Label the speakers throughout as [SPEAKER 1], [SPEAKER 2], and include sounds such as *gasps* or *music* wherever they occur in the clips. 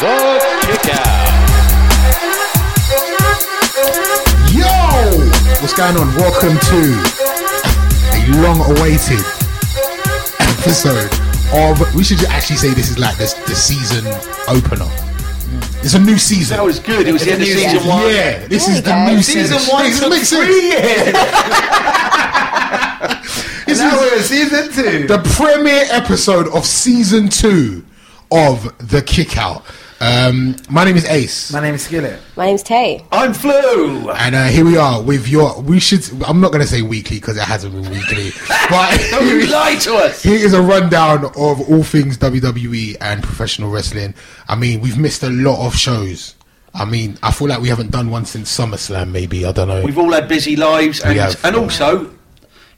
[SPEAKER 1] The kick out.
[SPEAKER 2] Yo! What's going on? Welcome to a long awaited episode of. We should actually say this is like this the season opener. It's a new season.
[SPEAKER 3] That was good. It was the end of season one.
[SPEAKER 2] Yeah, this
[SPEAKER 4] There
[SPEAKER 2] is
[SPEAKER 4] you
[SPEAKER 2] the
[SPEAKER 4] go.
[SPEAKER 2] new season.
[SPEAKER 3] Season one
[SPEAKER 2] Makes-
[SPEAKER 3] took
[SPEAKER 2] makes sense.
[SPEAKER 3] three years.
[SPEAKER 2] *laughs* This
[SPEAKER 3] now
[SPEAKER 2] is
[SPEAKER 3] we're in season two.
[SPEAKER 2] the premiere episode of season two of The Kickout. Um, my name is Ace.
[SPEAKER 3] My name is Skillet.
[SPEAKER 4] My name's Tay.
[SPEAKER 3] I'm Flo.
[SPEAKER 2] And uh, here we are with your. We should. I'm not going to say weekly because it hasn't been weekly. but
[SPEAKER 3] *laughs* Don't lie to us.
[SPEAKER 2] Here is a rundown of all things WWE and professional wrestling. I mean, we've missed a lot of shows. I mean, I feel like we haven't done one since SummerSlam, maybe. I don't know.
[SPEAKER 3] We've all had busy lives, and,
[SPEAKER 2] We have.
[SPEAKER 3] and also,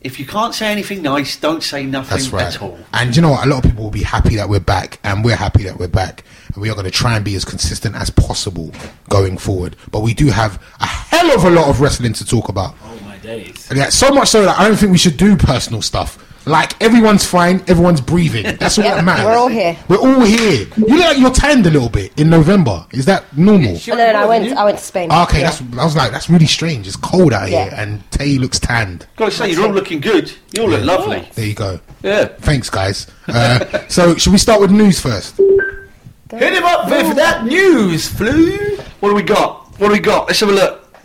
[SPEAKER 3] if you can't say anything nice, don't say nothing
[SPEAKER 2] That's right.
[SPEAKER 3] at all.
[SPEAKER 2] And you know what? A lot of people will be happy that we're back, and we're happy that we're back. And we are going to try and be as consistent as possible going forward. But we do have a hell of a lot of wrestling to talk about.
[SPEAKER 5] Oh my days.
[SPEAKER 2] And that's so much so that I don't think we should do personal stuff. Like everyone's fine, everyone's breathing. That's all
[SPEAKER 4] Yeah,
[SPEAKER 2] that matters.
[SPEAKER 4] *laughs* we're all here.
[SPEAKER 2] We're all here. You look like you're tanned a little bit in November. Is that normal? Ah,
[SPEAKER 4] And then I went. I went to Spain.
[SPEAKER 2] Okay,
[SPEAKER 4] Yeah.
[SPEAKER 2] that's. I was like, that's really strange. It's cold out here,
[SPEAKER 4] Yeah.
[SPEAKER 2] and Tay looks tanned.
[SPEAKER 3] Gotta say, you're all looking good. You all look lovely.
[SPEAKER 2] There you go.
[SPEAKER 3] Yeah.
[SPEAKER 2] Thanks, guys.
[SPEAKER 3] *laughs*
[SPEAKER 2] Uh, so, should we start with news first?
[SPEAKER 3] Hit him up with that news, Flu. What do we got? What do we got? Let's have a look.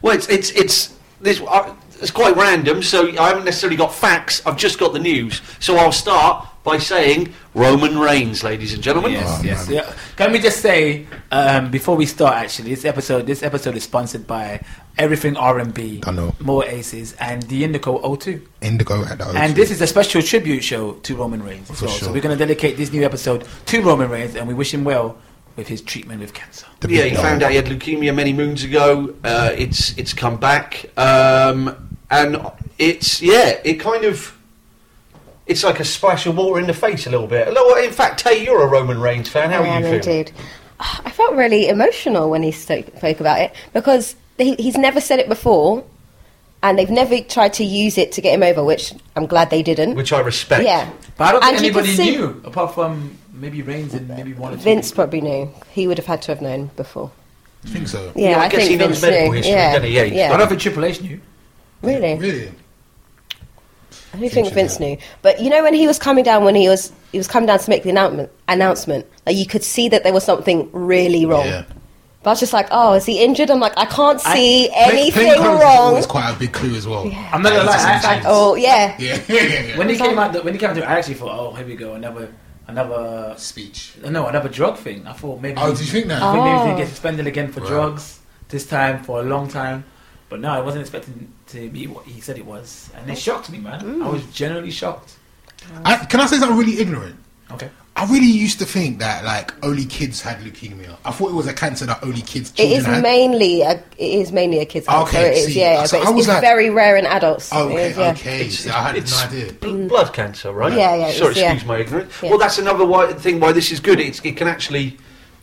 [SPEAKER 3] Well, it's it's it's this. Uh, it's quite random, so I haven't necessarily got facts. I've just got the news. So I'll start by saying Roman Reigns, ladies and gentlemen.
[SPEAKER 5] Yes, yes, yeah. Can we just say um, before we start? Actually, this episode, this episode is sponsored by Everything R and B,
[SPEAKER 2] I know.
[SPEAKER 5] More Aces, and the Indico O2.
[SPEAKER 2] Indigo at the O2.
[SPEAKER 5] And this is a special tribute show to Roman Reigns as
[SPEAKER 2] For
[SPEAKER 5] well.
[SPEAKER 2] sure.
[SPEAKER 5] So we're going to dedicate this new episode to Roman Reigns, and we wish him well with his treatment with cancer.
[SPEAKER 2] The
[SPEAKER 3] Yeah,
[SPEAKER 2] big
[SPEAKER 3] he
[SPEAKER 2] dog.
[SPEAKER 3] found out he had leukemia many moons ago. Uh, it's it's come back, um, and it's yeah, it kind of it's like a splash of water in the face a little bit. Although, in fact, Tay, you're a Roman Reigns fan. How are
[SPEAKER 4] I am
[SPEAKER 3] you feeling?
[SPEAKER 4] indeed. Ah, I felt really emotional when he spoke, spoke about it because he, he's never said it before, and they've never tried to use it to get him over, which I'm glad they didn't.
[SPEAKER 3] Which I respect.
[SPEAKER 4] yeah,
[SPEAKER 5] But I don't
[SPEAKER 4] And you
[SPEAKER 5] think
[SPEAKER 4] can
[SPEAKER 5] anybody
[SPEAKER 4] see-
[SPEAKER 5] knew apart from maybe Reigns and maybe one or two.
[SPEAKER 4] Vince probably knew. He would have had to have known before.
[SPEAKER 2] I think so.
[SPEAKER 4] Yeah,
[SPEAKER 3] I
[SPEAKER 4] I,
[SPEAKER 3] guess
[SPEAKER 4] think
[SPEAKER 3] he knows
[SPEAKER 4] Vince
[SPEAKER 3] medical
[SPEAKER 4] knew.
[SPEAKER 3] history,
[SPEAKER 4] yeah,
[SPEAKER 3] doesn't he? Yeah, he's-
[SPEAKER 4] yeah.
[SPEAKER 5] I don't think Triple H knew.
[SPEAKER 4] really.
[SPEAKER 2] Really?
[SPEAKER 4] I do think Vince knew, but you know when he was coming down, when he was he was coming down to make the announcement, announcement, like you could see that there was something really wrong.
[SPEAKER 2] Yeah.
[SPEAKER 4] But I was just like, oh, is he injured? I'm like, I can't
[SPEAKER 5] I-
[SPEAKER 4] see
[SPEAKER 2] Plain-
[SPEAKER 4] anything
[SPEAKER 2] plain colours is
[SPEAKER 4] wrong.
[SPEAKER 2] always quite a big clue as well.
[SPEAKER 5] I'm not gonna lie. I, I,
[SPEAKER 4] Oh yeah,
[SPEAKER 2] *laughs* Yeah, yeah, yeah.
[SPEAKER 5] when he
[SPEAKER 4] Sorry.
[SPEAKER 5] came out, the, when he came out, I actually thought, oh, here we go, another, another,
[SPEAKER 2] Speech.
[SPEAKER 5] no, another drug thing. I thought maybe.
[SPEAKER 2] Oh, did you think that?
[SPEAKER 5] I think maybe he's
[SPEAKER 4] Oh.
[SPEAKER 5] gonna get suspended again for
[SPEAKER 2] Right.
[SPEAKER 5] drugs this time for a long time. But no, I wasn't expecting to be what he said it was, and it shocked me, man. I was generally shocked.
[SPEAKER 2] I, can I say something really ignorant?
[SPEAKER 5] Okay.
[SPEAKER 2] I really used to think that like only kids had leukemia. I thought it was a cancer that only kids.
[SPEAKER 4] it
[SPEAKER 2] children
[SPEAKER 4] is
[SPEAKER 2] had.
[SPEAKER 4] mainly a it is mainly a kids' cancer.
[SPEAKER 2] Okay,
[SPEAKER 4] it is,
[SPEAKER 2] see,
[SPEAKER 4] yeah, yeah,
[SPEAKER 2] so
[SPEAKER 4] but
[SPEAKER 2] I
[SPEAKER 4] it's,
[SPEAKER 2] was
[SPEAKER 4] it's
[SPEAKER 2] like-
[SPEAKER 4] very rare in adults. It
[SPEAKER 2] Oh, Okay,
[SPEAKER 4] is, yeah.
[SPEAKER 2] okay. so I had no idea.
[SPEAKER 3] bl- blood cancer, right?
[SPEAKER 4] Yeah, yeah, it's-
[SPEAKER 3] Sorry, excuse
[SPEAKER 4] yeah.
[SPEAKER 3] my ignorance.
[SPEAKER 4] Yeah.
[SPEAKER 3] Well, that's another why, thing why this is good. It's, it can actually,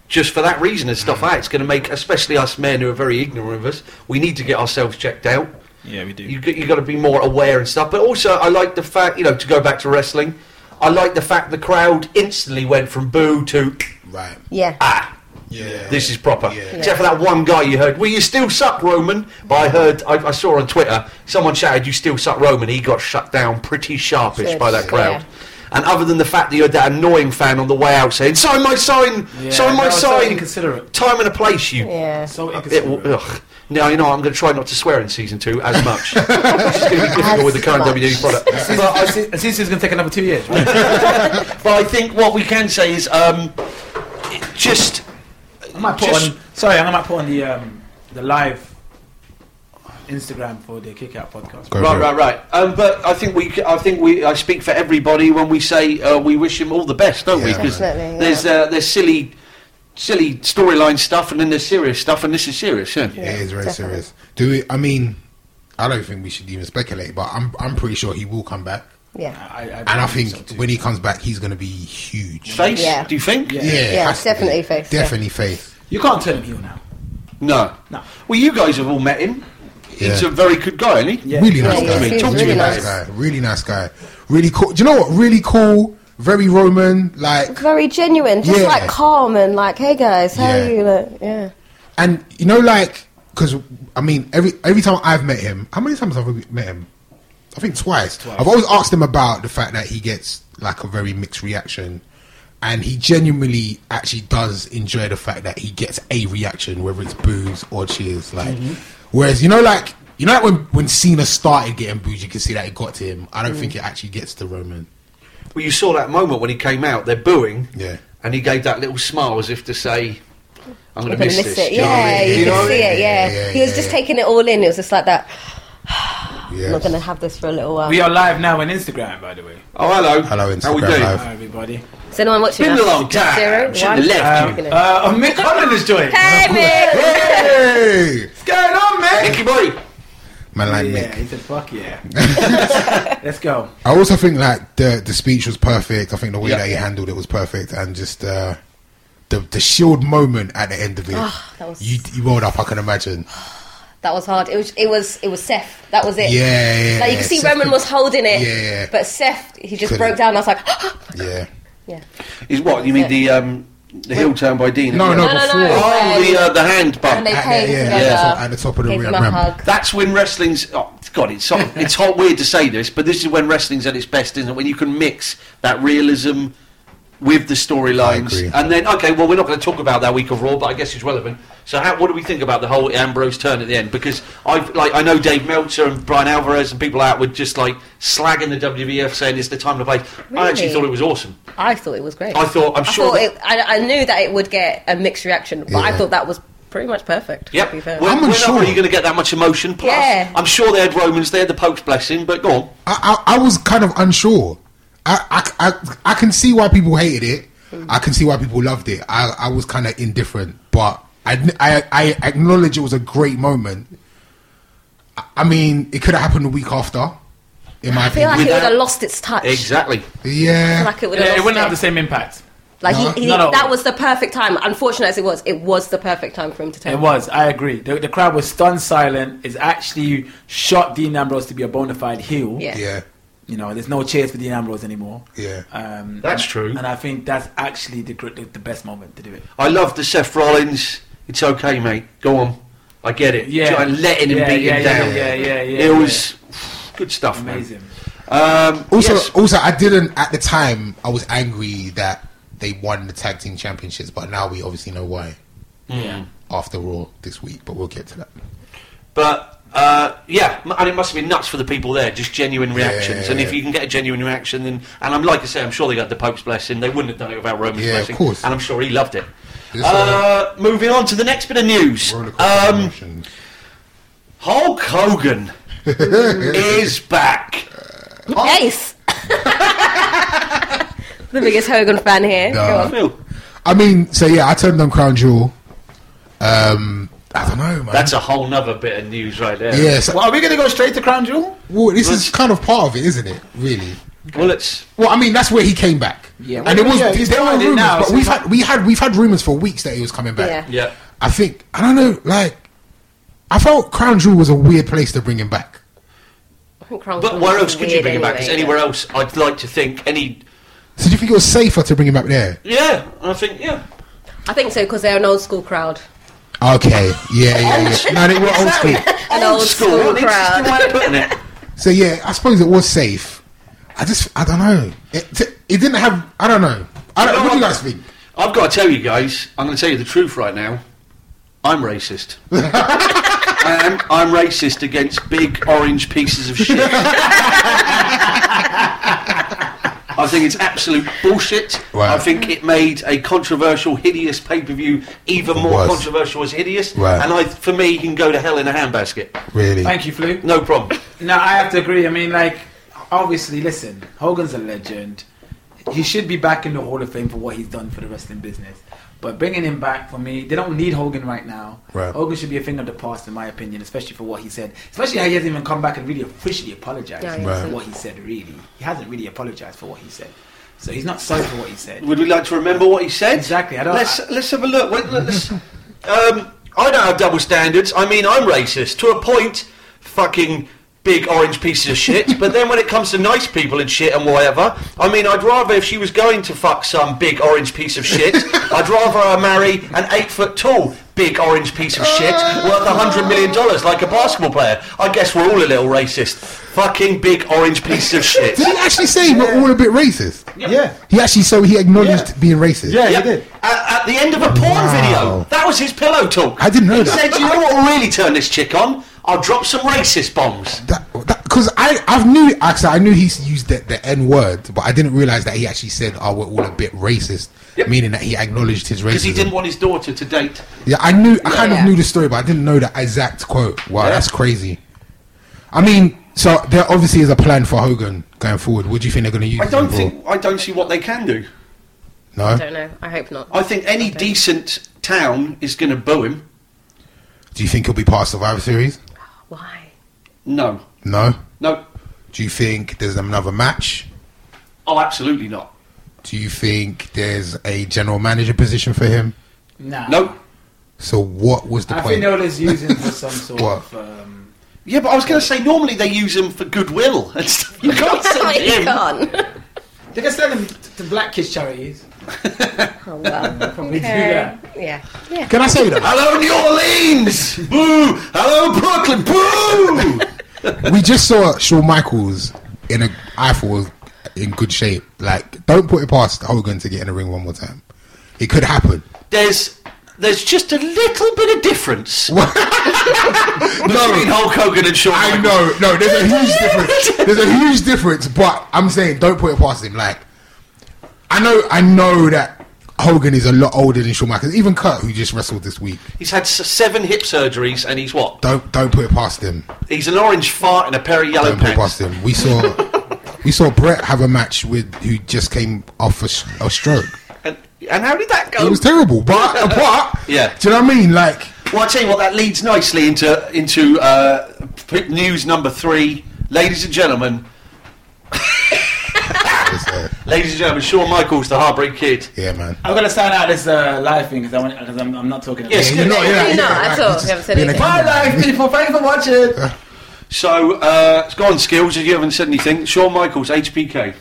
[SPEAKER 3] just for that reason and stuff like that, it's going to make, especially us men who are very ignorant of us, we need to get ourselves checked out.
[SPEAKER 5] Yeah, we do.
[SPEAKER 3] You, g- you got to be more aware and stuff. But also, I like the fact, you know, to go back to wrestling, I like the fact the crowd instantly went from boo to
[SPEAKER 2] Right.
[SPEAKER 4] Yeah,
[SPEAKER 3] ah.
[SPEAKER 2] Yeah.
[SPEAKER 3] This is proper.
[SPEAKER 2] Yeah.
[SPEAKER 3] Except for that one guy you heard, well, you still suck, Roman. But I heard, I, I saw on Twitter, someone shouted, you still suck, Roman. He got shut down pretty sharpish
[SPEAKER 4] Good,
[SPEAKER 3] by that crowd.
[SPEAKER 4] yeah.
[SPEAKER 3] And other than the fact that you had that annoying fan on the way out saying, sign my sign,
[SPEAKER 5] Yeah,
[SPEAKER 3] sign
[SPEAKER 5] that
[SPEAKER 3] my
[SPEAKER 5] was so
[SPEAKER 3] sign.
[SPEAKER 5] inconsiderate.
[SPEAKER 3] Time and a place, you.
[SPEAKER 4] yeah.
[SPEAKER 5] So
[SPEAKER 3] It, will-
[SPEAKER 5] inconsiderate.
[SPEAKER 3] ugh. Now, you know, I'm going to try not to swear in season two as much. it's going to be difficult with the current
[SPEAKER 4] much.
[SPEAKER 3] WWE product.
[SPEAKER 5] Since-
[SPEAKER 3] But I-
[SPEAKER 5] since- since it's gonna take another two years. Right?
[SPEAKER 3] but I think what we can say is um, it just
[SPEAKER 5] I might put
[SPEAKER 3] Just-
[SPEAKER 5] on. Sorry, I might put on the um, the live Instagram for the Kick Out podcast.
[SPEAKER 2] Go for
[SPEAKER 3] Right,
[SPEAKER 2] it.
[SPEAKER 3] right, right. Um, but I think we, c- I think we, I speak for everybody when we say uh, we wish him all the best, don't we?
[SPEAKER 2] Yeah.
[SPEAKER 3] 'Cause
[SPEAKER 4] Definitely, yeah.
[SPEAKER 3] there's uh, there's silly, silly storyline stuff, and then there's serious stuff, and this is serious. Yeah.
[SPEAKER 2] it is very
[SPEAKER 4] definitely.
[SPEAKER 2] serious. Do we? I mean, I don't think we should even speculate, but I'm I'm pretty sure he will come back,
[SPEAKER 4] yeah,
[SPEAKER 5] I, I,
[SPEAKER 2] and I
[SPEAKER 5] so
[SPEAKER 2] think
[SPEAKER 5] too.
[SPEAKER 2] when he comes back, he's going to be huge.
[SPEAKER 3] Face?
[SPEAKER 4] Yeah.
[SPEAKER 3] Do you think?
[SPEAKER 5] Yeah.
[SPEAKER 2] yeah, it
[SPEAKER 4] Yeah,
[SPEAKER 2] has to be.
[SPEAKER 4] definitely face, yeah.
[SPEAKER 2] Definitely faith.
[SPEAKER 5] you can't turn him heel now.
[SPEAKER 3] No.
[SPEAKER 5] No.
[SPEAKER 3] Well, you guys have all met him. He's
[SPEAKER 2] Yeah.
[SPEAKER 3] a very good guy, isn't he?
[SPEAKER 5] Yeah.
[SPEAKER 2] Really nice
[SPEAKER 4] Yeah,
[SPEAKER 2] guy.
[SPEAKER 4] he seems
[SPEAKER 2] Really
[SPEAKER 4] really
[SPEAKER 2] nice
[SPEAKER 4] nice.
[SPEAKER 2] guy. Really nice guy. Really cool. Do you know what? Really cool very Roman, like,
[SPEAKER 4] Very genuine, just
[SPEAKER 2] Yeah.
[SPEAKER 4] like calm and like, hey guys, how
[SPEAKER 2] Yeah.
[SPEAKER 4] are you? Like, yeah.
[SPEAKER 2] and you know, like, because I mean, every every time I've met him, how many times have I met him? I think twice. I've always asked him about the fact that he gets like a very mixed reaction, and he genuinely actually does enjoy the fact that he gets a reaction, whether it's boos or cheers. Like, whereas you know, like. You know, like when when Cena started getting booed, you can see that it got to him. I don't think it actually gets to Roman.
[SPEAKER 3] Well, you saw that moment when he came out. They're booing.
[SPEAKER 2] Yeah.
[SPEAKER 3] And he gave that little smile as if to say, "I'm going to
[SPEAKER 4] gonna
[SPEAKER 3] miss, this." do you know what I
[SPEAKER 4] Yeah,
[SPEAKER 3] mean?
[SPEAKER 4] you,
[SPEAKER 3] You know
[SPEAKER 4] can
[SPEAKER 3] what I
[SPEAKER 4] see
[SPEAKER 3] mean?
[SPEAKER 4] it. Yeah,
[SPEAKER 2] Yeah, yeah,
[SPEAKER 4] he was
[SPEAKER 2] yeah,
[SPEAKER 4] just
[SPEAKER 2] yeah.
[SPEAKER 4] taking it all in. It was just like that.
[SPEAKER 2] Yeah,
[SPEAKER 4] I'm not gonna have this for a little while.
[SPEAKER 5] We are live now on Instagram, by the way.
[SPEAKER 3] Oh, hello.
[SPEAKER 2] Hello,
[SPEAKER 3] How we
[SPEAKER 2] Instagram
[SPEAKER 3] doing?
[SPEAKER 2] Live.
[SPEAKER 5] Hi, everybody.
[SPEAKER 4] Is anyone watching?
[SPEAKER 3] Been
[SPEAKER 4] us?
[SPEAKER 3] a long time.
[SPEAKER 4] Zero,
[SPEAKER 3] Shouldn't
[SPEAKER 4] one.
[SPEAKER 3] have left
[SPEAKER 5] Um, uh, *laughs* oh, Mick Holland is joining.
[SPEAKER 4] Hey, Mick.
[SPEAKER 2] Hey!
[SPEAKER 5] What's going on, Mick?
[SPEAKER 3] Nicky boy.
[SPEAKER 2] Man, like Mick.
[SPEAKER 5] Yeah, he said, fuck
[SPEAKER 2] *laughs*
[SPEAKER 5] yeah. *laughs* Let's go.
[SPEAKER 2] I also think like the the speech was perfect. I think the way
[SPEAKER 3] Yeah.
[SPEAKER 2] that he handled it was perfect, and just uh, the the shield moment at the end of it.
[SPEAKER 4] Ah, that was-
[SPEAKER 2] You you rolled up. I can imagine.
[SPEAKER 4] That was hard. It was. It was. It was Seth. That was it.
[SPEAKER 2] Yeah, yeah,
[SPEAKER 4] Like you
[SPEAKER 2] yeah.
[SPEAKER 4] can see,
[SPEAKER 2] Seth
[SPEAKER 4] Roman
[SPEAKER 2] could-
[SPEAKER 4] was holding it.
[SPEAKER 2] Yeah.
[SPEAKER 4] But Seth, he just
[SPEAKER 2] Couldn't.
[SPEAKER 4] broke down. I was like, *gasps*
[SPEAKER 2] Yeah.
[SPEAKER 4] yeah.
[SPEAKER 3] Is what you mean the um the hill town by Dean?
[SPEAKER 2] No,
[SPEAKER 3] isn't
[SPEAKER 2] no,
[SPEAKER 3] it?
[SPEAKER 4] No, no,
[SPEAKER 2] before.
[SPEAKER 4] no.
[SPEAKER 3] Oh, the uh, the hand
[SPEAKER 4] And
[SPEAKER 3] bump.
[SPEAKER 4] they
[SPEAKER 2] At the-
[SPEAKER 4] came
[SPEAKER 2] yeah,
[SPEAKER 4] together.
[SPEAKER 2] yeah, at the top of the
[SPEAKER 4] gave
[SPEAKER 2] ra-
[SPEAKER 4] him a
[SPEAKER 2] ramp.
[SPEAKER 4] hug.
[SPEAKER 3] That's when wrestling's. Oh God,
[SPEAKER 2] *laughs*
[SPEAKER 3] it's so- it's hot weird to say this, but this is when wrestling's at its best, isn't it? When you can mix that realism with the
[SPEAKER 2] I
[SPEAKER 3] storylines,
[SPEAKER 2] agree.
[SPEAKER 3] and then okay, well, we're not going to talk about that week of Raw, but I guess it's relevant. So, how, what do we think about the whole Ambrose turn at the end? Because I like I know Dave Meltzer and Brian Alvarez and people out were just like slagging the WWF, saying it's the time to play. I actually
[SPEAKER 4] Really?
[SPEAKER 3] thought it was awesome.
[SPEAKER 4] I thought it was great.
[SPEAKER 3] I thought I'm
[SPEAKER 4] I
[SPEAKER 3] sure.
[SPEAKER 4] thought
[SPEAKER 3] that-
[SPEAKER 4] it, I, I knew that it would get a mixed reaction, but I
[SPEAKER 2] Yeah.
[SPEAKER 4] thought that was pretty much perfect. to be fair.
[SPEAKER 3] Yep. We're,
[SPEAKER 2] I'm
[SPEAKER 3] we're
[SPEAKER 2] unsure.
[SPEAKER 3] not really going to get that much emotion. Plus,
[SPEAKER 4] Yeah.
[SPEAKER 3] I'm sure they had Romans, they had the Pope's blessing, but go on.
[SPEAKER 2] I, I I was kind of unsure. I I, I I can see why people hated it.
[SPEAKER 4] Mm.
[SPEAKER 2] I can see why people loved it. I, I was kind of indifferent, but I, I I acknowledge it was a great moment. I, I mean, it could have happened the week after, in my
[SPEAKER 4] I
[SPEAKER 2] opinion.
[SPEAKER 4] feel like it would have
[SPEAKER 3] Without-
[SPEAKER 4] lost its touch.
[SPEAKER 3] Exactly.
[SPEAKER 4] I
[SPEAKER 2] yeah,
[SPEAKER 4] feel Like it would have
[SPEAKER 5] Yeah, it
[SPEAKER 4] lost
[SPEAKER 5] wouldn't have the same impact.
[SPEAKER 4] Like
[SPEAKER 2] No.
[SPEAKER 4] he, he
[SPEAKER 5] Not at all.
[SPEAKER 4] that was the perfect time. Unfortunate as it was, it was the perfect time for him to turn.
[SPEAKER 5] It was. I agree. The, the crowd was stunned silent. It's actually shot Dean Ambrose to be a bona fide heel.
[SPEAKER 4] Yeah.
[SPEAKER 2] yeah.
[SPEAKER 5] You know, there's no cheers for Dean Ambrose anymore.
[SPEAKER 2] Yeah.
[SPEAKER 3] Uh,
[SPEAKER 5] Um,
[SPEAKER 3] That's
[SPEAKER 5] and-
[SPEAKER 3] true.
[SPEAKER 5] And I think that's actually the, gr- the the best moment to do it.
[SPEAKER 3] I love the Seth Rollins. It's okay, mate. Go on. I get it.
[SPEAKER 5] Yeah.
[SPEAKER 3] Try and letting him
[SPEAKER 5] Yeah,
[SPEAKER 3] beat
[SPEAKER 5] yeah,
[SPEAKER 3] him
[SPEAKER 5] yeah,
[SPEAKER 3] down.
[SPEAKER 5] yeah, yeah, yeah,
[SPEAKER 3] It
[SPEAKER 5] yeah.
[SPEAKER 3] was good stuff,
[SPEAKER 5] Amazing.
[SPEAKER 3] man. Um,
[SPEAKER 2] Also,
[SPEAKER 3] yes.
[SPEAKER 2] also, I didn't at the time. I was angry that they won the tag team championships, but now we obviously know why.
[SPEAKER 5] Yeah.
[SPEAKER 2] After Raw this week, but we'll get to that.
[SPEAKER 3] But uh, yeah, m- and it must have been nuts for the people there, just genuine reactions. And if
[SPEAKER 2] Yeah.
[SPEAKER 3] you can get a genuine reaction, then and I'm like I say, I'm sure they got the Pope's blessing. They wouldn't have done it without Roman's
[SPEAKER 2] Yeah, of
[SPEAKER 3] blessing.
[SPEAKER 2] course.
[SPEAKER 3] And I'm sure he loved it.
[SPEAKER 2] Yes,
[SPEAKER 3] Uh, moving on to the next bit of news.
[SPEAKER 2] Rollercoaster
[SPEAKER 3] Um,
[SPEAKER 2] emotions.
[SPEAKER 3] Hulk Hogan
[SPEAKER 2] *laughs*
[SPEAKER 3] is back.
[SPEAKER 4] Ace. *laughs* the biggest Hogan fan here.
[SPEAKER 2] Nah.
[SPEAKER 4] Go on.
[SPEAKER 3] Phil,
[SPEAKER 2] I mean, so yeah, I turned on Crown Jewel. Um, I don't know, man.
[SPEAKER 3] that's a whole nother bit of news right there.
[SPEAKER 2] yeah. So,
[SPEAKER 5] Well, are we going to go straight to Crown Jewel?
[SPEAKER 2] well, this
[SPEAKER 3] let's-
[SPEAKER 2] is kind of part of it, isn't it? Really.
[SPEAKER 3] Well, it's
[SPEAKER 2] Well, I mean, that's where he came back.
[SPEAKER 5] Yeah,
[SPEAKER 2] and it was
[SPEAKER 5] yeah, he's
[SPEAKER 2] there were
[SPEAKER 5] behind it
[SPEAKER 2] rumors,
[SPEAKER 5] now,
[SPEAKER 2] but
[SPEAKER 5] so
[SPEAKER 2] we've
[SPEAKER 5] it's
[SPEAKER 2] had we had we've had rumors for weeks that he was coming back.
[SPEAKER 4] Yeah.
[SPEAKER 3] yeah.
[SPEAKER 2] I think I don't know. Like, I felt Crown Jewel was a weird place to bring him back.
[SPEAKER 4] I think Crown
[SPEAKER 3] But
[SPEAKER 4] Jewel
[SPEAKER 3] where
[SPEAKER 4] was
[SPEAKER 3] else could you
[SPEAKER 4] weird
[SPEAKER 3] bring him back? Because
[SPEAKER 4] anyway,
[SPEAKER 3] anywhere
[SPEAKER 4] yeah.
[SPEAKER 3] else, I'd like to think any.
[SPEAKER 2] So do you think it was safer to bring him back there?
[SPEAKER 3] Yeah, I think yeah.
[SPEAKER 4] I think so because they're an old school crowd.
[SPEAKER 2] Okay, yeah, yeah, yeah. No, they were old school.
[SPEAKER 4] An old, school,
[SPEAKER 3] It's just
[SPEAKER 4] crowd.
[SPEAKER 3] the way of putting
[SPEAKER 4] *laughs*
[SPEAKER 3] it.
[SPEAKER 2] So yeah, I suppose it was safe. I just, I don't know. It, t- it didn't have. I don't know. I don't. What do
[SPEAKER 3] You know
[SPEAKER 2] you
[SPEAKER 3] what?
[SPEAKER 2] guys think?
[SPEAKER 3] I've got to tell you guys, I'm going to tell you the truth right now. I'm
[SPEAKER 2] *laughs*
[SPEAKER 3] racist. I am, I'm racist against big orange pieces of shit. I think it's absolute bullshit.
[SPEAKER 2] Right.
[SPEAKER 3] I think it made a controversial, hideous pay per view even more
[SPEAKER 2] was.
[SPEAKER 3] controversial as hideous.
[SPEAKER 2] Right.
[SPEAKER 3] And I, for me, you can go to hell in a handbasket.
[SPEAKER 2] Really?
[SPEAKER 5] Thank you, Flu.
[SPEAKER 3] No problem.
[SPEAKER 5] No, I have to agree. I mean, like, obviously, listen, Hogan's a legend. He should be back in the Hall of Fame for what he's done for the wrestling business. But bringing him back for me, they don't need Hogan right now.
[SPEAKER 2] Right.
[SPEAKER 5] Hogan should be a thing of the past, in my opinion, especially for what he said. Especially how he hasn't even come back and really officially apologized
[SPEAKER 4] Yeah, he
[SPEAKER 5] for
[SPEAKER 4] hasn't.
[SPEAKER 5] what he said. Really, he hasn't really apologized for what he said. So he's not sorry for what he said.
[SPEAKER 3] Would we like to remember what he said?
[SPEAKER 5] Exactly, I don't-
[SPEAKER 3] let's
[SPEAKER 5] I-
[SPEAKER 3] let's have a look. Wait, let- Let's, um, I don't have double standards. I mean, I'm racist to a point. Fucking big orange pieces of shit. but then when it comes to nice people and shit and whatever, I mean, I'd rather if she was going to fuck some big orange piece
[SPEAKER 5] *laughs*
[SPEAKER 3] of shit, I'd rather her marry an eight foot tall big orange piece of shit worth a hundred million dollars like a basketball player. I guess we're all a little racist. Fucking big orange pieces of shit.
[SPEAKER 2] Did he actually say we're all a bit racist?
[SPEAKER 6] Yeah.
[SPEAKER 2] He actually, so he acknowledged
[SPEAKER 6] Yeah.
[SPEAKER 2] being racist.
[SPEAKER 6] Yeah,
[SPEAKER 3] Yeah,
[SPEAKER 6] he did.
[SPEAKER 3] At, at the end of a porn video. That was his pillow talk.
[SPEAKER 2] I didn't know
[SPEAKER 3] he
[SPEAKER 2] that.
[SPEAKER 3] said, you know what will really turn this chick on? I'll drop some racist bombs.
[SPEAKER 2] That because I I knew actually I knew he used the, the N word, but I didn't realize that he actually said, "Oh, we're all a bit racist,"
[SPEAKER 3] Yep.
[SPEAKER 2] meaning that he acknowledged his racism.
[SPEAKER 3] Because he didn't want his daughter to date.
[SPEAKER 2] Yeah, I knew. I kind of
[SPEAKER 4] Yeah.
[SPEAKER 2] knew the story, but I didn't know the exact quote. Wow,
[SPEAKER 3] Yeah.
[SPEAKER 2] that's crazy. I mean, so there obviously is a plan for Hogan going forward. What do you think they're going to use?
[SPEAKER 3] I
[SPEAKER 2] him
[SPEAKER 3] don't
[SPEAKER 2] for?
[SPEAKER 3] think. I don't see what they can do.
[SPEAKER 4] I
[SPEAKER 2] No.
[SPEAKER 4] don't know. I hope not.
[SPEAKER 3] I think any
[SPEAKER 4] Okay.
[SPEAKER 3] decent town is going to boo him.
[SPEAKER 2] Do you think he'll be part of Survivor Series?
[SPEAKER 4] Why?
[SPEAKER 3] No,
[SPEAKER 2] No.
[SPEAKER 3] no.
[SPEAKER 2] Do you think there's another match?
[SPEAKER 3] Oh, absolutely not.
[SPEAKER 2] Do you think there's a general manager position for him?
[SPEAKER 5] Nah.
[SPEAKER 3] No.
[SPEAKER 2] So what was the
[SPEAKER 5] I
[SPEAKER 2] point?
[SPEAKER 5] think they were just using for
[SPEAKER 2] *laughs*
[SPEAKER 5] some sort
[SPEAKER 2] What?
[SPEAKER 5] of. Um,
[SPEAKER 3] Yeah, but I was going to say normally they use him for goodwill *laughs* and stuff. You can't
[SPEAKER 4] *laughs*
[SPEAKER 3] send
[SPEAKER 4] you
[SPEAKER 3] him.
[SPEAKER 4] can't.
[SPEAKER 5] they can send them t- to black kids charities.
[SPEAKER 4] Oh well.
[SPEAKER 5] Probably do
[SPEAKER 4] Okay.
[SPEAKER 5] that.
[SPEAKER 4] Yeah. Yeah.
[SPEAKER 2] Can I say that?
[SPEAKER 3] Hello, New Orleans. Boo. Hello, Brooklyn. Boo.
[SPEAKER 2] we just saw Shawn Michaels in a Eiffel in good shape. Like, don't put it past Hogan to get in the ring one more time. It could happen.
[SPEAKER 3] there's there's just a little bit of
[SPEAKER 2] *laughs*
[SPEAKER 3] difference *laughs* between Hulk Hogan and Shawn.
[SPEAKER 2] I
[SPEAKER 3] Michaels.
[SPEAKER 2] know, no, there's a huge difference. There's a huge difference, but I'm saying don't put it past him. Like, I know, I know that Hogan is a lot older than Shawn Michaels. Even Kurt, who just wrestled this week,
[SPEAKER 3] He's had s- seven hip surgeries and he's what?
[SPEAKER 2] don't don't put it past him.
[SPEAKER 3] He's an orange fart in a pair of yellow
[SPEAKER 2] Don't put it
[SPEAKER 3] pants.
[SPEAKER 2] past him. We saw, we saw Brett have a match with who just came off a, s- a stroke.
[SPEAKER 3] And, and how did that go?
[SPEAKER 2] It was terrible, but but
[SPEAKER 3] Yeah.
[SPEAKER 2] do you know what I mean? Like.
[SPEAKER 3] Well, I tell you what, that leads nicely into into uh, p- news number three, ladies and gentlemen.
[SPEAKER 2] It's, uh,
[SPEAKER 3] Ladies and gentlemen, Shawn Michaels, the Heartbreak Kid.
[SPEAKER 2] yeah, man.
[SPEAKER 5] I'm gonna sign out this uh, live thing because I'm, I'm not talking.
[SPEAKER 3] Yes.
[SPEAKER 5] About
[SPEAKER 2] you're not- you're not-
[SPEAKER 4] No,
[SPEAKER 2] you're
[SPEAKER 4] no,
[SPEAKER 2] not,
[SPEAKER 4] I
[SPEAKER 2] like,
[SPEAKER 4] thought
[SPEAKER 2] just
[SPEAKER 4] we haven't said
[SPEAKER 2] being a
[SPEAKER 5] it.
[SPEAKER 4] anything.
[SPEAKER 5] Bye,
[SPEAKER 2] camera man.
[SPEAKER 5] live people. Thanks for watching.
[SPEAKER 3] So uh, it's gone, skills. If you haven't said anything, Shawn Michaels, HBK.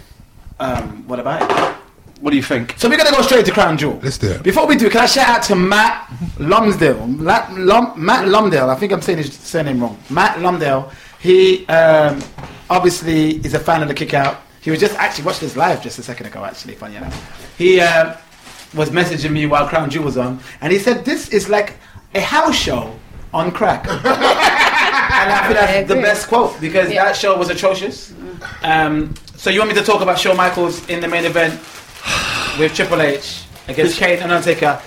[SPEAKER 5] Um, what about it?
[SPEAKER 3] What do you think?
[SPEAKER 5] So we're gonna go straight to Crown Jewel.
[SPEAKER 2] Let's do it.
[SPEAKER 5] Before we do, can I shout out to Matt Lumsdale? Matt, Lum, Matt Lumdale. I think I'm saying his surname wrong. Matt Lumdale. He um, obviously is a fan of the kick out. He was just actually watched this live just a second ago. Actually, funny enough, he uh, was messaging me while Crown Jewel was on, and he said this is like a house show on crack. *laughs* and I think
[SPEAKER 4] I
[SPEAKER 5] that's the
[SPEAKER 4] agree.
[SPEAKER 5] best quote because
[SPEAKER 4] Yeah.
[SPEAKER 5] that show was atrocious. Um, so you want me to talk about Shawn Michaels in the main event with Triple H against Kane and Undertaker.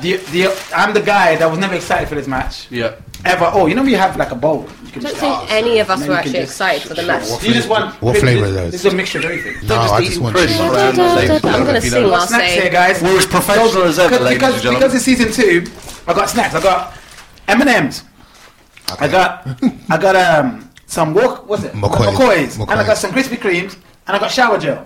[SPEAKER 5] The, the, I'm the guy that was never excited for this match.
[SPEAKER 3] Yeah.
[SPEAKER 5] Ever. Oh, you know when you have like a bowl. You,
[SPEAKER 4] I
[SPEAKER 5] can
[SPEAKER 4] don't
[SPEAKER 5] just,
[SPEAKER 4] think any of us
[SPEAKER 5] Man,
[SPEAKER 4] were
[SPEAKER 5] you can
[SPEAKER 4] actually
[SPEAKER 5] just
[SPEAKER 4] excited for the match.
[SPEAKER 5] you just want.
[SPEAKER 2] What flavour is
[SPEAKER 5] This
[SPEAKER 2] those?
[SPEAKER 5] is a mixture of everything.
[SPEAKER 2] No, I just want
[SPEAKER 3] Chris.
[SPEAKER 2] you.
[SPEAKER 4] I'm gonna sing while
[SPEAKER 5] Snacks here,
[SPEAKER 4] saying.
[SPEAKER 5] guys.
[SPEAKER 3] We're as professional as ever,
[SPEAKER 5] because,
[SPEAKER 3] ladies
[SPEAKER 5] because,
[SPEAKER 3] and gentlemen.
[SPEAKER 5] because it's season two, I got snacks. I got M and M's. I got I got um some walk. What's it?
[SPEAKER 2] McCoy's.
[SPEAKER 5] McCoy's. And I got
[SPEAKER 2] McCoy's.
[SPEAKER 5] some Krispy Kremes. And I got shower gel.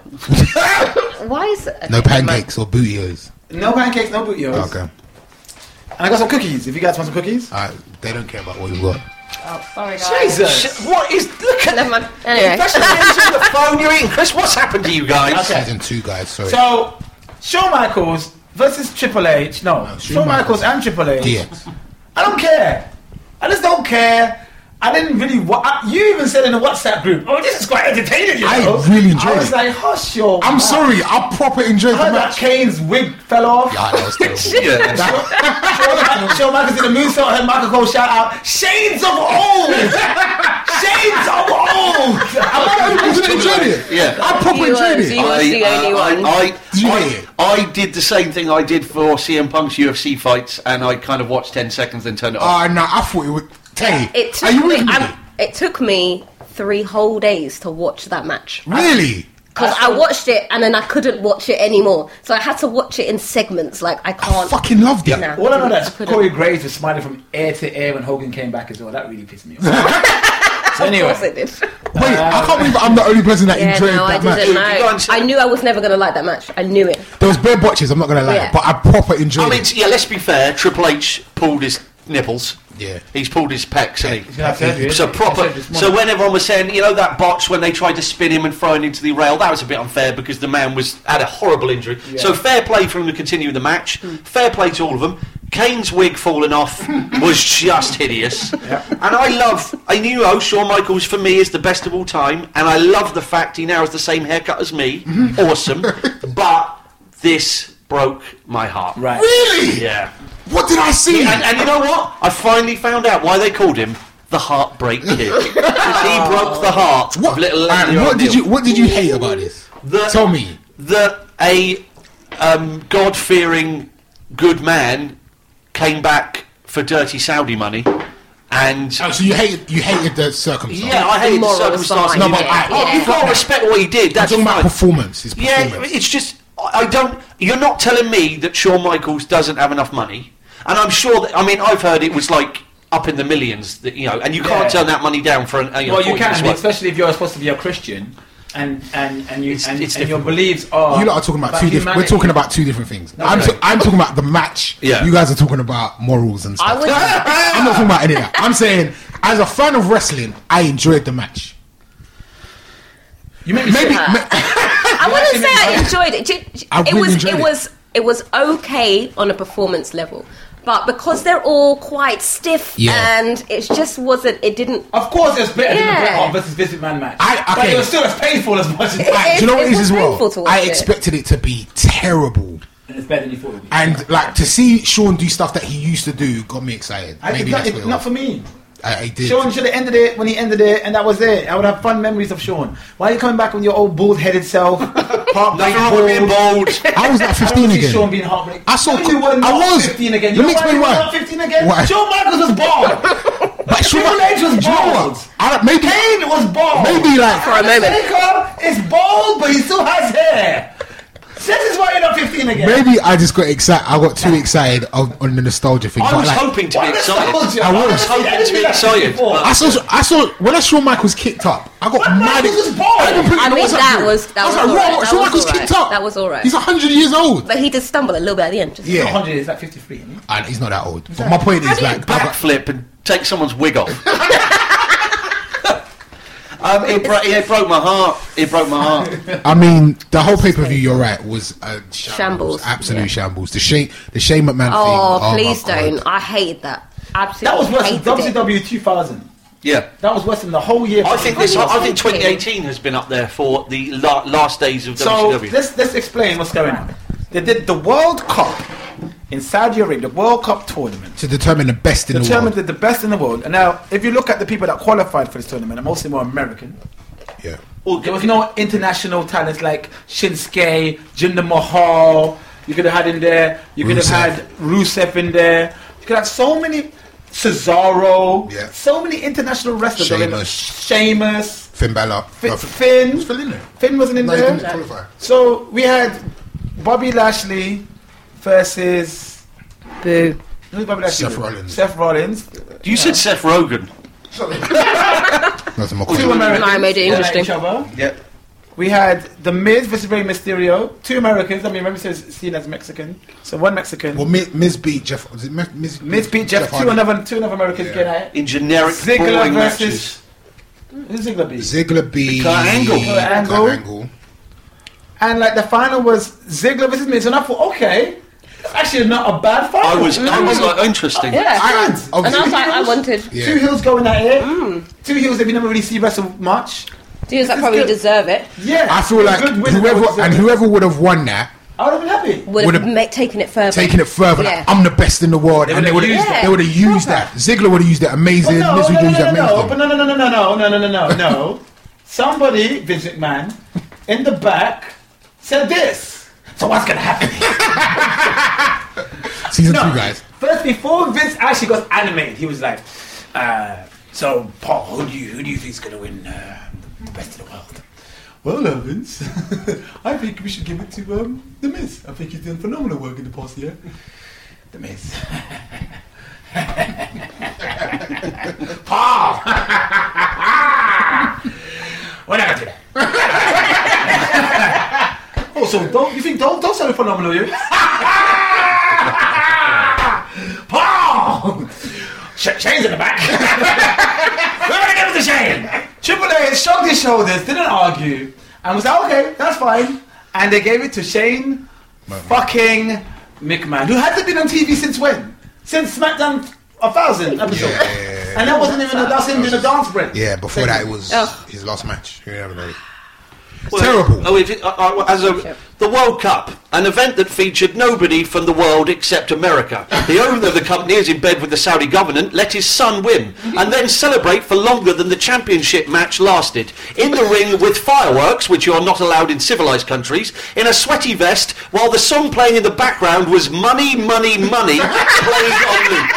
[SPEAKER 4] Why is okay,
[SPEAKER 2] No
[SPEAKER 4] never mind.
[SPEAKER 2] pancakes or bootios.
[SPEAKER 5] No pancakes, no bootios.
[SPEAKER 2] Okay. All
[SPEAKER 5] And I got some cookies. If you guys want some cookies.
[SPEAKER 2] right. They don't care about what you got.
[SPEAKER 4] Oh, sorry, guys.
[SPEAKER 5] Jesus.
[SPEAKER 3] Sh- What is? Look at
[SPEAKER 4] Never
[SPEAKER 3] them.
[SPEAKER 4] mind. Anyway,
[SPEAKER 3] That's the names on the phone you're eating, Chris. What's happened to you guys?
[SPEAKER 5] Okay.
[SPEAKER 2] Season two, guys. Sorry.
[SPEAKER 5] So, Shawn Michaels versus Triple H. No, Shawn, Michaels,
[SPEAKER 2] Michaels.
[SPEAKER 5] and Triple H.
[SPEAKER 2] DX.
[SPEAKER 5] I don't care. I just don't care. I didn't really. Wa- I- you even said in the WhatsApp group, "Oh, this is quite entertaining." You
[SPEAKER 2] I
[SPEAKER 5] know?
[SPEAKER 2] really enjoyed
[SPEAKER 5] I was
[SPEAKER 2] it.
[SPEAKER 5] like, "Hush, yo."
[SPEAKER 2] I'm sorry. I proper enjoyed
[SPEAKER 5] I
[SPEAKER 2] the
[SPEAKER 5] heard
[SPEAKER 2] *laughs*
[SPEAKER 5] that
[SPEAKER 2] match.
[SPEAKER 5] Kane's wig fell off.
[SPEAKER 2] Yeah, that was
[SPEAKER 4] *laughs*
[SPEAKER 2] terrible.
[SPEAKER 3] Yeah.
[SPEAKER 5] *laughs* Shawn- Shawn Michaels in the moonsault. I heard Michael Cole shout out, "Shades of old, *laughs* shades of old."
[SPEAKER 2] I
[SPEAKER 5] I'm
[SPEAKER 2] proper enjoyed
[SPEAKER 4] *laughs*
[SPEAKER 2] it.
[SPEAKER 3] Yeah.
[SPEAKER 2] I proper
[SPEAKER 4] You
[SPEAKER 2] enjoyed
[SPEAKER 4] was, you
[SPEAKER 2] it.
[SPEAKER 4] was. the only one.
[SPEAKER 3] uh, I,
[SPEAKER 2] You
[SPEAKER 3] I,
[SPEAKER 2] did.
[SPEAKER 3] I, I did the same thing I did for CM Punk's UFC fights, and I kind of watched 10 seconds and turned it off.
[SPEAKER 2] Oh no, I thought it would. Tay,
[SPEAKER 4] it took
[SPEAKER 2] are you
[SPEAKER 4] me.
[SPEAKER 2] with me?
[SPEAKER 4] I'm- it took me three whole days to watch that match.
[SPEAKER 2] Really?
[SPEAKER 4] Because I watched it and then I couldn't watch it anymore. So I had to watch it in segments. Like, I
[SPEAKER 2] I
[SPEAKER 4] can't.
[SPEAKER 2] fucking loved it.
[SPEAKER 4] Nah.
[SPEAKER 5] All I know that's
[SPEAKER 4] I couldn't.
[SPEAKER 5] Corey Graves was smiling from ear to ear when Hogan came back as well. That really pissed me off.
[SPEAKER 4] *laughs*
[SPEAKER 5] so
[SPEAKER 4] Of course
[SPEAKER 5] anyway,
[SPEAKER 4] it did.
[SPEAKER 2] Wait, I can't believe I'm the only person that
[SPEAKER 4] Yeah,
[SPEAKER 2] enjoyed
[SPEAKER 4] no, I
[SPEAKER 2] that match.
[SPEAKER 4] didn't
[SPEAKER 3] You
[SPEAKER 4] know.
[SPEAKER 3] can't say-
[SPEAKER 4] I knew I was never going to like that match. I knew it.
[SPEAKER 2] There was bare botches. I'm not gonna lie,
[SPEAKER 4] Yeah.
[SPEAKER 2] but I proper enjoyed
[SPEAKER 3] I mean,
[SPEAKER 2] it.
[SPEAKER 3] yeah, let's be fair, Triple H pulled his nipples.
[SPEAKER 2] Yeah.
[SPEAKER 3] He's pulled his pecs, hasn't he?
[SPEAKER 5] Yeah, I said it.
[SPEAKER 3] So
[SPEAKER 5] I
[SPEAKER 3] proper.
[SPEAKER 5] said this morning.
[SPEAKER 3] So when everyone was saying, you know, that botch when they tried to spin him and throw him into the rail, that was a bit unfair because the man was had a horrible injury. So fair play for him to continue the match. Fair play to all of them. Kane's wig falling off was just hideous. And I love, I knew, oh, Shawn Michaels for me is the best of all time. And I love the fact he now has the same haircut as me. Awesome. but this broke my heart.
[SPEAKER 5] Right.
[SPEAKER 2] Really?
[SPEAKER 3] Yeah.
[SPEAKER 2] What did I see?
[SPEAKER 3] And, and you know what? I finally found out why they called him the Heartbreak Kid. *laughs* 'Cause he broke the heart
[SPEAKER 2] what,
[SPEAKER 3] of little
[SPEAKER 2] Aaron,
[SPEAKER 3] Andy
[SPEAKER 2] what did you
[SPEAKER 3] O'Neill.
[SPEAKER 2] What did you hate about this?
[SPEAKER 3] The-
[SPEAKER 2] Tell me.
[SPEAKER 3] That a um, God-fearing good man came back for dirty Saudi money, and
[SPEAKER 2] Oh, so you hated you hated the circumstance.
[SPEAKER 3] yeah, I hated the
[SPEAKER 4] moral
[SPEAKER 3] circumstances.
[SPEAKER 4] side
[SPEAKER 2] No, but
[SPEAKER 4] of it,
[SPEAKER 2] I-
[SPEAKER 3] Oh,
[SPEAKER 4] yeah.
[SPEAKER 3] you've got to respect what he did.
[SPEAKER 2] I'm
[SPEAKER 3] That's
[SPEAKER 2] talking about
[SPEAKER 3] fine.
[SPEAKER 2] performance. It's performance.
[SPEAKER 3] Yeah, it's just I I don't. You're not telling me that Shawn Michaels doesn't have enough money, and I'm sure that I mean I've heard it was like up in the millions that you know, and you
[SPEAKER 5] Yeah.
[SPEAKER 3] can't turn that money down for an. uh, know,
[SPEAKER 6] Well, you
[SPEAKER 3] 40
[SPEAKER 6] can,
[SPEAKER 3] years'
[SPEAKER 6] I mean,
[SPEAKER 3] worth.
[SPEAKER 6] especially if you're supposed to be a Christian, and and and you
[SPEAKER 3] It's-
[SPEAKER 6] and,
[SPEAKER 3] it's
[SPEAKER 6] and your
[SPEAKER 3] difficult.
[SPEAKER 6] beliefs are.
[SPEAKER 2] You lot are talking about, two different. We're
[SPEAKER 6] humanity.
[SPEAKER 2] talking about two different things. I'm,
[SPEAKER 6] okay.
[SPEAKER 2] t- I'm talking about the match.
[SPEAKER 3] Yeah.
[SPEAKER 2] You guys are talking about morals and stuff.
[SPEAKER 4] I
[SPEAKER 2] *laughs*
[SPEAKER 4] was-
[SPEAKER 2] I'm not talking about any of that. I'm saying, as a fan of wrestling, I enjoyed the match.
[SPEAKER 6] You make me
[SPEAKER 2] Maybe.
[SPEAKER 6] sick.
[SPEAKER 2] ma-
[SPEAKER 4] I wouldn't say I enjoyed it. Ju- ju-
[SPEAKER 2] I
[SPEAKER 4] it
[SPEAKER 2] really
[SPEAKER 4] was
[SPEAKER 2] enjoyed
[SPEAKER 4] it
[SPEAKER 2] it.
[SPEAKER 4] was it was okay on a performance level, but because they're all quite stiff
[SPEAKER 2] Yeah.
[SPEAKER 4] and it just wasn't. It didn't.
[SPEAKER 6] Of course, it's better than
[SPEAKER 4] Yeah.
[SPEAKER 6] the Bret Hart versus Vince McMahon match.
[SPEAKER 2] I-
[SPEAKER 6] But
[SPEAKER 2] okay.
[SPEAKER 6] it was still as painful as much as
[SPEAKER 2] I-
[SPEAKER 4] it-
[SPEAKER 2] do you know what
[SPEAKER 4] it
[SPEAKER 2] it is
[SPEAKER 4] was
[SPEAKER 2] as
[SPEAKER 4] painful to
[SPEAKER 2] well?
[SPEAKER 4] watch
[SPEAKER 2] I
[SPEAKER 4] it.
[SPEAKER 2] expected it to be terrible,
[SPEAKER 6] It's better than you thought it would be.
[SPEAKER 2] and like to see Sean do stuff that he used to do got me excited.
[SPEAKER 5] I,
[SPEAKER 2] Maybe
[SPEAKER 5] it's not,
[SPEAKER 2] that's
[SPEAKER 5] it's
[SPEAKER 2] what it
[SPEAKER 5] not
[SPEAKER 2] was.
[SPEAKER 5] for me.
[SPEAKER 2] I, I did.
[SPEAKER 5] Sean should have ended it when he ended it, and that was it. I would have fun memories of Sean. Why are you coming back with your old bald-headed
[SPEAKER 2] *laughs*
[SPEAKER 5] self? Heartbreak
[SPEAKER 3] Nothing wrong with being
[SPEAKER 5] bald.
[SPEAKER 3] bold.
[SPEAKER 2] I was like
[SPEAKER 5] I don't
[SPEAKER 2] 15
[SPEAKER 5] see Sean
[SPEAKER 2] again.
[SPEAKER 5] being heartbreak.
[SPEAKER 2] I saw
[SPEAKER 5] No, you were
[SPEAKER 2] I
[SPEAKER 5] not
[SPEAKER 2] was.
[SPEAKER 5] 15 again.
[SPEAKER 2] Let
[SPEAKER 5] you know
[SPEAKER 2] me
[SPEAKER 5] why
[SPEAKER 2] explain
[SPEAKER 5] you were
[SPEAKER 2] why.
[SPEAKER 5] not 15 again.
[SPEAKER 2] Why?
[SPEAKER 5] Shawn Michaels was bald.
[SPEAKER 2] *laughs* But Shawn-
[SPEAKER 5] Triple H was
[SPEAKER 2] Do you know what?
[SPEAKER 5] bald.
[SPEAKER 2] I don't- maybe
[SPEAKER 5] Kane was bald.
[SPEAKER 2] maybe like
[SPEAKER 4] For a moment.
[SPEAKER 5] Undertaker is bald, but he still has hair. This is why you're not 15 again.
[SPEAKER 2] Maybe I just got excited. I got too excited on, on the nostalgia thing.
[SPEAKER 3] I
[SPEAKER 2] but
[SPEAKER 3] was
[SPEAKER 2] like,
[SPEAKER 3] hoping to be
[SPEAKER 5] Why
[SPEAKER 3] excited.
[SPEAKER 5] nostalgia?
[SPEAKER 2] I was.
[SPEAKER 5] Honestly,
[SPEAKER 3] I was hoping to
[SPEAKER 5] didn't
[SPEAKER 3] be
[SPEAKER 5] realize
[SPEAKER 3] excited,
[SPEAKER 5] before.
[SPEAKER 3] but-
[SPEAKER 2] I saw. I saw when I saw Michaels kicked up. I got
[SPEAKER 5] Shawn
[SPEAKER 2] mad.
[SPEAKER 5] Michaels was bald.
[SPEAKER 2] I, didn't put it in
[SPEAKER 4] I
[SPEAKER 2] the
[SPEAKER 4] mean,
[SPEAKER 2] WhatsApp
[SPEAKER 4] that
[SPEAKER 2] group.
[SPEAKER 4] was- that
[SPEAKER 2] I was,
[SPEAKER 4] was
[SPEAKER 2] like,
[SPEAKER 4] alright.
[SPEAKER 2] wow,
[SPEAKER 4] That
[SPEAKER 2] Shawn
[SPEAKER 4] was
[SPEAKER 2] Michaels
[SPEAKER 4] alright.
[SPEAKER 2] kicked up.
[SPEAKER 4] That was alright.
[SPEAKER 2] He's hundred years old.
[SPEAKER 4] But he did stumble a little bit at the end. Just
[SPEAKER 2] Yeah,
[SPEAKER 5] 100 is like 53. isn't it?
[SPEAKER 2] And he's not that old. But my point is
[SPEAKER 3] How do
[SPEAKER 2] like,
[SPEAKER 3] you
[SPEAKER 2] I got-
[SPEAKER 3] backflip and take someone's wig off. *laughs* um, it, bro- it broke my heart. It broke
[SPEAKER 2] *laughs*
[SPEAKER 3] my heart.
[SPEAKER 2] I mean, the whole pay per view. You're right. Was a shambles,
[SPEAKER 4] Shambles,
[SPEAKER 2] absolute
[SPEAKER 4] yeah.
[SPEAKER 2] shambles. The Shane, the Shane McMahon thing.
[SPEAKER 4] Oh,
[SPEAKER 2] my
[SPEAKER 4] please
[SPEAKER 2] God.
[SPEAKER 4] don't! I hated that.
[SPEAKER 5] That
[SPEAKER 4] Absolutely.
[SPEAKER 5] was worse than
[SPEAKER 4] hated it.
[SPEAKER 5] WCW 2000.
[SPEAKER 3] Yeah.
[SPEAKER 5] That was worse than the whole year.
[SPEAKER 3] I think
[SPEAKER 4] What
[SPEAKER 3] this.
[SPEAKER 4] are you
[SPEAKER 3] I think
[SPEAKER 4] thinking?
[SPEAKER 3] 2018 has been up there for the la- last days of
[SPEAKER 5] So
[SPEAKER 3] WCW.
[SPEAKER 5] let's let's explain what's going on. They did the World Cup in Saudi Arabia, the World Cup tournament.
[SPEAKER 2] To determine the best in the,
[SPEAKER 5] Determined
[SPEAKER 2] world.
[SPEAKER 5] that the best in the world. And now, if you look at the people that qualified for this tournament, and mostly more American,
[SPEAKER 2] yeah.
[SPEAKER 3] Well,
[SPEAKER 5] there was no international talents like Shinsuke, Jinder Mahal. You could have had in there. You could
[SPEAKER 2] Rusev.
[SPEAKER 5] have had Rusev in there. You could have so many Cesaro.
[SPEAKER 2] Yeah.
[SPEAKER 5] So many international wrestlers. that were in there. Sheamus.
[SPEAKER 2] Finn Balor.
[SPEAKER 5] Fi-
[SPEAKER 2] No,
[SPEAKER 5] Finn.
[SPEAKER 2] Was Finn in there?
[SPEAKER 5] Finn wasn't in
[SPEAKER 2] No, he
[SPEAKER 5] there.
[SPEAKER 2] didn't qualify.
[SPEAKER 5] So we had Bobby Lashley versus
[SPEAKER 4] Boo.
[SPEAKER 5] who's Bobby Lashley?
[SPEAKER 2] Seth Rollins.
[SPEAKER 5] Seth Rollins.
[SPEAKER 3] you said Seth Rogen.
[SPEAKER 2] That's my
[SPEAKER 5] Two
[SPEAKER 2] question.
[SPEAKER 5] Americans.
[SPEAKER 4] I made it
[SPEAKER 5] that like
[SPEAKER 4] interesting.
[SPEAKER 5] Each other.
[SPEAKER 3] Yeah.
[SPEAKER 5] We had The Miz versus Rey Mysterio. Two Americans. I mean, Rey Mysterio is seen as Mexican, so one Mexican.
[SPEAKER 2] Well, Mi- Miz beat Jeff. Was it Mi- Miz,
[SPEAKER 5] Miz beat Jeff. two
[SPEAKER 2] Hardy?
[SPEAKER 5] another two another Americans
[SPEAKER 2] Yeah.
[SPEAKER 5] get at it.
[SPEAKER 3] In generic
[SPEAKER 5] Ziggler
[SPEAKER 3] boring
[SPEAKER 5] versus
[SPEAKER 3] matches.
[SPEAKER 5] who's Ziggler beat?
[SPEAKER 2] Ziggler beat
[SPEAKER 3] Kurt Angle.
[SPEAKER 2] Kurt
[SPEAKER 5] Kurt Angle.
[SPEAKER 2] Angle.
[SPEAKER 5] and like the final was Ziggler versus Miz, and I thought, okay, that's actually not a bad
[SPEAKER 3] I
[SPEAKER 5] final.
[SPEAKER 3] was. I was like interesting.
[SPEAKER 4] Yeah.
[SPEAKER 2] I-
[SPEAKER 5] And
[SPEAKER 4] and I was like, I wanted. Mm.
[SPEAKER 2] Yeah.
[SPEAKER 5] Two heels going at it. Two heels that we never really see wrestle much.
[SPEAKER 4] Dudes that
[SPEAKER 5] is
[SPEAKER 4] probably
[SPEAKER 5] good.
[SPEAKER 4] deserve it
[SPEAKER 5] Yeah,
[SPEAKER 2] I feel
[SPEAKER 5] good
[SPEAKER 2] like
[SPEAKER 5] win
[SPEAKER 2] whoever and whoever would have won that,
[SPEAKER 5] I would have been happy.
[SPEAKER 4] would have
[SPEAKER 2] Would've-
[SPEAKER 4] ma- taken it further.
[SPEAKER 2] taking it further, like,
[SPEAKER 4] Yeah.
[SPEAKER 2] I'm the best in the world, and they would
[SPEAKER 5] would've
[SPEAKER 2] have
[SPEAKER 4] used that.
[SPEAKER 2] they would have used that. Ziggler would have used that amazing.
[SPEAKER 5] Well,
[SPEAKER 2] Miz would
[SPEAKER 5] Oh, no, no,
[SPEAKER 2] use
[SPEAKER 5] no, no,
[SPEAKER 2] that
[SPEAKER 5] no,
[SPEAKER 2] amazing.
[SPEAKER 5] but no, no, no, no, no, no, no, no, no, no. Somebody, Vince McMahon, in the back said this. So what's gonna happen?
[SPEAKER 2] Season
[SPEAKER 5] No.
[SPEAKER 2] two, guys.
[SPEAKER 5] First, before Vince actually got animated, he was like, uh, "So, Paul, who do you who do you think's gonna win uh, the best in the world?" Well, uh, Vince, *laughs* I think we should give it to um, the Miz. I think he's done phenomenal work in the past year. *laughs* The Miz. *laughs* Paul. *laughs* We're not gonna do that. also, don't you think don't don't sound phenomenal, you? *laughs* Paul!
[SPEAKER 6] Ch- Shane's in the back. *laughs* We're going to give it to Shane.
[SPEAKER 5] Triple H shrugged his shoulders, didn't argue, and was like, okay, that's fine. And they gave it to Shane fucking McMahon, who hasn't been on TV since when? Since SmackDown 1000 episode.
[SPEAKER 2] Yeah.
[SPEAKER 5] And that wasn't even, a, that's him doing a dance break.
[SPEAKER 2] Yeah, before that it was
[SPEAKER 4] Oh.
[SPEAKER 2] his last match. Yeah, but-
[SPEAKER 3] Well,
[SPEAKER 2] Terrible.
[SPEAKER 3] Oh, if it, I- I- as a, the World Cup, an event that featured nobody from the world except America. The owner of the company is in bed with the Saudi government, let his son win, and then celebrate for longer than the championship match lasted. In the ring with fireworks, which you are not allowed in civilized countries, in a sweaty vest, while the song playing in the background was Money, Money, Money, *laughs* played on loop.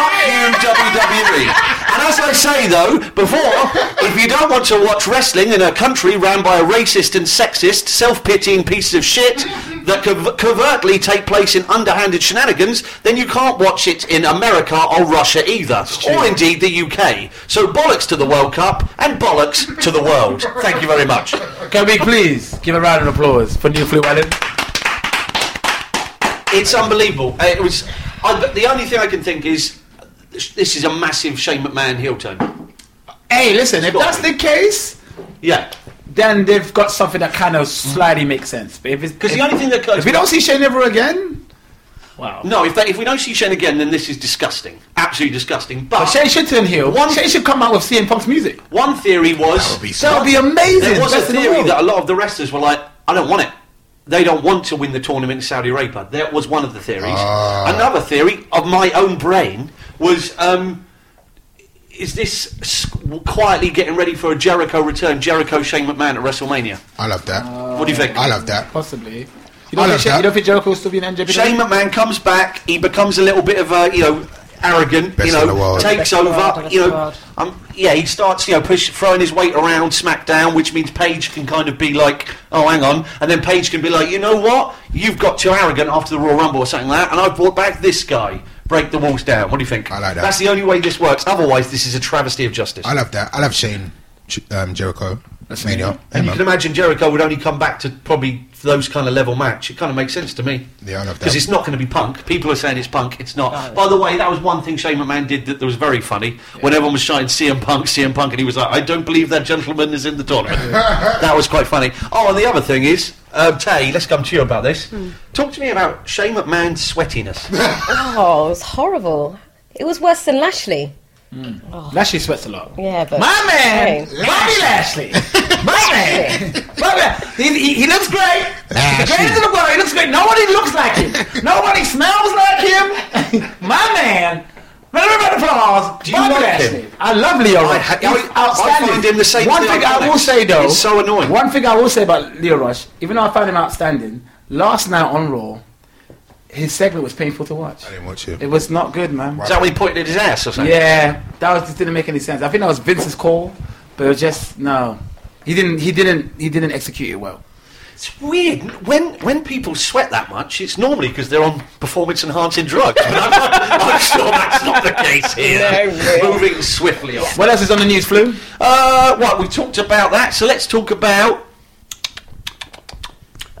[SPEAKER 3] Fuck you, WWE. And as I say though, before, if you don't want to watch wrestling in a country ran by a racist and sexist, self-pitying pieces of shit that cov- covertly take place in underhanded shenanigans, then you can't watch it in America or Russia either, or indeed the UK. So bollocks to the World Cup and bollocks to the world. Thank you very much.
[SPEAKER 5] Can we please give a round of applause for New Fleet Island?
[SPEAKER 3] It's unbelievable. Uh, It was. I, but the only thing I can think is th- this is a massive Shane McMahon heel turn.
[SPEAKER 5] Hey, listen, if that's the case,
[SPEAKER 3] Yeah.
[SPEAKER 5] then they've got something that kind of slightly makes sense. But if it's
[SPEAKER 3] Because the
[SPEAKER 5] if-
[SPEAKER 3] only thing that
[SPEAKER 5] if we don't see Shane ever again,
[SPEAKER 6] Wow.
[SPEAKER 3] No, if, they, if we don't see Shane again, then this is disgusting. Absolutely disgusting. But
[SPEAKER 5] Shane should turn heel.
[SPEAKER 3] Uh, One-
[SPEAKER 5] Shane should come out with CM Punk's music.
[SPEAKER 3] one theory was
[SPEAKER 2] That would be
[SPEAKER 5] That would be amazing.
[SPEAKER 3] there was a
[SPEAKER 5] Best in the
[SPEAKER 3] theory
[SPEAKER 5] world.
[SPEAKER 3] that a lot of the wrestlers were like, I don't want it. They don't want to win the tournament in Saudi Arabia. That was one of the theories.
[SPEAKER 2] Ah.
[SPEAKER 3] Another theory of my own brain was um, is this s- quietly getting ready for a Jericho return, Jericho Shane McMahon at WrestleMania?
[SPEAKER 2] I love that.
[SPEAKER 3] What do you think?
[SPEAKER 2] I love that.
[SPEAKER 5] Possibly. You
[SPEAKER 2] I
[SPEAKER 5] don't, think
[SPEAKER 2] love
[SPEAKER 5] Shane,
[SPEAKER 2] that.
[SPEAKER 5] you don't think Jericho will still be in NJPW?
[SPEAKER 3] Shane McMahon comes back. He becomes a little bit of a you know arrogant.
[SPEAKER 2] Best
[SPEAKER 3] you know
[SPEAKER 2] in the world.
[SPEAKER 3] takes
[SPEAKER 4] Best in the world,
[SPEAKER 3] over.
[SPEAKER 4] best
[SPEAKER 3] You
[SPEAKER 4] in the
[SPEAKER 3] know,
[SPEAKER 4] world.
[SPEAKER 3] um, yeah, he starts you know push throwing his weight around SmackDown, which means Paige can kind of be like, oh, hang on, and then Paige can be like, you know what, you've got too arrogant after the Royal Rumble or something like that, and I've brought back this guy. Break the walls down. What do you think?
[SPEAKER 2] I like that.
[SPEAKER 3] That's the only way this works. Otherwise, this is a travesty of justice.
[SPEAKER 2] I love that. I love Shane Ch- um, Jericho. That's Mania.
[SPEAKER 3] and you
[SPEAKER 2] Hey,
[SPEAKER 3] can
[SPEAKER 2] man.
[SPEAKER 3] imagine Jericho would only come back to probably those kind of level match. It kind of makes sense to me.
[SPEAKER 2] Yeah, I love that.
[SPEAKER 3] Because it's not going to be punk. People are saying it's punk. It's not. By the way, that was one thing Shane McMahon did that was very funny. When everyone was shouting CM Punk, CM Punk, and he was like, I don't believe that gentleman is in the
[SPEAKER 2] *laughs*
[SPEAKER 3] tournament. that was quite funny. Oh, and the other thing is, um, Tay, let's come to you about this. Talk to me about Shane
[SPEAKER 2] *laughs*
[SPEAKER 3] McMahon's sweatiness.
[SPEAKER 4] Oh, it was horrible. It was worse than Lashley.
[SPEAKER 5] Lashley sweats a lot.
[SPEAKER 4] Yeah, but
[SPEAKER 5] My man,
[SPEAKER 4] Shane.
[SPEAKER 5] Bobby Lashley. My man, Bobby. Lash- He, he, he looks great. He's the greatest in the world. He looks great. Nobody looks like him. Nobody smells like him. My man. Round of applause.
[SPEAKER 3] Do you
[SPEAKER 5] Bobby
[SPEAKER 3] like
[SPEAKER 5] Lashley.
[SPEAKER 3] him?
[SPEAKER 5] I love Leo Rush.
[SPEAKER 3] ha- I-
[SPEAKER 5] He's
[SPEAKER 3] I
[SPEAKER 5] outstanding.
[SPEAKER 3] find him the same
[SPEAKER 5] One
[SPEAKER 3] thing
[SPEAKER 5] thing
[SPEAKER 3] I
[SPEAKER 5] I will
[SPEAKER 3] find.
[SPEAKER 5] say though.
[SPEAKER 3] It's so annoying.
[SPEAKER 5] One thing I will say about Leo Rush, even though I found him outstanding, last night on Raw, his segment was painful to watch.
[SPEAKER 2] I didn't watch
[SPEAKER 5] It
[SPEAKER 2] it.
[SPEAKER 5] was not good, man.
[SPEAKER 3] is that when he pointed at his ass or something?
[SPEAKER 5] Yeah, that was just didn't make any sense. I think that was Vince's call, but it was just no. He didn't. He didn't. He didn't execute it well.
[SPEAKER 3] It's weird. When when people sweat that much, it's normally because they're on performance enhancing drugs. But I'm, *laughs* I'm sure that's not the case here. Moving swiftly on.
[SPEAKER 5] What else is on the news, Flu?
[SPEAKER 3] Uh, right, we talked about that, so let's talk about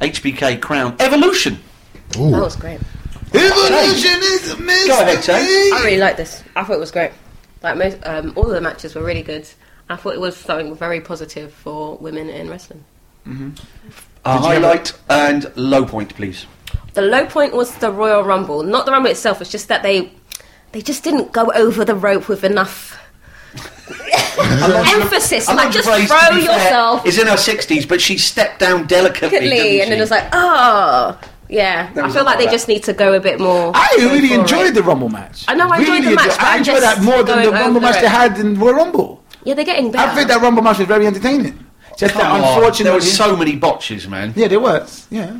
[SPEAKER 3] HBK Crown Evolution.
[SPEAKER 2] Ooh.
[SPEAKER 4] that was great.
[SPEAKER 2] Evolution is a mystery.
[SPEAKER 3] Go ahead, Tay.
[SPEAKER 4] I really liked this. I thought it was great. Like most, um, all of the matches were really good. I thought it was something very positive for women in wrestling.
[SPEAKER 3] A highlight and low point, please.
[SPEAKER 4] The low point was the Royal Rumble, not the Rumble itself. It's just that they they just didn't go over the rope with enough emphasis. Like just
[SPEAKER 3] Phrase, to
[SPEAKER 4] throw
[SPEAKER 3] be fair,
[SPEAKER 4] yourself
[SPEAKER 3] Is in her sixties, but she stepped down delicately,
[SPEAKER 4] quickly,
[SPEAKER 3] didn't
[SPEAKER 4] and then
[SPEAKER 3] she?
[SPEAKER 4] it's like, oh, yeah. I
[SPEAKER 3] E was
[SPEAKER 4] feel
[SPEAKER 3] a
[SPEAKER 4] like they
[SPEAKER 3] lot.
[SPEAKER 4] just need to go a bit more.
[SPEAKER 5] I really
[SPEAKER 4] go for
[SPEAKER 5] enjoyed
[SPEAKER 4] it.
[SPEAKER 5] the Rumble match.
[SPEAKER 4] I know, I enjoyed
[SPEAKER 5] really
[SPEAKER 4] the match, but
[SPEAKER 5] I
[SPEAKER 4] I
[SPEAKER 5] enjoyed
[SPEAKER 4] just
[SPEAKER 5] that more than the
[SPEAKER 4] going
[SPEAKER 5] Rumble
[SPEAKER 4] over
[SPEAKER 5] match
[SPEAKER 4] it.
[SPEAKER 5] they had in Royal Rumble.
[SPEAKER 4] Yeah, they're getting better.
[SPEAKER 5] I think that Rumble match was very entertaining. Just that,
[SPEAKER 3] Come on,
[SPEAKER 5] unfortunately,
[SPEAKER 3] there were so many botches, man.
[SPEAKER 5] yeah, there was. Yeah,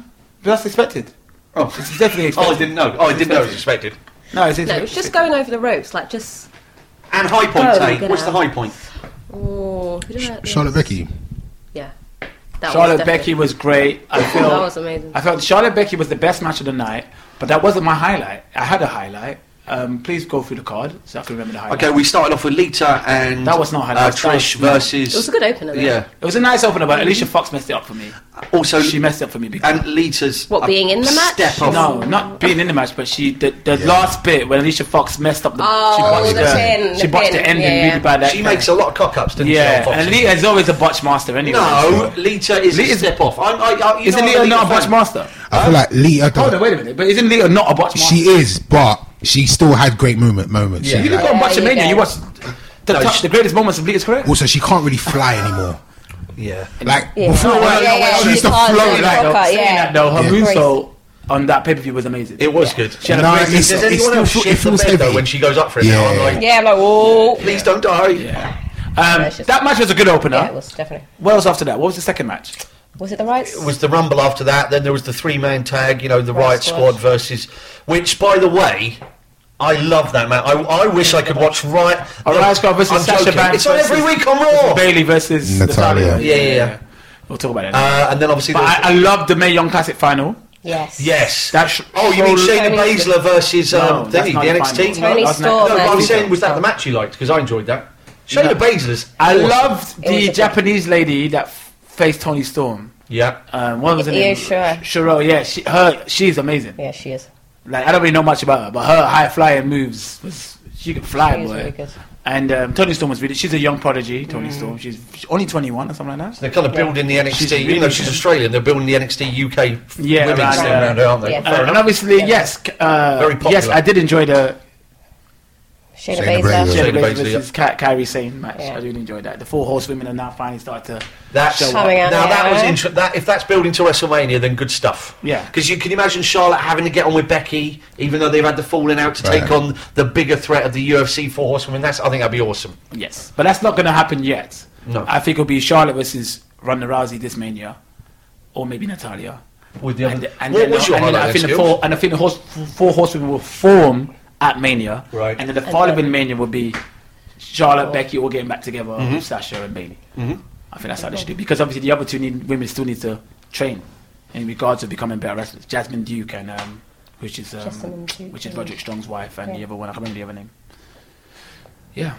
[SPEAKER 5] but that's expected.
[SPEAKER 3] Oh,
[SPEAKER 5] It's definitely
[SPEAKER 3] oh,
[SPEAKER 5] expected.
[SPEAKER 3] I didn't know. Oh, I didn't know it was expected.
[SPEAKER 5] No, it's,
[SPEAKER 4] no, it's just going over the ropes, like just.
[SPEAKER 3] And high point,
[SPEAKER 4] Oh,
[SPEAKER 3] Tay.
[SPEAKER 4] good
[SPEAKER 3] What's the
[SPEAKER 4] eye.
[SPEAKER 3] high point?
[SPEAKER 4] Oh, who did I-
[SPEAKER 2] Charlotte Becky.
[SPEAKER 4] Yeah. That
[SPEAKER 5] Charlotte
[SPEAKER 4] was
[SPEAKER 5] Becky
[SPEAKER 4] definitely-
[SPEAKER 5] was great. I feel
[SPEAKER 4] *laughs* That was amazing.
[SPEAKER 5] I felt Charlotte Becky was the best match of the night, but that wasn't my highlight. I had a highlight. Um, please go through the card so I can remember the highlights.
[SPEAKER 3] Okay, we started off with Lita and
[SPEAKER 5] That was not how
[SPEAKER 3] uh,
[SPEAKER 5] that started.
[SPEAKER 3] Trish versus.
[SPEAKER 4] It was a good opener, though.
[SPEAKER 3] Yeah.
[SPEAKER 5] It was a nice opener, but Alicia Fox messed it up for me.
[SPEAKER 3] Also,
[SPEAKER 5] She messed it up for me. Because
[SPEAKER 3] and Lita's
[SPEAKER 4] What,
[SPEAKER 3] a
[SPEAKER 4] being in the match?
[SPEAKER 3] Step off.
[SPEAKER 5] No, not being in the match, but she the, the
[SPEAKER 2] Yeah.
[SPEAKER 5] last bit when Alicia Fox messed up the
[SPEAKER 4] Oh,
[SPEAKER 5] she botched
[SPEAKER 2] the
[SPEAKER 4] pin,
[SPEAKER 5] she
[SPEAKER 4] the
[SPEAKER 5] botched
[SPEAKER 4] pin,
[SPEAKER 5] the ending
[SPEAKER 4] yeah.
[SPEAKER 5] really bad. That
[SPEAKER 3] She makes a lot of cock ups, doesn't
[SPEAKER 5] yeah,
[SPEAKER 3] she? Al Fox?
[SPEAKER 5] and Lita is always a botch master anyway.
[SPEAKER 3] no, Lita is a
[SPEAKER 5] Lita's-
[SPEAKER 3] step off. I'm, I, I, you
[SPEAKER 5] isn't
[SPEAKER 3] know I'm
[SPEAKER 5] Lita not a
[SPEAKER 3] fan.
[SPEAKER 5] botch master?
[SPEAKER 2] I feel like Lita.
[SPEAKER 5] Hold on, wait a minute, but isn't Lita not a botch master?
[SPEAKER 2] She is, but she still had great moment moments.
[SPEAKER 5] You
[SPEAKER 2] She,
[SPEAKER 5] didn't go
[SPEAKER 2] like,
[SPEAKER 5] on
[SPEAKER 4] There you
[SPEAKER 5] Botchamania.
[SPEAKER 4] go.
[SPEAKER 5] You watched the,
[SPEAKER 3] No,
[SPEAKER 5] top- the
[SPEAKER 3] she-
[SPEAKER 5] greatest moments of Lita's career.
[SPEAKER 2] also, she can't really fly anymore.
[SPEAKER 3] Yeah.
[SPEAKER 2] Like
[SPEAKER 4] Yeah.
[SPEAKER 2] before,
[SPEAKER 4] Oh,
[SPEAKER 2] like,
[SPEAKER 4] yeah, yeah,
[SPEAKER 2] she
[SPEAKER 4] she
[SPEAKER 2] used to
[SPEAKER 4] can't
[SPEAKER 2] float like.
[SPEAKER 4] do that.
[SPEAKER 5] Though,
[SPEAKER 4] Okay,
[SPEAKER 5] saying
[SPEAKER 4] yeah.
[SPEAKER 5] that though, her
[SPEAKER 2] Yeah.
[SPEAKER 5] Russo on that pay per view was amazing.
[SPEAKER 3] It was good.
[SPEAKER 5] She had a
[SPEAKER 2] No,
[SPEAKER 5] great-
[SPEAKER 2] it's- it's
[SPEAKER 3] Does anyone
[SPEAKER 2] still-
[SPEAKER 3] else
[SPEAKER 2] it
[SPEAKER 3] shit the
[SPEAKER 2] feels
[SPEAKER 3] bed though
[SPEAKER 2] heavy.
[SPEAKER 3] when she goes up for it now? I'm
[SPEAKER 2] Yeah.
[SPEAKER 3] like,
[SPEAKER 4] Yeah, like, whoa.
[SPEAKER 3] please don't die.
[SPEAKER 5] um,
[SPEAKER 4] Yeah, it's just-
[SPEAKER 5] that match was a good opener.
[SPEAKER 4] Yeah, it was definitely.
[SPEAKER 5] What else after that? What was the second match?
[SPEAKER 4] Was it the rights?
[SPEAKER 3] It was the Rumble after that. Then there was the three man tag, you know, the
[SPEAKER 4] Right
[SPEAKER 3] Riot
[SPEAKER 4] Squad.
[SPEAKER 3] Squad versus. Which, by the way, I love that match. I, I wish I could watch Riot.
[SPEAKER 5] A Oh, Riot Squad versus
[SPEAKER 3] I'm
[SPEAKER 5] Sasha
[SPEAKER 3] joking.
[SPEAKER 5] Banks.
[SPEAKER 3] It's on every
[SPEAKER 5] versus-
[SPEAKER 3] week on
[SPEAKER 5] versus
[SPEAKER 3] Raw.
[SPEAKER 5] Bailey versus
[SPEAKER 2] Natalia.
[SPEAKER 3] Yeah, yeah, yeah.
[SPEAKER 5] We'll talk about that.
[SPEAKER 3] Uh, Um, and then obviously.
[SPEAKER 5] but
[SPEAKER 3] there's-
[SPEAKER 5] I, I love the Mae Young Classic final.
[SPEAKER 4] yes.
[SPEAKER 3] yes.
[SPEAKER 5] That sh-
[SPEAKER 3] oh, you mean
[SPEAKER 5] show-
[SPEAKER 3] Shayna
[SPEAKER 4] Tony-
[SPEAKER 3] Baszler versus um,
[SPEAKER 5] No, that's
[SPEAKER 3] thingy,
[SPEAKER 5] not
[SPEAKER 3] the
[SPEAKER 5] the
[SPEAKER 3] NXT?
[SPEAKER 5] final.
[SPEAKER 4] Tony
[SPEAKER 3] no,
[SPEAKER 5] That's not-
[SPEAKER 4] Storm.
[SPEAKER 3] no, but I'm
[SPEAKER 4] and-
[SPEAKER 3] saying, was that the match you liked? Because I enjoyed that. Shayna Baszler's.
[SPEAKER 5] I
[SPEAKER 3] awesome.
[SPEAKER 5] loved
[SPEAKER 4] It was
[SPEAKER 5] the
[SPEAKER 4] a-
[SPEAKER 5] Japanese lady that f- faced Tony Storm.
[SPEAKER 3] Yeah.
[SPEAKER 5] Um, what was her name?
[SPEAKER 4] Yeah, Shiro.
[SPEAKER 5] Shiro, yeah, she, her, she's amazing.
[SPEAKER 4] Yeah, she is.
[SPEAKER 5] Like I don't really know much about her, but her high flying moves was she could fly,
[SPEAKER 4] She is
[SPEAKER 5] boy.
[SPEAKER 4] really good. Mm.
[SPEAKER 5] And um, Tony Storm was really. She's a young prodigy, Tony Storm. She's she's only 21 or something like that.
[SPEAKER 3] They're kind of building the NXT,
[SPEAKER 5] She's
[SPEAKER 3] even though
[SPEAKER 5] really
[SPEAKER 3] she's
[SPEAKER 5] good.
[SPEAKER 3] Australian, they're building the NXT UK
[SPEAKER 5] Yeah,
[SPEAKER 3] women's
[SPEAKER 5] around
[SPEAKER 3] thing
[SPEAKER 5] there.
[SPEAKER 3] around there, aren't they?
[SPEAKER 4] Yeah.
[SPEAKER 3] Fair
[SPEAKER 5] Uh, and
[SPEAKER 3] enough.
[SPEAKER 5] obviously,
[SPEAKER 4] Yeah.
[SPEAKER 5] yes, c- uh,
[SPEAKER 3] Very popular.
[SPEAKER 5] yes, I did enjoy the
[SPEAKER 4] Shayna
[SPEAKER 2] Shayna
[SPEAKER 4] Baszler.
[SPEAKER 2] Baszler.
[SPEAKER 5] Shayna
[SPEAKER 3] Shayna
[SPEAKER 5] Baszler
[SPEAKER 3] Baszler,
[SPEAKER 5] versus Ka- Kyrie Sane match.
[SPEAKER 4] Yeah.
[SPEAKER 5] I really enjoyed that. The four horsewomen are now finally starting to.
[SPEAKER 3] That's
[SPEAKER 5] Show
[SPEAKER 3] now
[SPEAKER 5] up.
[SPEAKER 4] Coming out
[SPEAKER 3] that
[SPEAKER 4] now.
[SPEAKER 3] was interesting. That if that's building to WrestleMania, then good stuff.
[SPEAKER 5] Yeah.
[SPEAKER 3] because you can imagine Charlotte having to get on with Becky, even though they've had the falling out to
[SPEAKER 2] Right.
[SPEAKER 3] take on the bigger threat of the UFC four horsewomen. That's I think that'd be awesome.
[SPEAKER 5] Yes, but that's not going to happen yet.
[SPEAKER 3] No.
[SPEAKER 5] I think it'll be Charlotte versus Ronda Rousey this mania, or maybe Natalia.
[SPEAKER 3] With the
[SPEAKER 5] And, and
[SPEAKER 3] what
[SPEAKER 5] then,
[SPEAKER 3] was your
[SPEAKER 5] and then
[SPEAKER 3] highlight?
[SPEAKER 5] I think the
[SPEAKER 3] Skill?
[SPEAKER 5] four and I think the horse, four horsewomen will form at Mania,
[SPEAKER 3] Right. Oh.
[SPEAKER 5] And then the
[SPEAKER 4] And
[SPEAKER 5] following
[SPEAKER 4] then-
[SPEAKER 5] Mania will be Charlotte, Becky all getting back together,
[SPEAKER 3] Mm-hmm.
[SPEAKER 5] with Sasha and Bailey. I think that's how they should do because obviously the other two need, women still need to train in regards to becoming better wrestlers. Jasmine Duke and um, which is um,
[SPEAKER 4] Jessamine Duke,
[SPEAKER 5] which is
[SPEAKER 4] yeah.
[SPEAKER 5] Roderick Strong's wife and the
[SPEAKER 4] Yeah.
[SPEAKER 5] other one I can't remember the other name. Yeah.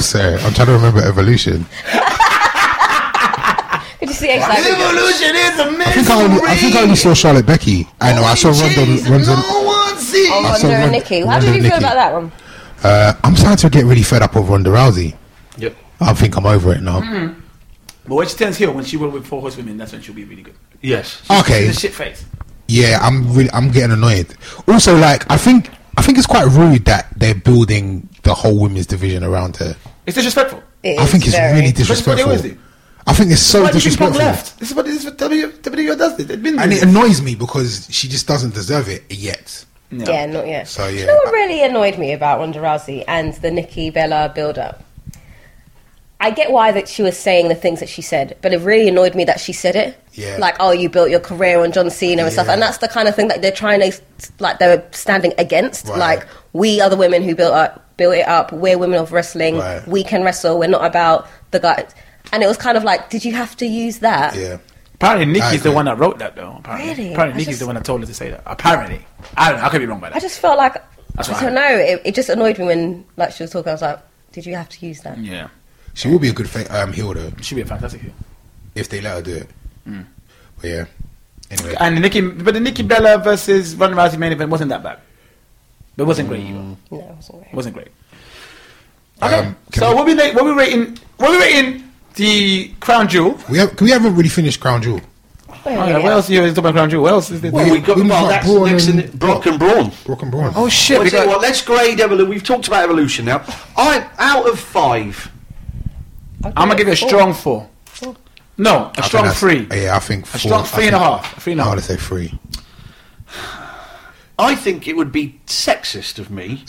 [SPEAKER 2] Sorry, I'm trying to remember Evolution.
[SPEAKER 4] Could you see how she's like,
[SPEAKER 5] Evolution is amazing.
[SPEAKER 2] I think I only, I think I only saw Charlotte Becky. I know I saw Ronda. Ronda
[SPEAKER 4] oh,
[SPEAKER 2] I saw
[SPEAKER 4] Ronda
[SPEAKER 2] Ron-
[SPEAKER 4] and Nikki. How
[SPEAKER 2] Ronda
[SPEAKER 4] did you feel
[SPEAKER 2] Nikki.
[SPEAKER 4] about that one?
[SPEAKER 2] uh, I'm starting to get really fed up with Ronda Rousey.
[SPEAKER 3] Yep.
[SPEAKER 2] I think I'm over it now.
[SPEAKER 5] But when she turns heel, when she will with four horsewomen, that's when she'll be really good.
[SPEAKER 3] Yes.
[SPEAKER 2] Okay,
[SPEAKER 5] She's a shit face.
[SPEAKER 2] yeah, I'm really, I'm getting annoyed. Also, like, I think, I think it's quite rude that they're building the whole women's division around her.
[SPEAKER 5] It's disrespectful.
[SPEAKER 4] It
[SPEAKER 2] I
[SPEAKER 4] is
[SPEAKER 2] think it's
[SPEAKER 4] very-
[SPEAKER 2] really
[SPEAKER 5] That's what they
[SPEAKER 2] disrespectful.
[SPEAKER 5] always do.
[SPEAKER 2] I think it's so
[SPEAKER 5] Why do you think Punk
[SPEAKER 2] disrespectful,
[SPEAKER 5] left? This is what this is what W- WWE does. It- It's been
[SPEAKER 2] and it annoys me because she just doesn't deserve it yet.
[SPEAKER 5] No.
[SPEAKER 4] Yeah, not yet.
[SPEAKER 2] So,
[SPEAKER 4] Do
[SPEAKER 2] yeah.
[SPEAKER 4] you know what really annoyed me about Ronda Rousey and the Nikki Bella build-up? I get why that she was saying the things that she said, but it really annoyed me that she said it.
[SPEAKER 2] Yeah.
[SPEAKER 4] Like, oh, you built your career on John Cena and stuff,
[SPEAKER 2] Yeah.
[SPEAKER 4] and that's the kind of thing that they're trying to, like, they're standing against.
[SPEAKER 2] Right.
[SPEAKER 4] Like, we are the women who built up, built it up. We're women of wrestling.
[SPEAKER 2] Right.
[SPEAKER 4] We can wrestle. We're not about the guys. And it was kind of like, did you have to use that?
[SPEAKER 2] Yeah.
[SPEAKER 5] Apparently, Nikki's the
[SPEAKER 2] agree.
[SPEAKER 5] one that wrote that, though. Apparently,
[SPEAKER 4] Really?
[SPEAKER 5] apparently
[SPEAKER 4] I
[SPEAKER 5] Nikki's
[SPEAKER 4] just-
[SPEAKER 5] the one that told her to say that. Apparently, I don't know. I could be wrong by that.
[SPEAKER 4] I just felt like
[SPEAKER 5] That's what
[SPEAKER 4] I don't know. It, it just annoyed me when like she was talking. I was like, did you have to use that?
[SPEAKER 5] yeah,
[SPEAKER 2] She will be a good fa- um, heel though
[SPEAKER 5] she'd be a fantastic heel.
[SPEAKER 2] if they let her do it.
[SPEAKER 5] Hmm.
[SPEAKER 2] But yeah. Anyway,
[SPEAKER 5] And the Nikki, but the Nikki Bella versus Ronda Rousey main event wasn't that bad. But it wasn't great either.
[SPEAKER 4] No, it wasn't
[SPEAKER 5] It
[SPEAKER 4] great.
[SPEAKER 5] wasn't great. Okay,
[SPEAKER 2] Um, can
[SPEAKER 5] so
[SPEAKER 2] we-
[SPEAKER 5] what we rate- what we rating? What we rating the crown
[SPEAKER 4] *laughs*
[SPEAKER 5] jewel?
[SPEAKER 2] we have, we haven't really finished Crown Jewel.
[SPEAKER 4] Wait,
[SPEAKER 5] Oh,
[SPEAKER 4] wait,
[SPEAKER 5] yeah, what
[SPEAKER 4] wait.
[SPEAKER 5] else you talking about crown jewel? What else is there?
[SPEAKER 3] Well,
[SPEAKER 2] We-
[SPEAKER 3] we got
[SPEAKER 2] we
[SPEAKER 3] well,
[SPEAKER 2] got
[SPEAKER 3] that's
[SPEAKER 2] Braun
[SPEAKER 3] next in
[SPEAKER 2] and-
[SPEAKER 3] the, Brock and Braun.
[SPEAKER 2] Brock and Brawn.
[SPEAKER 5] oh shit!
[SPEAKER 3] Well,
[SPEAKER 5] we
[SPEAKER 3] I tell you
[SPEAKER 5] got-
[SPEAKER 3] what, let's grade evolution. We've talked about evolution now. I out of five.
[SPEAKER 5] I'm gonna give it
[SPEAKER 4] Oh.
[SPEAKER 5] a strong four. No, a
[SPEAKER 2] I think
[SPEAKER 5] strong
[SPEAKER 2] that's-
[SPEAKER 5] three.
[SPEAKER 2] Yeah, I think four,
[SPEAKER 5] A strong three and a half. A three and a
[SPEAKER 2] I
[SPEAKER 5] half.
[SPEAKER 2] want to say three.
[SPEAKER 3] I think it would be sexist
[SPEAKER 5] *laughs*
[SPEAKER 3] of me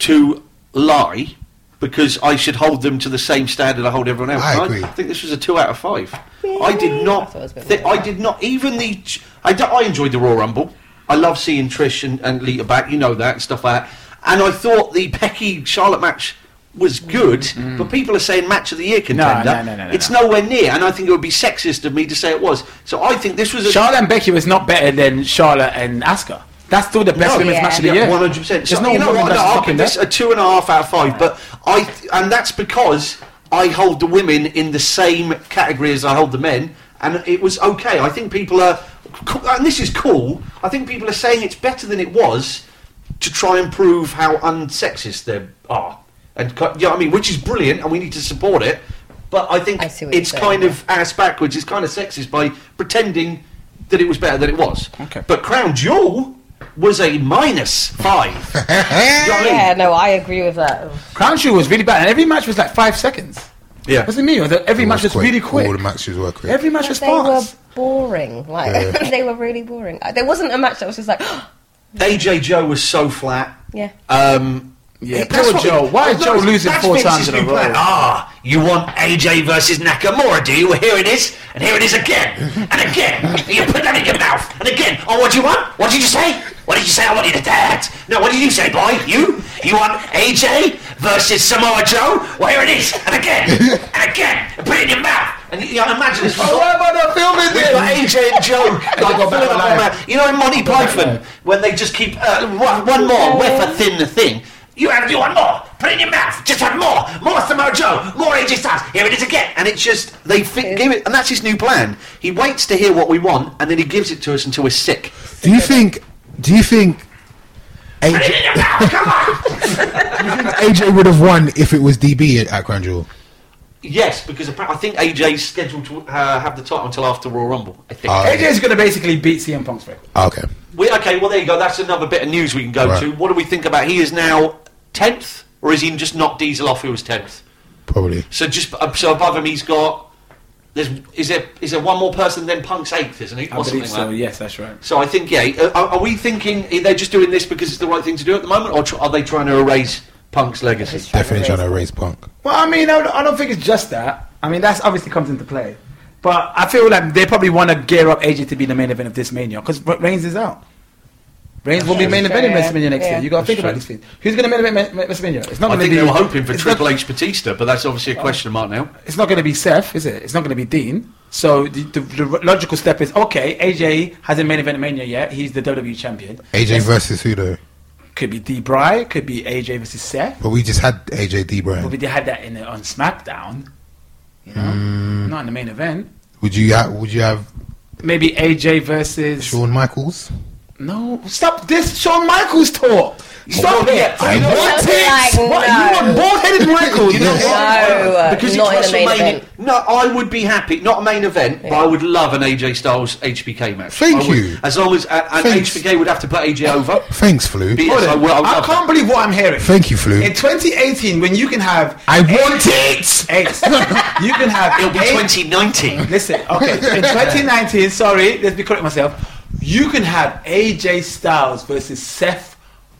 [SPEAKER 3] to lie because I should hold them to the same standard I hold everyone else.
[SPEAKER 2] I
[SPEAKER 3] And
[SPEAKER 2] agree.
[SPEAKER 3] I think this was a two out of five. I did
[SPEAKER 4] I
[SPEAKER 3] not.
[SPEAKER 4] thought it was a bit
[SPEAKER 3] thi-
[SPEAKER 4] more.
[SPEAKER 3] I did not even the. ch- I, d- I enjoyed the Raw Rumble. I love seeing Trish and, and Lita back. You know that and stuff like that. And I thought the Becky Charlotte match was good, but people are saying match of the year contender.
[SPEAKER 5] Mm, no, no, no, no,
[SPEAKER 3] it's
[SPEAKER 5] no.
[SPEAKER 3] nowhere near, and I think it would be sexist of me to say it was. So I think this was a
[SPEAKER 5] Charlotte and Becky was not better than Charlotte and Asuka. That's still the best
[SPEAKER 4] No,
[SPEAKER 5] women's
[SPEAKER 4] yeah.
[SPEAKER 5] match of the
[SPEAKER 4] Yeah,
[SPEAKER 5] year.
[SPEAKER 3] One hundred percent.
[SPEAKER 5] There's no
[SPEAKER 3] you know
[SPEAKER 5] woman
[SPEAKER 3] what? No,
[SPEAKER 5] that's
[SPEAKER 3] I'll
[SPEAKER 5] fucking
[SPEAKER 3] give this
[SPEAKER 5] there.
[SPEAKER 3] a two and a half out of five. But I, and that's because I hold the women in the same category as I hold the men, and it was okay. I think people are, and this is cool. I think people are saying it's better than it was to try and prove how unsexist they are, and co- you know what I mean, which is brilliant, and we need to support it. But I think
[SPEAKER 4] I see what
[SPEAKER 3] it's
[SPEAKER 4] you're
[SPEAKER 3] kind
[SPEAKER 4] saying,
[SPEAKER 3] of ass backwards. It's kind of sexist by pretending that it was better than it was.
[SPEAKER 5] Okay.
[SPEAKER 3] But Crown Jewel was a minus five. You know what I mean?
[SPEAKER 4] Yeah, no, I agree with that.
[SPEAKER 5] Crown Jewel was really bad, and every match was like five seconds.
[SPEAKER 3] Yeah.
[SPEAKER 5] Wasn't me? Or the- Every match was
[SPEAKER 2] quick.
[SPEAKER 5] really
[SPEAKER 2] All
[SPEAKER 5] quick.
[SPEAKER 2] the matches were quick.
[SPEAKER 5] Every match was
[SPEAKER 4] They were
[SPEAKER 5] fast.
[SPEAKER 4] boring. Like
[SPEAKER 2] Yeah.
[SPEAKER 4] *laughs* they were really boring. Like, There wasn't a match that was just like, *gasps*
[SPEAKER 3] AJ Joe was so flat.
[SPEAKER 4] yeah.
[SPEAKER 3] Um,
[SPEAKER 5] Yeah,
[SPEAKER 3] that's
[SPEAKER 5] poor
[SPEAKER 3] what-
[SPEAKER 5] Joe. Why is
[SPEAKER 3] that's-
[SPEAKER 5] Joe losing
[SPEAKER 3] that's
[SPEAKER 5] four
[SPEAKER 3] Vince's
[SPEAKER 5] times in a
[SPEAKER 3] big
[SPEAKER 5] row?
[SPEAKER 3] plan. Ah, you want AJ versus Nakamura, do you? Well, here it is, and here it is again, and
[SPEAKER 5] *laughs*
[SPEAKER 3] again. you put that in your mouth, and again. Oh, what do you want? What did you say? What did you say? I want you to that. No, what did you say, boy? You? You want AJ versus Samoa Joe? Well, here it is, and again,
[SPEAKER 5] *laughs*
[SPEAKER 3] and again. And put it in your mouth. And you, you know, imagine this.
[SPEAKER 5] am I not filming
[SPEAKER 3] We've got AJ and Joe. like,
[SPEAKER 5] go back
[SPEAKER 3] filling
[SPEAKER 5] alive.
[SPEAKER 3] up our mouth. You know in Monty Python when they just keep uh, one, one more whiff a thin thing. You have you want more. Put it in your mouth. Just have more. More Samoa Joe. More AJ Styles. Here it is again. And it's just they fi- give it, and that's his new plan. He waits to hear what we want, and then he gives it to us until we're sick.
[SPEAKER 2] Do you think? Do you think?
[SPEAKER 3] Put it
[SPEAKER 2] AJ,
[SPEAKER 3] in your mouth. Come on.
[SPEAKER 2] AJ would have won if it was DB at, at Crown Jewel.
[SPEAKER 3] yes, because appa- I think AJ's scheduled to uh, have the title until after Royal Rumble. I think.
[SPEAKER 2] Ah.
[SPEAKER 5] AJ's going to basically beat CM Punk's record.
[SPEAKER 2] Ah, okay.
[SPEAKER 3] We, okay, well there you go. That's another bit of news we can go
[SPEAKER 2] Right.
[SPEAKER 3] to. What do we think about? He is now tenth, or is he just knocked Diesel off? Who was tenth?
[SPEAKER 2] Probably.
[SPEAKER 3] So just uh, so above him, he's got. There's is there is there one more person than Punk's eighth, isn't he?
[SPEAKER 5] I
[SPEAKER 3] Or something
[SPEAKER 5] believe so.
[SPEAKER 3] like that.
[SPEAKER 5] Yes, that's right.
[SPEAKER 3] So I think yeah. uh, Are, are we thinking they're just doing this because it's the right thing to do at the moment, or tr- are they trying to erase Punk's legacy?
[SPEAKER 2] Definitely trying to erase Punk.
[SPEAKER 5] Well, I mean, I don't- I don't think it's just that. I mean, that's obviously comes into play. But I feel like they probably want to gear up AJ to be the main event of this Mania because Reigns is out. Reigns will be main event in
[SPEAKER 4] Yeah.
[SPEAKER 5] WrestleMania next
[SPEAKER 4] Yeah.
[SPEAKER 5] year. You got to think about
[SPEAKER 3] true.
[SPEAKER 5] these things. Who's going to main event Ma- Ma- WrestleMania? It's not
[SPEAKER 3] I
[SPEAKER 5] going to
[SPEAKER 3] think
[SPEAKER 5] be.
[SPEAKER 3] they were hoping for
[SPEAKER 5] it's Oh.
[SPEAKER 3] Triple
[SPEAKER 5] not,
[SPEAKER 3] H Batista, but that's obviously a question mark now.
[SPEAKER 5] It's not going to be Seth, is it? It's not going to be Dean. So the, the, the logical step is okay. AJ hasn't main event Mania yet. He's the WWE champion.
[SPEAKER 2] AJ versus who though?
[SPEAKER 5] Could be D. Bry. Could be AJ versus Seth.
[SPEAKER 2] But we just had AJ D
[SPEAKER 5] But
[SPEAKER 2] Brown.
[SPEAKER 5] they had that in the, on SmackDown. You know,
[SPEAKER 3] Mm.
[SPEAKER 5] not in the main event.
[SPEAKER 2] Would you have? Would you have
[SPEAKER 5] Maybe AJ versus
[SPEAKER 2] Shawn Michaels?
[SPEAKER 5] no. Stop this Shawn Michaels talk. Stop
[SPEAKER 3] Well,
[SPEAKER 5] it.
[SPEAKER 3] yeah, I
[SPEAKER 5] You
[SPEAKER 3] know.
[SPEAKER 5] want it.
[SPEAKER 4] Like,
[SPEAKER 5] What,
[SPEAKER 4] no.
[SPEAKER 5] You want bald-headed Michaels?
[SPEAKER 3] You know
[SPEAKER 4] No,
[SPEAKER 3] what? Because
[SPEAKER 4] not in
[SPEAKER 3] it's
[SPEAKER 4] the main
[SPEAKER 3] WrestleMania.
[SPEAKER 4] event.
[SPEAKER 3] No, I would be happy. Not a main event, but I would love an AJ Styles HBK match.
[SPEAKER 2] Thank
[SPEAKER 3] I would.
[SPEAKER 2] you.
[SPEAKER 3] As long as uh, and
[SPEAKER 2] Thanks.
[SPEAKER 3] HBK would have to put AJ over.
[SPEAKER 2] Thanks, Flu.
[SPEAKER 3] Be-
[SPEAKER 5] Hold
[SPEAKER 3] Yes, I
[SPEAKER 5] on.
[SPEAKER 3] will- I will
[SPEAKER 5] I
[SPEAKER 3] love
[SPEAKER 5] can't believe what I'm hearing.
[SPEAKER 2] Thank you, Flu.
[SPEAKER 5] In 2018, when you can have
[SPEAKER 2] I want it.
[SPEAKER 5] eight, you can have
[SPEAKER 3] It'll be
[SPEAKER 5] eight-
[SPEAKER 3] 2019.
[SPEAKER 5] Listen, okay. In 2019, sorry, let me correct myself. You can have AJ Styles versus Seth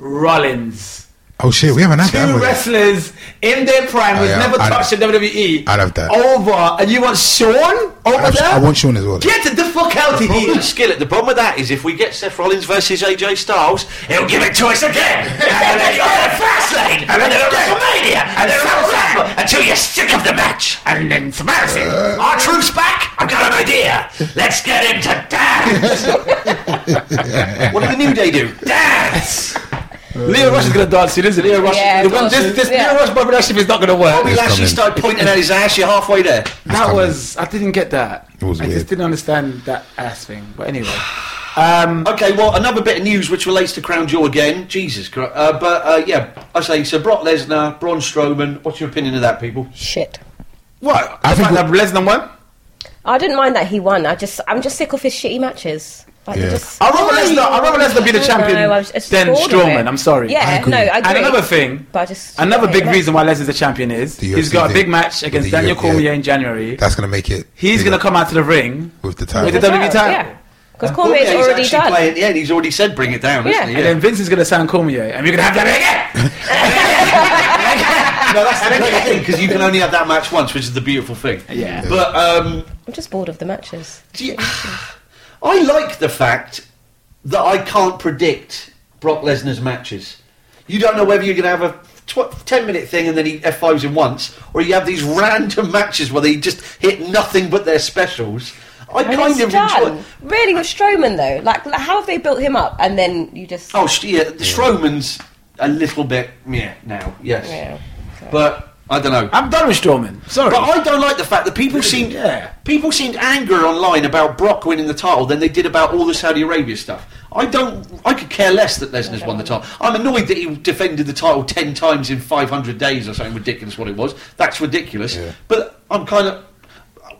[SPEAKER 5] Rollins.
[SPEAKER 2] Oh shit, we haven't had
[SPEAKER 5] two
[SPEAKER 2] that. have we?
[SPEAKER 5] wrestlers in their prime
[SPEAKER 2] Oh,
[SPEAKER 5] who's
[SPEAKER 2] yeah,
[SPEAKER 5] never
[SPEAKER 2] I'd-
[SPEAKER 5] touched the WWE.
[SPEAKER 2] I'd have that.
[SPEAKER 5] E Over, and you want Sean over
[SPEAKER 2] I'd have-
[SPEAKER 5] there?
[SPEAKER 2] I want Shawn as well.
[SPEAKER 5] Get the fuck out of
[SPEAKER 3] Problem
[SPEAKER 5] here.
[SPEAKER 3] with Skillet. The problem with that is if we get Seth Rollins versus AJ Styles, he'll give it to us again. and then you're at Fastlane, and then at WrestleMania, and then at Royal Rumble, until you're sick of the match. And then embarrassing. Our truth's back. I've got an idea. Let's get him to *laughs* dance. what do the New Day do? Dance.
[SPEAKER 5] Leo Rush is gonna dance soon, isn't it? Leo Rush.
[SPEAKER 4] Yeah,
[SPEAKER 5] the
[SPEAKER 4] of
[SPEAKER 5] one-
[SPEAKER 4] course.
[SPEAKER 5] this this
[SPEAKER 4] Yeah.
[SPEAKER 5] Leo Rush Bobby Lashley is not gonna work.
[SPEAKER 3] Bobby
[SPEAKER 2] It's
[SPEAKER 3] Lashley
[SPEAKER 2] coming.
[SPEAKER 3] started pointing at his ass. You're halfway there.
[SPEAKER 5] That
[SPEAKER 2] coming.
[SPEAKER 5] was I didn't get that.
[SPEAKER 2] It was
[SPEAKER 5] I
[SPEAKER 2] weird.
[SPEAKER 5] just didn't understand that ass thing. But anyway, Um,
[SPEAKER 3] Okay, well, another bit of news which relates to Crown Jewel again. Jesus Christ. Uh, but uh, yeah, I say so. Brock Lesnar, Braun Strowman. What's your opinion of that, people?
[SPEAKER 4] Shit.
[SPEAKER 5] what?
[SPEAKER 2] I
[SPEAKER 5] I
[SPEAKER 2] think
[SPEAKER 5] think that Lesnar won.
[SPEAKER 4] I didn't mind that he won. I just, I'm just sick of his shitty matches. Like,
[SPEAKER 2] Yeah.
[SPEAKER 4] yeah. just,
[SPEAKER 5] I'd rather Lesnar. I'd rather Lesnar be the
[SPEAKER 4] I don't
[SPEAKER 5] champion
[SPEAKER 4] know, I was- it's
[SPEAKER 5] than
[SPEAKER 4] bored of it.
[SPEAKER 5] Strowman. I'm sorry.
[SPEAKER 4] Yeah,
[SPEAKER 2] I agree.
[SPEAKER 4] no, I agree.
[SPEAKER 5] And another thing,
[SPEAKER 4] But I just,
[SPEAKER 5] another big
[SPEAKER 4] yeah.
[SPEAKER 5] reason why Lesnar's a champion is
[SPEAKER 2] The
[SPEAKER 5] he's
[SPEAKER 2] UFC
[SPEAKER 5] got a big
[SPEAKER 2] thing.
[SPEAKER 5] match
[SPEAKER 2] With
[SPEAKER 5] against
[SPEAKER 2] the
[SPEAKER 5] Daniel
[SPEAKER 2] UFC,
[SPEAKER 5] Cormier
[SPEAKER 2] yeah.
[SPEAKER 5] in January.
[SPEAKER 2] That's gonna make it.
[SPEAKER 5] He's going to
[SPEAKER 2] bigger
[SPEAKER 5] come out to the ring
[SPEAKER 2] with the
[SPEAKER 5] with the
[SPEAKER 2] title.
[SPEAKER 4] Well,
[SPEAKER 5] WWE title.
[SPEAKER 4] yeah. Because Cormier's
[SPEAKER 3] Yeah, he's
[SPEAKER 4] already
[SPEAKER 3] actually
[SPEAKER 4] done.
[SPEAKER 3] Playing, yeah, he's already said bring it down,
[SPEAKER 4] Yeah.
[SPEAKER 3] isn't he?
[SPEAKER 5] And then Vince is going to sign Cormier, and we're going to have
[SPEAKER 2] *laughs*
[SPEAKER 5] that again.
[SPEAKER 3] no, that's the great thing because you can only have that match once, which is the beautiful thing.
[SPEAKER 5] Yeah.
[SPEAKER 3] But um,
[SPEAKER 4] I'm just bored of the matches.
[SPEAKER 3] do you- *sighs* I like the fact that I can't predict Brock Lesnar's matches. You don't know whether you're going to have a tw- 10 minute thing and then he F5s him once, or you have these random matches where they just hit nothing but their specials. I
[SPEAKER 4] And
[SPEAKER 3] kind
[SPEAKER 4] it's
[SPEAKER 3] of
[SPEAKER 4] done.
[SPEAKER 3] enjoy.
[SPEAKER 4] Really with Strowman though, like, like how have they built him up and then you just
[SPEAKER 3] Oh, sh- yeah, the Strowman's a little bit yeah now yes,
[SPEAKER 4] yeah.
[SPEAKER 3] but I don't know.
[SPEAKER 5] I'm done with Strowman. Sorry.
[SPEAKER 3] But I don't like the fact that people seemed
[SPEAKER 5] Yeah.
[SPEAKER 3] people seemed angrier online about Brock winning the title than they did about all the Saudi Arabia stuff. I don't. I could care less that Lesnar's won the title. I'm annoyed that he defended the title ten times in 500 days or something ridiculous. What it was, that's ridiculous. But I'm kind of.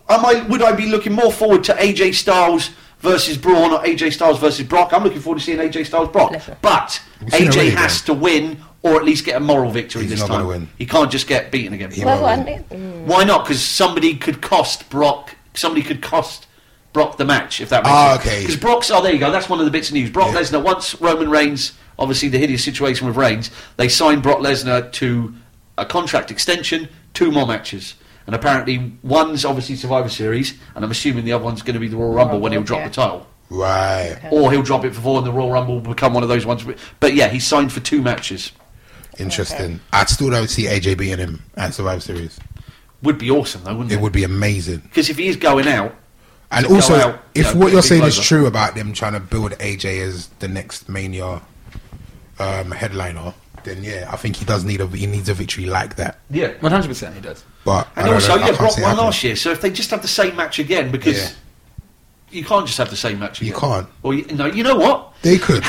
[SPEAKER 3] Am I? Would I be looking more forward to AJ Styles versus Braun or AJ Styles versus Brock? I'm looking forward to seeing AJ Styles Brock.
[SPEAKER 4] Lesnar.
[SPEAKER 3] But
[SPEAKER 2] We've seen
[SPEAKER 3] AJ
[SPEAKER 2] already,
[SPEAKER 3] has to win or at least get a moral victory
[SPEAKER 2] He's
[SPEAKER 3] this
[SPEAKER 2] not
[SPEAKER 3] time.
[SPEAKER 2] gonna win.
[SPEAKER 3] He can't just get beaten again.
[SPEAKER 2] He
[SPEAKER 4] Well,
[SPEAKER 2] won't
[SPEAKER 4] and
[SPEAKER 2] win.
[SPEAKER 4] it- mm.
[SPEAKER 3] Why not? Because somebody could cost Brock. Somebody could cost Brock the match if that makes
[SPEAKER 2] Ah,
[SPEAKER 3] sense.
[SPEAKER 2] okay.
[SPEAKER 3] Because Brock's. Oh, there you go. That's one of the bits of news. Brock
[SPEAKER 2] Yeah.
[SPEAKER 3] Lesnar. Once Roman Reigns, obviously the hideous situation with Reigns, they signed Brock Lesnar to a contract extension, two more matches, and apparently one's obviously Survivor Series, and I'm assuming the other one's going to be the Royal Rumble when he'll drop
[SPEAKER 4] yeah.
[SPEAKER 3] the title.
[SPEAKER 2] Right.
[SPEAKER 3] Or he'll drop it before, and the Royal Rumble will become one of those ones. But yeah, he signed for two matches.
[SPEAKER 2] Interesting. I still don't see AJ beating him at Survivor Series.
[SPEAKER 3] Would be awesome though,
[SPEAKER 5] Mm.
[SPEAKER 3] wouldn't
[SPEAKER 2] It
[SPEAKER 3] it?
[SPEAKER 2] would be amazing.
[SPEAKER 3] Because if he is going out,
[SPEAKER 2] And
[SPEAKER 3] go
[SPEAKER 2] also,
[SPEAKER 3] out,
[SPEAKER 2] if
[SPEAKER 3] you know,
[SPEAKER 2] what you're
[SPEAKER 3] big
[SPEAKER 2] saying is
[SPEAKER 3] loser.
[SPEAKER 2] true about them trying to build AJ as the next Mania um, headliner, then yeah, I think he does need a he needs a victory like that.
[SPEAKER 3] yeah,
[SPEAKER 5] 100 percent he does.
[SPEAKER 2] But I
[SPEAKER 3] And
[SPEAKER 2] don't
[SPEAKER 3] also,
[SPEAKER 2] know, I
[SPEAKER 3] yeah,
[SPEAKER 2] can't
[SPEAKER 3] Brock
[SPEAKER 2] see it
[SPEAKER 3] won
[SPEAKER 2] happening.
[SPEAKER 3] last year, so if they just have the same match again, because
[SPEAKER 2] Yeah.
[SPEAKER 3] you can't just have the same match
[SPEAKER 2] You
[SPEAKER 3] again.
[SPEAKER 2] can't.
[SPEAKER 3] Well, you, no, you
[SPEAKER 2] *laughs*
[SPEAKER 3] know what?
[SPEAKER 2] They could.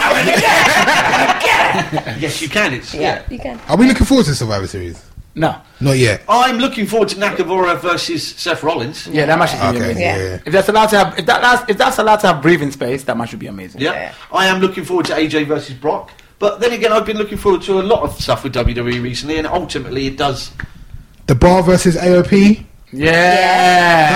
[SPEAKER 3] Yes, you can. It's yeah.
[SPEAKER 4] yeah, you can.
[SPEAKER 2] Are we looking forward to Survivor Series?
[SPEAKER 5] No.
[SPEAKER 2] Not yet.
[SPEAKER 3] I'm looking forward to Nakamura versus Seth Rollins.
[SPEAKER 5] Yeah, that match is gonna be
[SPEAKER 2] Okay.
[SPEAKER 5] amazing.
[SPEAKER 2] Yeah.
[SPEAKER 4] Yeah.
[SPEAKER 2] yeah.
[SPEAKER 5] If that's allowed to have, if that allows, if that's allowed to have breathing space, that match would be amazing.
[SPEAKER 3] Yeah.
[SPEAKER 4] Yeah.
[SPEAKER 3] I am looking forward to AJ versus Brock. But then again, I've been looking forward to a lot of stuff with WWE recently, and ultimately, it does.
[SPEAKER 2] The Bar versus AOP.
[SPEAKER 5] Yeah,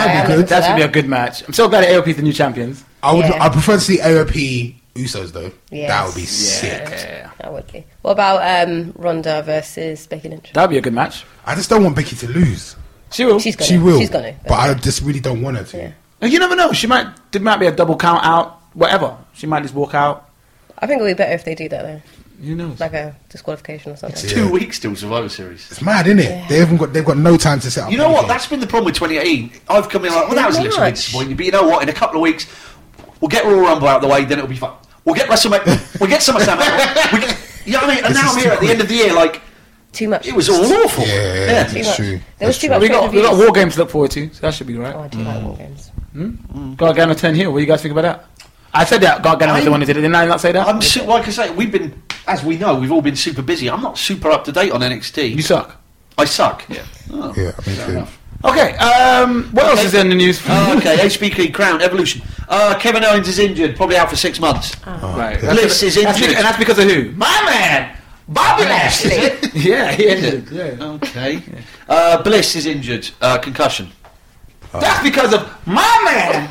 [SPEAKER 2] That'd be good.
[SPEAKER 5] That should be a good match. I'm so glad that AOP is the new champions.
[SPEAKER 2] I would.
[SPEAKER 4] Yeah.
[SPEAKER 2] I prefer to see AOP Usos though.
[SPEAKER 4] Yes.
[SPEAKER 2] That would be
[SPEAKER 4] Yeah.
[SPEAKER 2] sick.
[SPEAKER 4] That would be. What about um, Ronda versus Becky Lynch?
[SPEAKER 5] That'd be a good match.
[SPEAKER 2] I just don't want Becky to lose.
[SPEAKER 5] She will.
[SPEAKER 4] She's gonna.
[SPEAKER 2] she will.
[SPEAKER 4] She's gonna.
[SPEAKER 2] But I just really don't want her to.
[SPEAKER 4] Yeah.
[SPEAKER 5] you never know. She might. There might be a double count out. Whatever. She might just walk out.
[SPEAKER 4] I think it'll be better if they do that though,
[SPEAKER 5] You know.
[SPEAKER 4] like a disqualification or something.
[SPEAKER 2] Yeah.
[SPEAKER 3] Two weeks till Survivor Series.
[SPEAKER 2] It's mad, isn't it? They haven't got. They've got no time to set up.
[SPEAKER 3] You know what?
[SPEAKER 2] anything.
[SPEAKER 3] That's been the problem with 2018. I've come in like, well, that was a little bit
[SPEAKER 4] March.
[SPEAKER 3] disappointing. But you know what? In a couple of weeks, we'll get Royal Rumble out of the way, then it'll be fine. We'll get WrestleMania. *laughs* we'll get SummerSlam out. We get, you know what I mean? And
[SPEAKER 2] This
[SPEAKER 3] now
[SPEAKER 2] is
[SPEAKER 3] I'm
[SPEAKER 2] too
[SPEAKER 3] here at the
[SPEAKER 2] quick.
[SPEAKER 3] end of the year, like,
[SPEAKER 4] Too much.
[SPEAKER 3] it was all awful.
[SPEAKER 2] Yeah, yeah,
[SPEAKER 3] Yeah.
[SPEAKER 4] Too
[SPEAKER 2] it's
[SPEAKER 4] much.
[SPEAKER 2] true.
[SPEAKER 4] There was
[SPEAKER 2] That's
[SPEAKER 4] too
[SPEAKER 2] true.
[SPEAKER 4] much.
[SPEAKER 5] we got we got
[SPEAKER 4] reviews.
[SPEAKER 5] war games to look forward to, so that should be
[SPEAKER 4] Oh, I
[SPEAKER 5] right.
[SPEAKER 4] do like war games.
[SPEAKER 5] Gargano ten heel. What do you guys think about that? I said that Gargano was the
[SPEAKER 3] I'm-
[SPEAKER 5] one who did it. Didn't I not say that?
[SPEAKER 3] I'm su- like I say, we've been, as we know, we've all been super busy. I'm not super up to date on NXT.
[SPEAKER 5] you suck.
[SPEAKER 3] I suck. Yeah. Oh.
[SPEAKER 2] Yeah, I mean, too.
[SPEAKER 5] Okay. Um. What else is in the news?
[SPEAKER 3] Oh, okay, HBK Crown Evolution. Uh, Kevin Owens is injured, probably out for six months.
[SPEAKER 5] *laughs* Right.
[SPEAKER 3] Bliss is
[SPEAKER 5] That's
[SPEAKER 3] injured.
[SPEAKER 5] because, and that's because of who? My man, Bobby Lashley. *laughs* yeah, he injured. Yeah.
[SPEAKER 3] Okay. Uh, Bliss is injured, uh, concussion.
[SPEAKER 5] That's because of my man,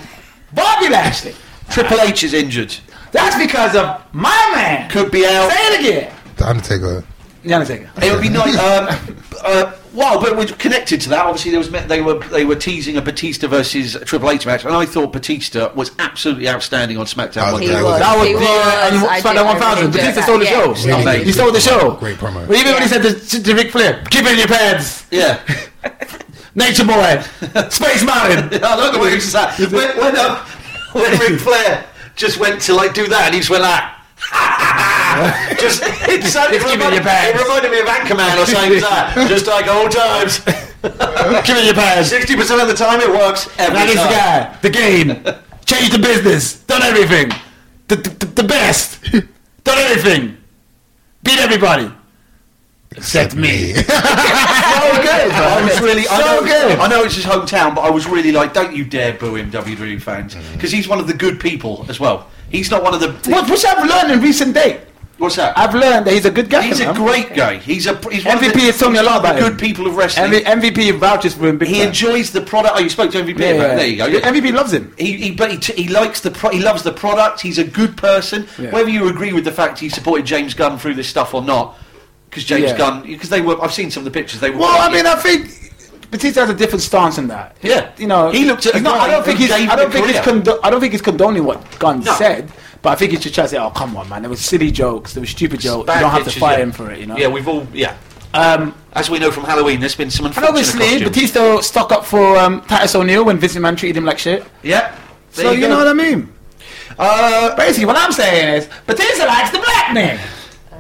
[SPEAKER 5] Bobby Lashley.
[SPEAKER 3] Triple H is injured.
[SPEAKER 5] That's because of my man.
[SPEAKER 3] Could be out.
[SPEAKER 5] Say it again.
[SPEAKER 2] The Undertaker.
[SPEAKER 5] The Undertaker.
[SPEAKER 3] It would be nice. Um, *laughs* uh, well, but we're connected to that. Obviously, there was they were they were teasing a Batista versus a Triple H match, and I thought Batista was absolutely outstanding on SmackDown.
[SPEAKER 2] Oh,
[SPEAKER 3] Monday.
[SPEAKER 4] He
[SPEAKER 2] That
[SPEAKER 4] was.
[SPEAKER 2] was-
[SPEAKER 5] That was
[SPEAKER 4] he
[SPEAKER 5] the
[SPEAKER 4] was.
[SPEAKER 5] and
[SPEAKER 4] I
[SPEAKER 5] SmackDown
[SPEAKER 4] did-
[SPEAKER 5] 1000.
[SPEAKER 4] I really
[SPEAKER 5] Batista
[SPEAKER 4] enjoyed
[SPEAKER 5] stole the
[SPEAKER 4] that,
[SPEAKER 5] show.
[SPEAKER 4] yeah.
[SPEAKER 2] Really
[SPEAKER 3] amazing.
[SPEAKER 5] He stole the show.
[SPEAKER 2] Great promo.
[SPEAKER 5] But even when he
[SPEAKER 4] Yeah.
[SPEAKER 5] said to, to Ric Flair, keep it in your pants,
[SPEAKER 3] Yeah. *laughs*
[SPEAKER 5] Nature Boy, Space
[SPEAKER 3] *laughs*
[SPEAKER 5] Mountain.
[SPEAKER 3] I like the way he was that. When, when, um, when Ric Flair just went to like do that, and he just went like. *laughs* just it, sounded, it,
[SPEAKER 5] Just give me
[SPEAKER 3] reminded,
[SPEAKER 5] your bags.
[SPEAKER 3] it reminded me of Anchorman or something
[SPEAKER 5] *laughs*
[SPEAKER 3] like that. Just like old times. *laughs*
[SPEAKER 5] Keep it in your pants.
[SPEAKER 3] Sixty percent of the time it works. Every
[SPEAKER 5] That is the
[SPEAKER 3] time.
[SPEAKER 5] guy, the
[SPEAKER 3] *laughs*
[SPEAKER 5] game, changed the business, done everything, the, the, the
[SPEAKER 3] *laughs*
[SPEAKER 5] best, done everything, beat everybody. Except me.
[SPEAKER 3] *laughs* so
[SPEAKER 5] *laughs*
[SPEAKER 3] good. I was really I
[SPEAKER 5] So
[SPEAKER 3] know,
[SPEAKER 5] good.
[SPEAKER 3] I know it's his hometown, but I was really like, don't you dare boo him, WWE fans,
[SPEAKER 5] Mm.
[SPEAKER 3] because he's one of the good people as well. He's not one of the.
[SPEAKER 5] What, which I've learned in recent day.
[SPEAKER 3] What's that?
[SPEAKER 5] I've learned that he's a good guy.
[SPEAKER 3] he's a
[SPEAKER 5] man.
[SPEAKER 3] great guy. He's a he's one
[SPEAKER 5] MVP
[SPEAKER 3] Of the,
[SPEAKER 5] has told me a lot about
[SPEAKER 3] the
[SPEAKER 5] him.
[SPEAKER 3] good people of wrestling.
[SPEAKER 5] MV, MVP vouches for him. Big
[SPEAKER 3] he
[SPEAKER 5] time.
[SPEAKER 3] enjoys the product. Oh, you spoke to MVP.
[SPEAKER 5] Yeah,
[SPEAKER 3] about
[SPEAKER 5] yeah.
[SPEAKER 3] it. There you go. Yeah.
[SPEAKER 5] MVP loves him.
[SPEAKER 3] He, he, but he, t- he likes the pro- he loves the product. He's a good person.
[SPEAKER 5] Yeah.
[SPEAKER 3] Whether you agree with the fact he supported James Gunn through this stuff or not, because James
[SPEAKER 5] Yeah.
[SPEAKER 3] Gunn, because they were, I've seen some of the pictures. They were.
[SPEAKER 5] Well, I mean, I think Batista has a different stance in that.
[SPEAKER 3] Yeah.
[SPEAKER 5] you know,
[SPEAKER 3] He looked at
[SPEAKER 5] he's
[SPEAKER 3] a
[SPEAKER 5] not-
[SPEAKER 3] guy
[SPEAKER 5] I don't think
[SPEAKER 3] who
[SPEAKER 5] he's.
[SPEAKER 3] gave
[SPEAKER 5] I
[SPEAKER 3] him
[SPEAKER 5] don't
[SPEAKER 3] a
[SPEAKER 5] think he's.
[SPEAKER 3] career.
[SPEAKER 5] Condo- I don't think he's condoning what Gunn
[SPEAKER 3] No.
[SPEAKER 5] said. But I think he should try to say, "Oh, come on, man! There were silly jokes. There were stupid jokes.
[SPEAKER 3] Bad
[SPEAKER 5] you don't have to
[SPEAKER 3] pictures,
[SPEAKER 5] fire
[SPEAKER 3] yeah.
[SPEAKER 5] him for it." You know.
[SPEAKER 3] Yeah, we've all yeah.
[SPEAKER 5] Um,
[SPEAKER 3] As we know from Halloween, there's been some
[SPEAKER 5] and
[SPEAKER 3] unfortunate
[SPEAKER 5] obviously,
[SPEAKER 3] costumes.
[SPEAKER 5] Batista stuck up for um, Titus O'Neil when Vince McMahon treated him like shit.
[SPEAKER 3] yeah. There
[SPEAKER 5] so you,
[SPEAKER 3] go.
[SPEAKER 5] know what I mean.
[SPEAKER 3] Uh,
[SPEAKER 5] Basically, what I'm saying is, Batista likes the black man.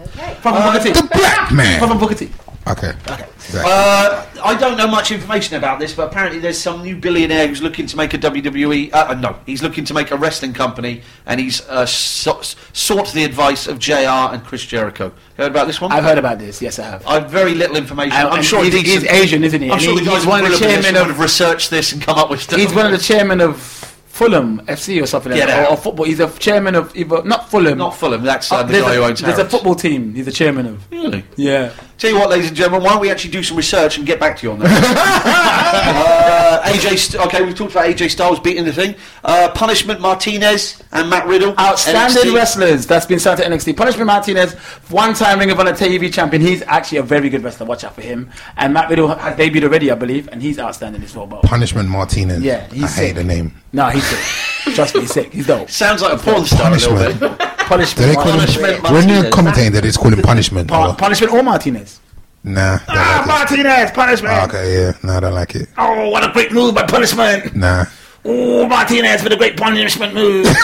[SPEAKER 4] Okay.
[SPEAKER 5] From
[SPEAKER 3] Uh,
[SPEAKER 5] Booker T.
[SPEAKER 2] The black man.
[SPEAKER 5] From Booker T.
[SPEAKER 2] Okay. Exactly.
[SPEAKER 3] uh, I don't know much information about this, but apparently there's some new billionaire who's looking to make a WWE. Uh, uh, no, he's looking to make a wrestling company, and he's uh, so- sought the advice of JR and Chris Jericho. Heard about this one?
[SPEAKER 5] I've heard about this. Yes, I have.
[SPEAKER 3] I've very little information.
[SPEAKER 5] And-
[SPEAKER 3] I'm
[SPEAKER 5] and
[SPEAKER 3] sure
[SPEAKER 5] he's-
[SPEAKER 3] he
[SPEAKER 5] he's Asian, isn't he?
[SPEAKER 3] I'm
[SPEAKER 5] And
[SPEAKER 3] sure
[SPEAKER 5] he-
[SPEAKER 3] the guys
[SPEAKER 5] he's one of the
[SPEAKER 3] chairman
[SPEAKER 5] chairmen of-
[SPEAKER 3] would have researched this and come up with stuff.
[SPEAKER 5] He's one of the chairmen of Fulham FC or something like
[SPEAKER 3] Get
[SPEAKER 5] that,
[SPEAKER 3] out.
[SPEAKER 5] or, or football. He's a chairman of either not Fulham.
[SPEAKER 3] Not Fulham. That's uh,
[SPEAKER 5] Uh,
[SPEAKER 3] the
[SPEAKER 5] there's
[SPEAKER 3] guy
[SPEAKER 5] a,
[SPEAKER 3] who owns
[SPEAKER 5] There's a
[SPEAKER 3] Harrods.
[SPEAKER 5] football team. He's the chairman of.
[SPEAKER 3] Really?
[SPEAKER 5] Yeah.
[SPEAKER 3] Tell you what, ladies and gentlemen, why don't we actually do some research and get back to you on that? uh, AJ, St- okay, we've talked about AJ Styles beating the thing. Uh, Punishment Martinez and Matt Riddle.
[SPEAKER 5] Outstanding
[SPEAKER 3] NXT.
[SPEAKER 5] wrestlers that's been signed to NXT. Punishment Martinez, one-time Ring of Honor TV champion. He's actually a very good wrestler. Watch out for him. And Matt Riddle has debuted already, I believe, and he's outstanding as well. But
[SPEAKER 2] Punishment Martinez.
[SPEAKER 5] Yeah, he's
[SPEAKER 2] I hate
[SPEAKER 5] sick.
[SPEAKER 2] the name.
[SPEAKER 5] no, he's *laughs* sick. Trust me, he's sick. He's dope.
[SPEAKER 3] Sounds like a porn star a little
[SPEAKER 2] Punishment.
[SPEAKER 3] bit.
[SPEAKER 5] Punishment.
[SPEAKER 2] Do they call
[SPEAKER 3] Punishment
[SPEAKER 2] him, when you're
[SPEAKER 3] Martinez.
[SPEAKER 2] commentating, they just call him punishment.
[SPEAKER 5] Pun-
[SPEAKER 2] or-
[SPEAKER 5] punishment or Martinez?
[SPEAKER 2] nah. don't
[SPEAKER 5] Ah,
[SPEAKER 2] like it.
[SPEAKER 5] Martinez, punishment.
[SPEAKER 2] Ah, okay, yeah. No, I don't like it.
[SPEAKER 5] Oh, what a great move by punishment.
[SPEAKER 2] Nah.
[SPEAKER 5] Oh, Martinez for the great punishment *laughs* move. he's,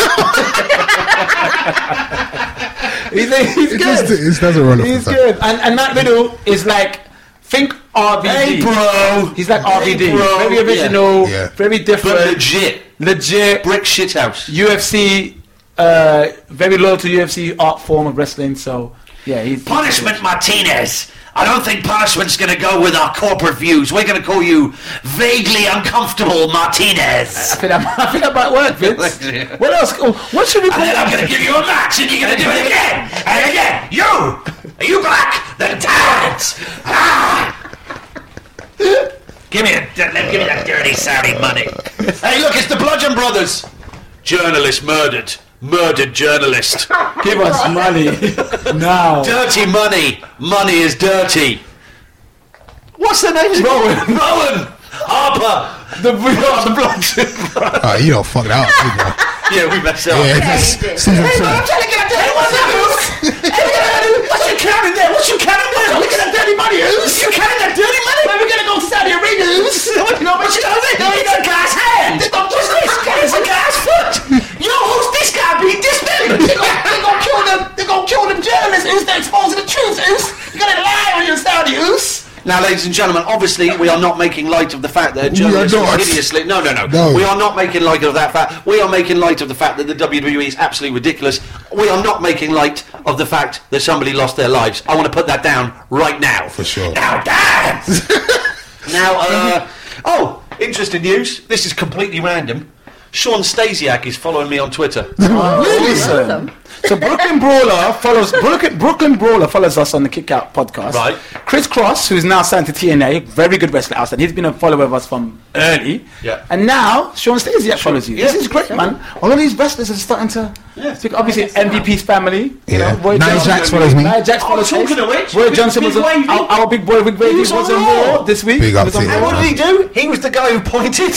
[SPEAKER 5] he's
[SPEAKER 2] It,
[SPEAKER 5] good.
[SPEAKER 2] just, it doesn't roll off
[SPEAKER 5] He's
[SPEAKER 2] the tongue.
[SPEAKER 5] good. And, and Matt Riddle is like, think RVD.
[SPEAKER 3] Hey, bro.
[SPEAKER 5] He's like RVD.
[SPEAKER 3] bro.
[SPEAKER 5] Very
[SPEAKER 3] Yeah.
[SPEAKER 5] original,
[SPEAKER 2] Yeah.
[SPEAKER 5] very different,
[SPEAKER 3] But legit.
[SPEAKER 5] legit.
[SPEAKER 3] Brick shithouse.
[SPEAKER 5] UFC, uh, very loyal to UFC art form of wrestling. So, yeah, he's.
[SPEAKER 3] Punishment Martinez. I don't think punishment's going to go with our corporate views. We're going to call you vaguely uncomfortable Martinez. *laughs*
[SPEAKER 5] I think that, *laughs* I think that might work,
[SPEAKER 3] Yeah.
[SPEAKER 5] Vince. what else? oh, What should we call
[SPEAKER 3] And then I'm going to give you a match, and you're going to do it again and again. You, are you black? Then damn it! Ah! Give me a, let me- give me that dirty Saudi money. hey, look, it's the Bludgeon Brothers. Journalist murdered. Murdered journalist. *laughs*
[SPEAKER 5] Give us money now.
[SPEAKER 3] dirty money. Money is dirty. What's their names? Rowan. Rowan. Harper. The, the Bludgeon Brothers.
[SPEAKER 2] Ah, you don't fuck
[SPEAKER 5] *laughs*
[SPEAKER 2] that up. did you?
[SPEAKER 3] *laughs* yeah, we messed up.
[SPEAKER 2] Yeah,
[SPEAKER 4] Yeah,
[SPEAKER 2] just
[SPEAKER 4] you did.
[SPEAKER 2] season two.
[SPEAKER 3] trying to get a dirty one of those. What's you carrying there? What's you carrying there? Look at that dirty money, Who's You carrying that dirty money? Where we gonna go to Saudi Arabia, Who's? *laughs* You know what you know there? It's a guy's hand. Who's this guy? It's a guy's foot. Yo, who's this guy being this *laughs* big? They gonna, they gonna kill them. They gonna kill them journalists, Who's They're exposing the truth, Who's? You gonna lie on your Saudi, Who's? Now, ladies and gentlemen, obviously we are not making light of the fact that
[SPEAKER 2] We
[SPEAKER 3] a
[SPEAKER 2] are
[SPEAKER 3] journalist was
[SPEAKER 2] not.
[SPEAKER 3] hideously. No, no, no,
[SPEAKER 2] No.
[SPEAKER 3] We are not making light of that fact. We are making light of the fact that the WWE is absolutely ridiculous. We are not making light of the fact that somebody lost their lives. I want to put that down right now.
[SPEAKER 2] For sure. *laughs*
[SPEAKER 3] Now, dance. now, uh, oh, interesting news. This is completely random. Sean Stasiak is following me
[SPEAKER 2] *laughs*
[SPEAKER 3] on Twitter.
[SPEAKER 5] Listen.
[SPEAKER 4] Awesome.
[SPEAKER 5] So Brooklyn Brawler follows Brooklyn, Brooklyn Brawler follows us on the Kick Out podcast.
[SPEAKER 3] Right.
[SPEAKER 5] Chris Cross, who's now signed to TNA, very good wrestler outside. He's been a follower of us from early.
[SPEAKER 3] Yeah.
[SPEAKER 5] And now Sean Stasiak follows you. This
[SPEAKER 3] Yeah.
[SPEAKER 5] is great, man. All of these wrestlers are starting to.
[SPEAKER 3] Yeah.
[SPEAKER 5] speak- Obviously, MVP's family. you
[SPEAKER 2] Yeah.
[SPEAKER 5] know, Roy
[SPEAKER 2] Nia
[SPEAKER 5] Johnson-
[SPEAKER 2] Jax follows me.
[SPEAKER 5] Nia Jax
[SPEAKER 3] Oh,
[SPEAKER 5] follows
[SPEAKER 3] talking
[SPEAKER 5] us.
[SPEAKER 3] of which,
[SPEAKER 5] Roy
[SPEAKER 3] Big-
[SPEAKER 5] Johnson
[SPEAKER 3] Big
[SPEAKER 5] was on,
[SPEAKER 3] Wavy.
[SPEAKER 5] our, our big boy, Big Wavy,
[SPEAKER 3] was
[SPEAKER 5] was
[SPEAKER 3] on
[SPEAKER 5] on
[SPEAKER 3] Raw.
[SPEAKER 5] Raw this week.
[SPEAKER 2] Big up
[SPEAKER 5] He was
[SPEAKER 2] to
[SPEAKER 5] on
[SPEAKER 2] you,
[SPEAKER 3] And
[SPEAKER 5] Raw.
[SPEAKER 3] what did he do? He was the guy who pointed.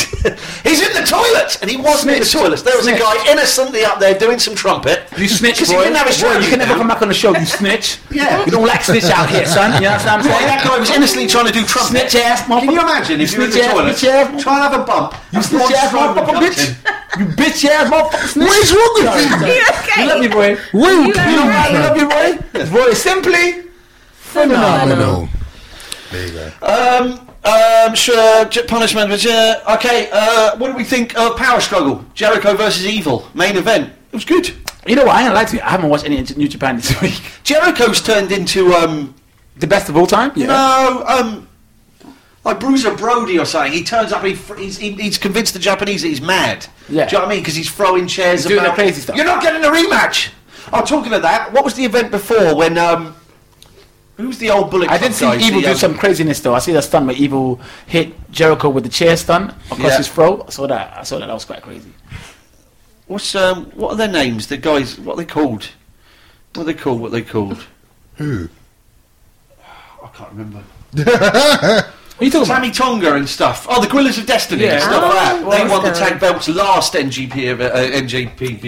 [SPEAKER 3] *laughs* He's in the toilet, and he wasn't in the
[SPEAKER 5] Snitch.
[SPEAKER 3] toilet. There was a
[SPEAKER 5] Snitch.
[SPEAKER 3] guy innocently up there doing some trumpet.
[SPEAKER 5] You snitch,
[SPEAKER 3] Because
[SPEAKER 5] boy.
[SPEAKER 3] he didn't have a
[SPEAKER 5] Boy,
[SPEAKER 3] shirt.
[SPEAKER 5] you can never
[SPEAKER 3] down.
[SPEAKER 5] come back on the show. You snitch.
[SPEAKER 3] Yeah.
[SPEAKER 5] You don't like snitch out here, son. You know what I'm
[SPEAKER 3] Boy,
[SPEAKER 5] saying?
[SPEAKER 3] that guy was innocently trying to do trumpet.
[SPEAKER 5] Snitch ass, motherfucker.
[SPEAKER 3] Can you imagine if you were in the
[SPEAKER 5] snitch ass,
[SPEAKER 3] toilet?
[SPEAKER 5] Bitch ass,
[SPEAKER 3] Try and have a bump.
[SPEAKER 5] you snitch ass, motherfucker, bitch. You bitch ass, motherfucker. Snitch.
[SPEAKER 2] What is wrong with
[SPEAKER 5] Sorry,
[SPEAKER 2] you?
[SPEAKER 5] sorry.
[SPEAKER 4] You *laughs* okay?
[SPEAKER 5] You love me, boy.
[SPEAKER 2] Woo!
[SPEAKER 5] You
[SPEAKER 4] You are
[SPEAKER 5] know why I
[SPEAKER 4] right.
[SPEAKER 5] love you, boy? Roy is simply phenomenal.
[SPEAKER 2] Phenomenal. There you go.
[SPEAKER 5] Uh,
[SPEAKER 3] Um, um, sure, j- punishment. But, uh, okay, uh, what do we think of Power Struggle? Jericho versus Evil, main event. It was good.
[SPEAKER 5] You know what? I ain't lied to you. I haven't watched any New Japan this *laughs* week.
[SPEAKER 3] Jericho's turned into, um,
[SPEAKER 5] The best of all time? Yeah.
[SPEAKER 3] No, um, like Bruiser Brody or something. He turns up. He, fr- he's, he, he's convinced the Japanese that he's mad.
[SPEAKER 5] Yeah.
[SPEAKER 3] Do you know what I mean? Because he's throwing chairs.
[SPEAKER 5] He's doing
[SPEAKER 3] about.
[SPEAKER 5] the crazy stuff.
[SPEAKER 3] You're not getting a rematch. Oh, talking of that, what was the event before when um, who was the old bullet?
[SPEAKER 5] I
[SPEAKER 3] Club
[SPEAKER 5] did see
[SPEAKER 3] guys,
[SPEAKER 5] Evil
[SPEAKER 3] the,
[SPEAKER 5] do
[SPEAKER 3] um,
[SPEAKER 5] some craziness though. I see that stunt where Evil hit Jericho with the chair stunt across
[SPEAKER 3] Yeah.
[SPEAKER 5] his throat. I saw that. I saw that. That was quite crazy.
[SPEAKER 3] What's um, what are their names? The guys, what are they called? What are they called? What are they called?
[SPEAKER 2] Who?
[SPEAKER 3] I can't remember.
[SPEAKER 5] What are you talking
[SPEAKER 3] Sammy Tonga and stuff. Oh, the Gorillas of Destiny
[SPEAKER 5] Yeah.
[SPEAKER 3] and stuff like that.
[SPEAKER 4] Oh,
[SPEAKER 3] they won the
[SPEAKER 4] okay.
[SPEAKER 3] tag belts last NGP of uh, NJP.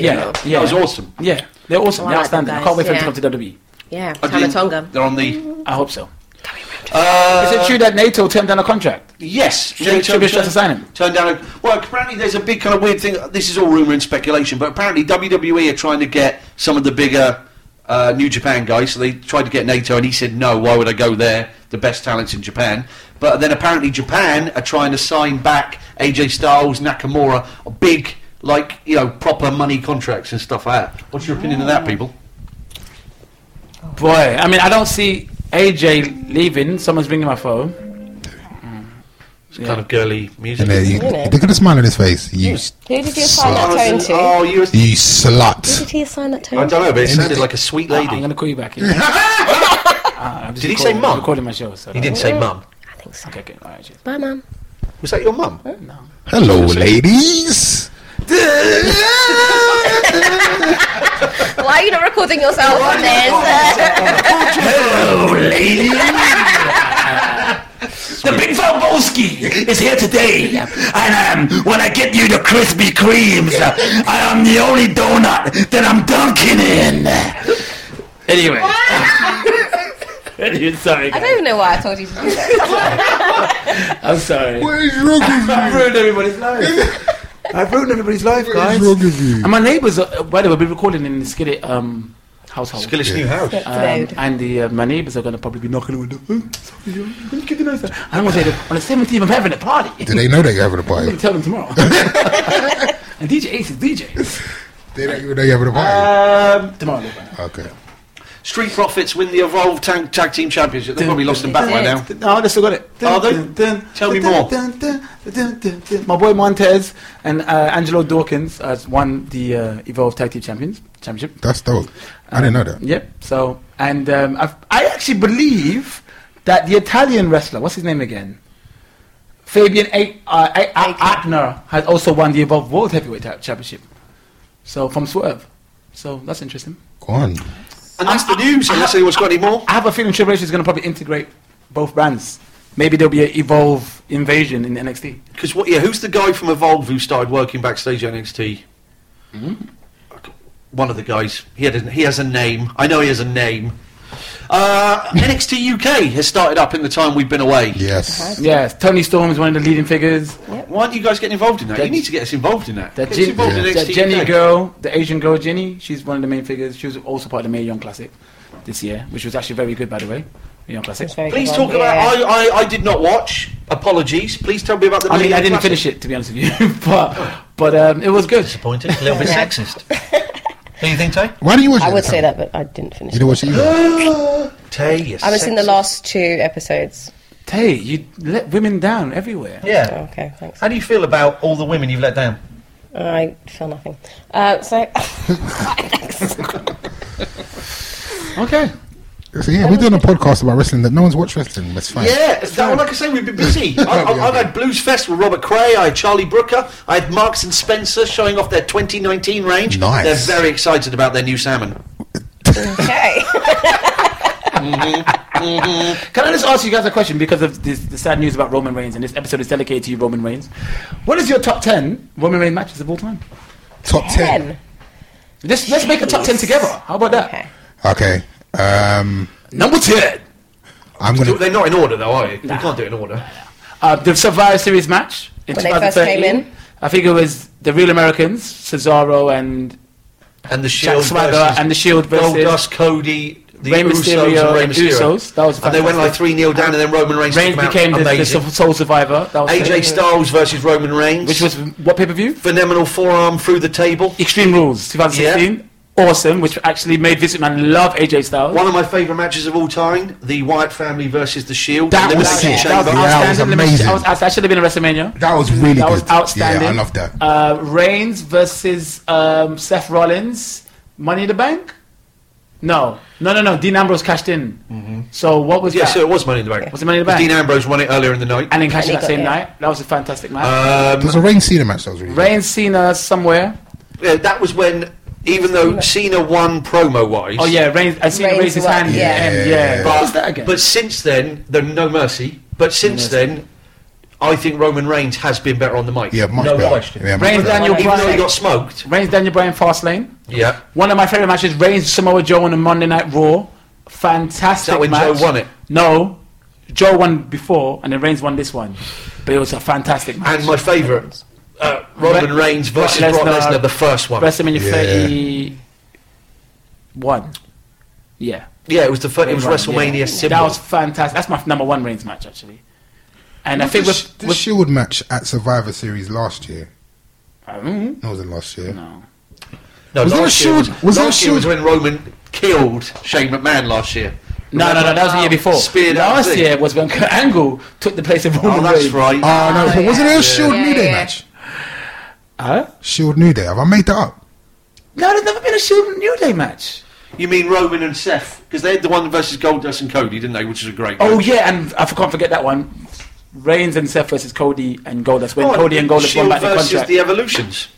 [SPEAKER 5] Yeah, yeah.
[SPEAKER 3] That was awesome.
[SPEAKER 5] about? Yeah, they're awesome.
[SPEAKER 4] I
[SPEAKER 5] They're
[SPEAKER 4] like
[SPEAKER 5] outstanding.
[SPEAKER 4] them
[SPEAKER 5] I can't wait for them
[SPEAKER 4] guys,
[SPEAKER 5] to come to WWE.
[SPEAKER 4] Yeah,
[SPEAKER 3] I didn't-
[SPEAKER 4] Tamatonga.
[SPEAKER 3] They're on the.
[SPEAKER 5] I hope so. Is it true that NATO turned down a contract?
[SPEAKER 3] Yes,
[SPEAKER 5] Should- should we try to sign him?
[SPEAKER 3] Turn down. A, well, apparently there's a big kind of weird thing. This is all rumor and speculation, but apparently WWE are trying to get some of the bigger uh, New Japan guys. So they tried to get NATO, and he said no. Why would I go there? The best talents in Japan. But then apparently Japan are trying to sign back AJ Styles, Nakamura, big like you know proper money contracts and stuff like that. What's your opinion of that, people?
[SPEAKER 5] Boy, I mean, I don't see AJ leaving. Someone's ringing my phone.
[SPEAKER 3] It's kind of girly music.
[SPEAKER 2] And there you,
[SPEAKER 4] Really?
[SPEAKER 2] look at the smile on his face. You, s-
[SPEAKER 4] Who did you assign
[SPEAKER 2] slut.
[SPEAKER 3] Oh,
[SPEAKER 4] that tone
[SPEAKER 3] it's-
[SPEAKER 4] to?
[SPEAKER 3] oh, you. were-
[SPEAKER 2] you
[SPEAKER 4] Who
[SPEAKER 2] slut.
[SPEAKER 4] did he assign that tone
[SPEAKER 3] I don't
[SPEAKER 4] to?
[SPEAKER 3] know, but it
[SPEAKER 2] Isn't
[SPEAKER 3] sounded
[SPEAKER 2] it-
[SPEAKER 3] like a sweet
[SPEAKER 5] I-
[SPEAKER 3] lady.
[SPEAKER 5] I'm gonna call you back. *laughs* Yeah. Ah, I'm just
[SPEAKER 3] Did he
[SPEAKER 5] recording-
[SPEAKER 3] say mum?
[SPEAKER 5] I'm Recording my show. So
[SPEAKER 3] He didn't say mum.
[SPEAKER 4] I think so.
[SPEAKER 5] Okay, okay, all right, cheers.
[SPEAKER 4] Bye, mum.
[SPEAKER 3] Was that
[SPEAKER 5] *laughs*
[SPEAKER 3] your mum?
[SPEAKER 2] Hello, ladies.
[SPEAKER 4] Why are you not recording yourself on this?
[SPEAKER 3] Hello, lady. the big Valboski is here today, and um, when I get you the Krispy Kremes, I am the only donut that I'm dunking in.
[SPEAKER 5] Anyway. *laughs* Anyway, sorry,
[SPEAKER 4] I
[SPEAKER 5] guys.
[SPEAKER 4] don't even know why I told you to do *laughs* that.
[SPEAKER 5] I'm sorry.
[SPEAKER 2] What is
[SPEAKER 5] *laughs*
[SPEAKER 2] wrong with you?
[SPEAKER 5] I've ruined everybody's life. I've ruined everybody's life,
[SPEAKER 2] What is wrong with you?
[SPEAKER 5] And my neighbours, uh, by the way, we're recording in the Skillet um, household.
[SPEAKER 3] Skillet's new house.
[SPEAKER 5] Um, and the uh, my neighbours are going to probably be knocking on the door. "Oh, sorry, uh, when you get the noise out?" And I'm going to say, that on the 17th, I'm having a party.
[SPEAKER 3] *laughs*
[SPEAKER 2] Do they know that you're having a
[SPEAKER 5] I'm
[SPEAKER 2] party?
[SPEAKER 5] going to tell them tomorrow. and DJ Ace is DJ.
[SPEAKER 2] They don't even know you're having a party.
[SPEAKER 3] Um,
[SPEAKER 5] Tomorrow.
[SPEAKER 2] Okay.
[SPEAKER 3] Street Profits win the Evolve Tag, tag Team Championship. They've probably lost them back by now.
[SPEAKER 5] No, they still got it.
[SPEAKER 3] Are they? Oh, Tell me more.
[SPEAKER 5] My boy Montez and uh, Angelo Dawkins has won the uh, Evolve Tag Team Champions Championship.
[SPEAKER 2] That's dope. I didn't know that.
[SPEAKER 5] Um, Yep. So, and um, I've, I actually believe that the Italian wrestler, what's his name again? Fabian a- uh, a- a- Ackner has also won the Evolve World Heavyweight Ta- Championship. So, from Swerve. So, that's interesting.
[SPEAKER 2] Go on.
[SPEAKER 3] And that's the news, unless anyone's got any more.
[SPEAKER 5] I have a feeling Triple H is going to probably integrate both brands. Maybe there'll be an Evolve invasion in NXT.
[SPEAKER 3] Because what? Yeah, who's the guy from Evolve who started working backstage at NXT?
[SPEAKER 5] Hmm?
[SPEAKER 3] One of the guys. He had. A, he has a name. I know he has a name. Uh, NXT UK has started up in the time we've been away.
[SPEAKER 2] Yes.
[SPEAKER 5] Yes, Tony Storm is one of the leading figures.
[SPEAKER 3] Why aren't you guys getting involved in that?
[SPEAKER 5] That-
[SPEAKER 3] you need to get us involved in that.
[SPEAKER 5] That,
[SPEAKER 3] Get us
[SPEAKER 5] Jen-
[SPEAKER 3] involved in
[SPEAKER 5] that
[SPEAKER 3] NXT
[SPEAKER 5] Jenny
[SPEAKER 3] UK.
[SPEAKER 5] girl, the Asian girl Jenny, she's one of the main figures. She was also part of the Mae Young Classic this year, which was actually very good, by the way. Mae Young Classic.
[SPEAKER 4] very
[SPEAKER 3] Please
[SPEAKER 4] good
[SPEAKER 3] talk
[SPEAKER 4] one,
[SPEAKER 3] about.
[SPEAKER 4] yeah.
[SPEAKER 3] I, I I did not watch. Apologies. Please tell me about the.
[SPEAKER 5] I mean, I didn't
[SPEAKER 3] Classic.
[SPEAKER 5] finish it to be honest with you, *laughs* but but um, it was good.
[SPEAKER 3] Disappointed. A
[SPEAKER 4] *laughs*
[SPEAKER 3] little bit sexist. Who you think, Tay?
[SPEAKER 2] Why do you watch it?
[SPEAKER 4] I would say that, but I didn't finish
[SPEAKER 2] You don't watch it
[SPEAKER 3] *gasps*
[SPEAKER 2] either.
[SPEAKER 3] *laughs* Tay, yes.
[SPEAKER 4] I haven't seen the last two episodes.
[SPEAKER 5] Tay, you let women down everywhere.
[SPEAKER 4] Oh,
[SPEAKER 3] Yeah.
[SPEAKER 4] okay, thanks.
[SPEAKER 3] How do you feel about all the women you've let down?
[SPEAKER 4] I feel nothing. Uh, so, *laughs*
[SPEAKER 5] Okay.
[SPEAKER 2] So yeah, we're doing a podcast about wrestling that no one's watched wrestling. That's fine.
[SPEAKER 3] Yeah, that, well, like I say, we've been *laughs* busy. I, I, I've had Blues Fest with Robert Cray, I had Charlie Brooker, I had Marks and Spencer showing off their 2019 range.
[SPEAKER 2] Nice.
[SPEAKER 3] They're very excited about their new salmon.
[SPEAKER 4] okay.
[SPEAKER 3] *laughs*
[SPEAKER 5] Can I just ask you guys a question because of this, the sad news about Roman Reigns, and this episode is dedicated to you, Roman Reigns. What is your top ten Roman Reigns matches of all time?
[SPEAKER 2] Top ten.
[SPEAKER 4] Ten.
[SPEAKER 5] Let's let's make a top ten together. How about that?
[SPEAKER 4] Okay.
[SPEAKER 2] Okay. Um,
[SPEAKER 5] Number ten.
[SPEAKER 2] I'm gonna.
[SPEAKER 3] They're not in order, though, are you? We can't do it in order.
[SPEAKER 5] Uh, the Survivor Series match in
[SPEAKER 4] When they first
[SPEAKER 5] 2013.
[SPEAKER 4] came in.
[SPEAKER 5] I think it was the Real Americans, Cesaro and
[SPEAKER 3] And the
[SPEAKER 5] Jack
[SPEAKER 3] Shield
[SPEAKER 5] Swagger,
[SPEAKER 3] versus
[SPEAKER 5] and the Shield versus
[SPEAKER 3] Goldust, Cody, the
[SPEAKER 5] Rey
[SPEAKER 3] Usos,
[SPEAKER 5] Mysterio
[SPEAKER 3] and Rey
[SPEAKER 5] and
[SPEAKER 3] Mysterio.
[SPEAKER 5] Usos. That was
[SPEAKER 3] and they went like
[SPEAKER 5] fantastic.
[SPEAKER 3] three nil down, and then Roman Reigns,
[SPEAKER 5] Reigns
[SPEAKER 3] took 'em out.
[SPEAKER 5] became the, the
[SPEAKER 3] amazing.
[SPEAKER 5] sole survivor. That was
[SPEAKER 3] AJ
[SPEAKER 5] it.
[SPEAKER 3] Styles versus Roman Reigns,
[SPEAKER 5] which was what pay per view?
[SPEAKER 3] phenomenal forearm through the table.
[SPEAKER 5] Extreme Rules 2016. Awesome, which actually made Vincent Man love AJ Styles.
[SPEAKER 3] One of my favourite matches of all time: the Wyatt family versus the Shield.
[SPEAKER 5] that was
[SPEAKER 3] Elimination
[SPEAKER 5] sick.
[SPEAKER 2] Yeah,
[SPEAKER 5] That was
[SPEAKER 3] Chamber.
[SPEAKER 2] that was
[SPEAKER 5] outstanding. Elimination-
[SPEAKER 2] amazing.
[SPEAKER 5] That, was, outstanding. that should have been a WrestleMania.
[SPEAKER 2] That was really
[SPEAKER 5] that
[SPEAKER 2] good.
[SPEAKER 5] was outstanding.
[SPEAKER 2] Yeah, I love that.
[SPEAKER 5] Uh, Reigns versus um, Seth Rollins, Money in the Bank. No, no, no, no. Dean Ambrose cashed in. So what was
[SPEAKER 3] Mm-hmm. Yeah,
[SPEAKER 5] that?
[SPEAKER 3] so it was Money in the Bank.
[SPEAKER 5] Was it Money in the Bank?
[SPEAKER 3] Dean Ambrose won it earlier in the night. Um,
[SPEAKER 5] and then cashed in
[SPEAKER 4] And
[SPEAKER 5] that
[SPEAKER 4] he
[SPEAKER 5] same
[SPEAKER 4] got it.
[SPEAKER 5] night. That was a fantastic match.
[SPEAKER 2] There was a Reign Cena match that was really good.
[SPEAKER 5] Reigns Cena somewhere.
[SPEAKER 3] Yeah, that was when, even though Cena won promo wise.
[SPEAKER 5] Oh yeah, Reigns. I seen him
[SPEAKER 4] Reigns
[SPEAKER 5] raise his
[SPEAKER 4] won.
[SPEAKER 5] hand.
[SPEAKER 4] Yeah.
[SPEAKER 5] Yeah, yeah.
[SPEAKER 3] but,
[SPEAKER 5] What was that again?
[SPEAKER 3] but since then, the No Mercy. But since then, I think Roman Reigns has been better on the mic.
[SPEAKER 2] Yeah, much
[SPEAKER 3] no
[SPEAKER 2] better.
[SPEAKER 3] question.
[SPEAKER 2] Yeah, much
[SPEAKER 5] Reigns
[SPEAKER 2] better.
[SPEAKER 5] Daniel
[SPEAKER 3] Even though he
[SPEAKER 5] Bryan.
[SPEAKER 3] got smoked.
[SPEAKER 5] Reigns Daniel Bryan Fastlane.
[SPEAKER 3] Yeah.
[SPEAKER 5] One of my favorite matches: Reigns Samoa Joe on a Monday Night Raw. Fantastic
[SPEAKER 3] Is that when
[SPEAKER 5] match.
[SPEAKER 3] Joe won it?
[SPEAKER 5] No, Joe won before, and then Reigns won this one. But it was a fantastic match.
[SPEAKER 3] And my favourite, uh, Roman
[SPEAKER 5] Bro-
[SPEAKER 3] Reigns versus
[SPEAKER 5] Brock
[SPEAKER 3] Brock
[SPEAKER 5] Lesnar.
[SPEAKER 3] Lesnar, the first one.
[SPEAKER 5] WrestleMania
[SPEAKER 2] Yeah.
[SPEAKER 5] 31. Yeah.
[SPEAKER 3] Yeah, it was the first. It was
[SPEAKER 5] Right,
[SPEAKER 3] WrestleMania
[SPEAKER 5] yeah.
[SPEAKER 3] symbol.
[SPEAKER 5] That was fantastic. That's my number one Reigns match, actually. And I think
[SPEAKER 2] the,
[SPEAKER 5] with,
[SPEAKER 2] Sh- the
[SPEAKER 5] with
[SPEAKER 2] Shield match at Survivor Series last year.
[SPEAKER 5] Um,
[SPEAKER 2] No, it wasn't last year.
[SPEAKER 5] no.
[SPEAKER 3] no,
[SPEAKER 2] was there
[SPEAKER 3] last
[SPEAKER 2] a
[SPEAKER 3] year
[SPEAKER 2] shield- was there a
[SPEAKER 3] last year
[SPEAKER 2] shield-
[SPEAKER 3] was when Roman killed Shane McMahon last year.
[SPEAKER 5] No, no, no, that was the year before.
[SPEAKER 3] Speared out
[SPEAKER 5] Last
[SPEAKER 3] thing.
[SPEAKER 5] year was when Kurt Angle took the place of Roman
[SPEAKER 3] Oh, that's
[SPEAKER 5] Reigns.
[SPEAKER 3] right.
[SPEAKER 2] Oh, no, but wasn't it a Shield
[SPEAKER 4] Yeah,
[SPEAKER 2] New Day
[SPEAKER 4] yeah.
[SPEAKER 2] match?
[SPEAKER 5] Huh?
[SPEAKER 2] Shield New Day. Have I made that up?
[SPEAKER 5] No, there's never been a Shield New Day match.
[SPEAKER 3] you mean Roman and Seth? Because they had the one versus Goldust and Cody, didn't they? Which was a great.
[SPEAKER 5] Oh,
[SPEAKER 3] match.
[SPEAKER 5] yeah, and I can't forget that one. Reigns and Seth versus Cody and Goldust. When
[SPEAKER 3] Oh,
[SPEAKER 5] Cody and Goldust
[SPEAKER 3] Shield
[SPEAKER 5] won back the
[SPEAKER 3] versus
[SPEAKER 5] contract.
[SPEAKER 3] the Evolutions.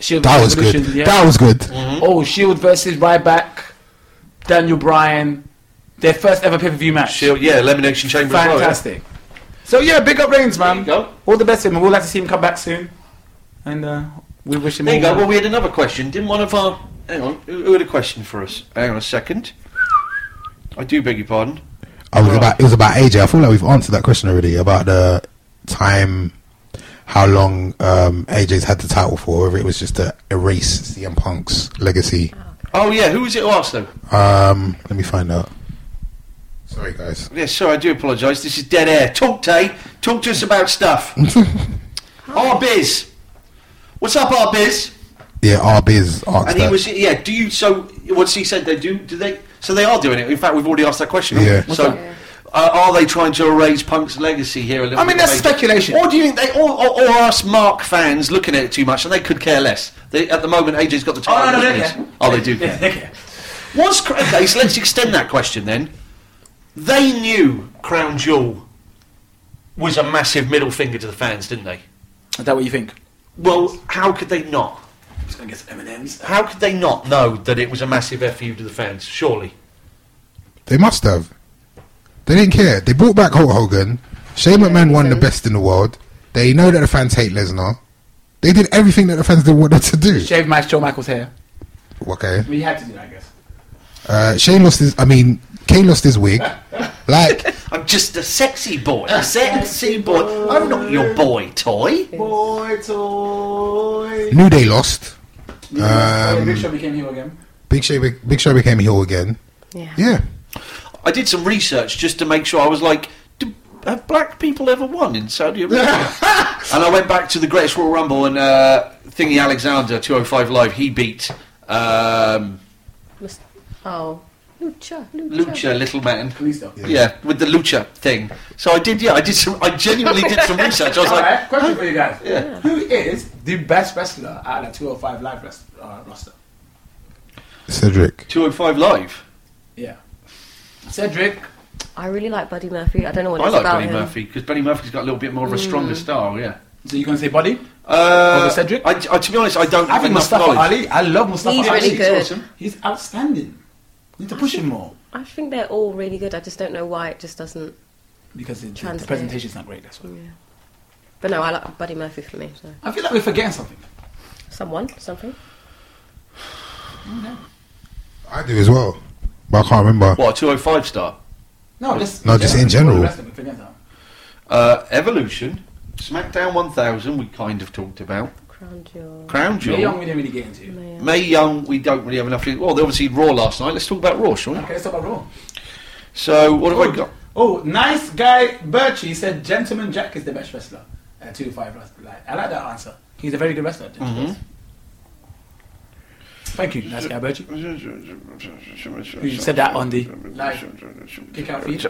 [SPEAKER 5] Shield
[SPEAKER 2] That was
[SPEAKER 5] versus
[SPEAKER 2] good.
[SPEAKER 5] Evolution, yeah.
[SPEAKER 2] That was good.
[SPEAKER 5] Oh, Shield versus Ryback, Daniel Bryan, their first ever pay per view match.
[SPEAKER 3] Shield, yeah, Elimination Chamber. as well, yeah.
[SPEAKER 5] Fantastic. So yeah, big up Reigns, man.
[SPEAKER 3] There you go.
[SPEAKER 5] All the best to him. We'll like to see him come back soon, and uh, we wish him.
[SPEAKER 3] There you
[SPEAKER 5] all
[SPEAKER 3] go. Well,
[SPEAKER 5] well.
[SPEAKER 3] we had another question. Didn't one of our. Hang on. Who who had a question for us? Hang on a second. I do beg your pardon.
[SPEAKER 2] I was about it was about AJ. I feel like we've answered that question already about the time, how long um, AJ's had the title for, whether it was just to erase CM Punk's legacy.
[SPEAKER 3] Oh, yeah. Who was it who asked, though?
[SPEAKER 2] Um, let me find out. Sorry, guys.
[SPEAKER 3] Yes, sorry, I do apologise. This is dead air. Talk, Tay. Talk to us about stuff. our biz. What's up, our biz?
[SPEAKER 2] Yeah, R Biz asked
[SPEAKER 3] And he
[SPEAKER 2] that.
[SPEAKER 3] was, yeah. Do you? So what's he said? They do. Do they? So they are doing it. In fact, we've already asked that question. haven't we?
[SPEAKER 2] Yeah. What's
[SPEAKER 3] So.
[SPEAKER 4] that?
[SPEAKER 3] Uh, are they trying to erase Punk's legacy here a little
[SPEAKER 5] I mean,
[SPEAKER 3] bit
[SPEAKER 5] that's
[SPEAKER 3] later?
[SPEAKER 5] speculation.
[SPEAKER 3] Or do you think they, or, or, or us Mark fans looking at it too much and they could care less? They, at the moment, AJ's got the
[SPEAKER 6] Oh,
[SPEAKER 3] title.
[SPEAKER 6] no, no, they
[SPEAKER 3] doesn't he?
[SPEAKER 6] care.
[SPEAKER 3] Oh, they do
[SPEAKER 6] *laughs*
[SPEAKER 3] care.
[SPEAKER 6] Okay.
[SPEAKER 3] Was Cra- okay, so let's extend that question then. They knew Crown Jewel was a massive middle finger to the fans, didn't they?
[SPEAKER 5] Is that what you think?
[SPEAKER 3] Well, how could they not?
[SPEAKER 6] I'm just gonna get some M and M's.
[SPEAKER 3] How could they not know that it was a massive fu to the fans? Surely.
[SPEAKER 2] They must have. They didn't care. They brought back Hulk Hogan. Shane McMahon won the best in the world. They know that the fans hate Lesnar. They did everything that the fans didn't want them to do.
[SPEAKER 5] Shave my Shawn Michaels hair.
[SPEAKER 2] Okay.
[SPEAKER 5] We had to do that, I guess.
[SPEAKER 2] Uh, Shane lost his. I mean, Kane lost his wig. Like,
[SPEAKER 3] I'm just a sexy boy. A sexy boy. I'm not your boy toy.
[SPEAKER 5] Boy toy.
[SPEAKER 2] New Day lost.
[SPEAKER 5] Um,
[SPEAKER 2] Um,
[SPEAKER 5] Big Show became heel again.
[SPEAKER 2] Big Show, be- Big Show became heel again.
[SPEAKER 4] Yeah.
[SPEAKER 2] Yeah.
[SPEAKER 3] I did some research just to make sure. I was like, Do, have black people ever won in
[SPEAKER 5] *laughs*
[SPEAKER 3] Saudi Arabia? and I went back to the Greatest Royal Rumble and uh, Thingy Alexander, 205 Live, he beat um,
[SPEAKER 4] Must- Oh. Lucha, Lucha.
[SPEAKER 3] Lucha Little Man.
[SPEAKER 5] Please though.
[SPEAKER 3] Yeah. with the Lucha thing. So I did, yeah, I did some, I genuinely did some research. I
[SPEAKER 5] *laughs*
[SPEAKER 3] was
[SPEAKER 5] All
[SPEAKER 3] like,
[SPEAKER 5] right, question for you guys.
[SPEAKER 3] Yeah.
[SPEAKER 5] Who is the best wrestler out of the 205 live rest, uh, roster?
[SPEAKER 2] Cedric.
[SPEAKER 3] 205 Live.
[SPEAKER 5] Yeah. Cedric.
[SPEAKER 4] I really like Buddy Murphy. I don't know what
[SPEAKER 3] I
[SPEAKER 4] it's
[SPEAKER 3] like
[SPEAKER 4] about
[SPEAKER 3] Benny
[SPEAKER 4] him. Hmm.
[SPEAKER 3] Murphy because Benny Murphy's got a little bit more of a stronger style, yeah.
[SPEAKER 5] So you gonna say Buddy?
[SPEAKER 3] Uh,
[SPEAKER 5] Over Cedric?
[SPEAKER 3] I, I, to be honest, I don't
[SPEAKER 5] I
[SPEAKER 3] have
[SPEAKER 5] think
[SPEAKER 3] enough
[SPEAKER 5] Mustafa
[SPEAKER 3] knowledge.
[SPEAKER 5] Ali. I love Mustafa
[SPEAKER 4] He's
[SPEAKER 5] Ali.
[SPEAKER 4] really good.
[SPEAKER 5] He's outstanding. Need to push him more
[SPEAKER 4] I think they're all really good. I just don't know why it just doesn't.
[SPEAKER 5] because the, the
[SPEAKER 4] Translate.
[SPEAKER 5] presentation's not great. That's why.
[SPEAKER 4] But no, I like Buddy Murphy for me. So.
[SPEAKER 5] I feel like we're forgetting something.
[SPEAKER 4] Someone, something.
[SPEAKER 2] I do as well, but I can't remember.
[SPEAKER 3] What, a 205 star?
[SPEAKER 5] No, just
[SPEAKER 2] No, just in
[SPEAKER 5] all the
[SPEAKER 2] general.
[SPEAKER 5] rest of it, forget that.
[SPEAKER 3] Uh, Evolution, SmackDown 1000, we kind of talked about.
[SPEAKER 4] Crown Jewel.
[SPEAKER 3] Crown
[SPEAKER 5] Mae Young,
[SPEAKER 3] Jewel.
[SPEAKER 5] we didn't really get into.
[SPEAKER 4] Maya.
[SPEAKER 3] May Young, we don't really have enough. Well, they obviously Raw last night. Let's talk about Raw, shall we?
[SPEAKER 5] Okay, let's talk about Raw.
[SPEAKER 3] So, what have
[SPEAKER 5] Oh,
[SPEAKER 3] I got?
[SPEAKER 5] oh, nice guy Birchie said, "Gentleman Jack is the best wrestler." Uh, two five wrestler. I like that answer. He's a very good wrestler.
[SPEAKER 3] Mm-hmm.
[SPEAKER 5] Gentleman Jack. Thank you, nice guy Birchie. You said that on the live kick out feed,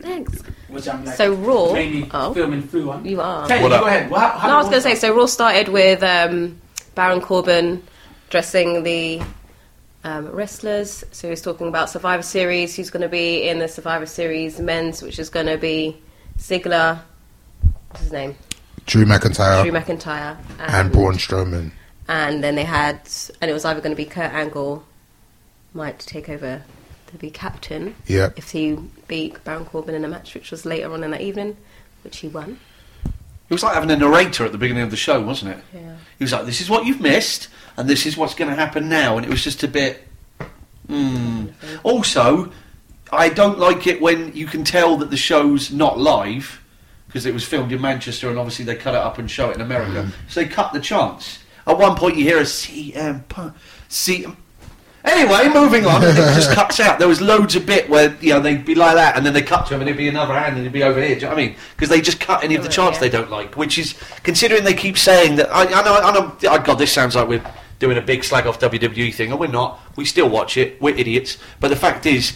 [SPEAKER 4] Thanks.
[SPEAKER 5] which I'm like
[SPEAKER 4] So Raw.
[SPEAKER 5] mainly
[SPEAKER 4] Oh,
[SPEAKER 5] filming through on.
[SPEAKER 4] you are.
[SPEAKER 5] Tell you,
[SPEAKER 3] What
[SPEAKER 5] go
[SPEAKER 3] up?
[SPEAKER 5] ahead. Well, how- how
[SPEAKER 4] No, I was
[SPEAKER 5] did
[SPEAKER 4] going to
[SPEAKER 5] Raw
[SPEAKER 4] say. So Raw started with um, Baron Corbin dressing the um, wrestlers. So he was talking about Survivor Series. Who's going to be in the Survivor Series men's, which is going to be Ziggler. What's his name?
[SPEAKER 2] Drew McIntyre
[SPEAKER 4] Drew McIntyre.
[SPEAKER 2] Uh,
[SPEAKER 4] Um,
[SPEAKER 2] and Braun Strowman.
[SPEAKER 4] and then they had, and it was either going to be Kurt Angle might take over to be captain
[SPEAKER 2] Yeah.
[SPEAKER 4] if he beat Baron Corbin in a match, which was later on in that evening, which he won.
[SPEAKER 3] It was like having a narrator at the beginning of the show, wasn't it?
[SPEAKER 4] Yeah.
[SPEAKER 3] He was like, "This is what you've missed, and this is what's going to happen now," and it was just a bit. Mm. hmm. Also, I don't like it when you can tell that the show's not live because it was filmed in Manchester and obviously they cut it up and show it in America. So they cut the chance. At one point, you hear a CM Punk. CM. Anyway, moving on, it just cuts out. There was loads of bit where you know they'd be like that, and then they cut to him, and it'd be another hand, and it'd be over here. Do you know what I mean? Because they just cut any of the
[SPEAKER 4] Yeah,
[SPEAKER 3] chance
[SPEAKER 4] yeah.
[SPEAKER 3] they don't like, which is considering they keep saying that. I, I know, I know. Oh God, this sounds like we're doing a big slag off WWE thing, and we're not. We still watch it. We're idiots. But the fact is,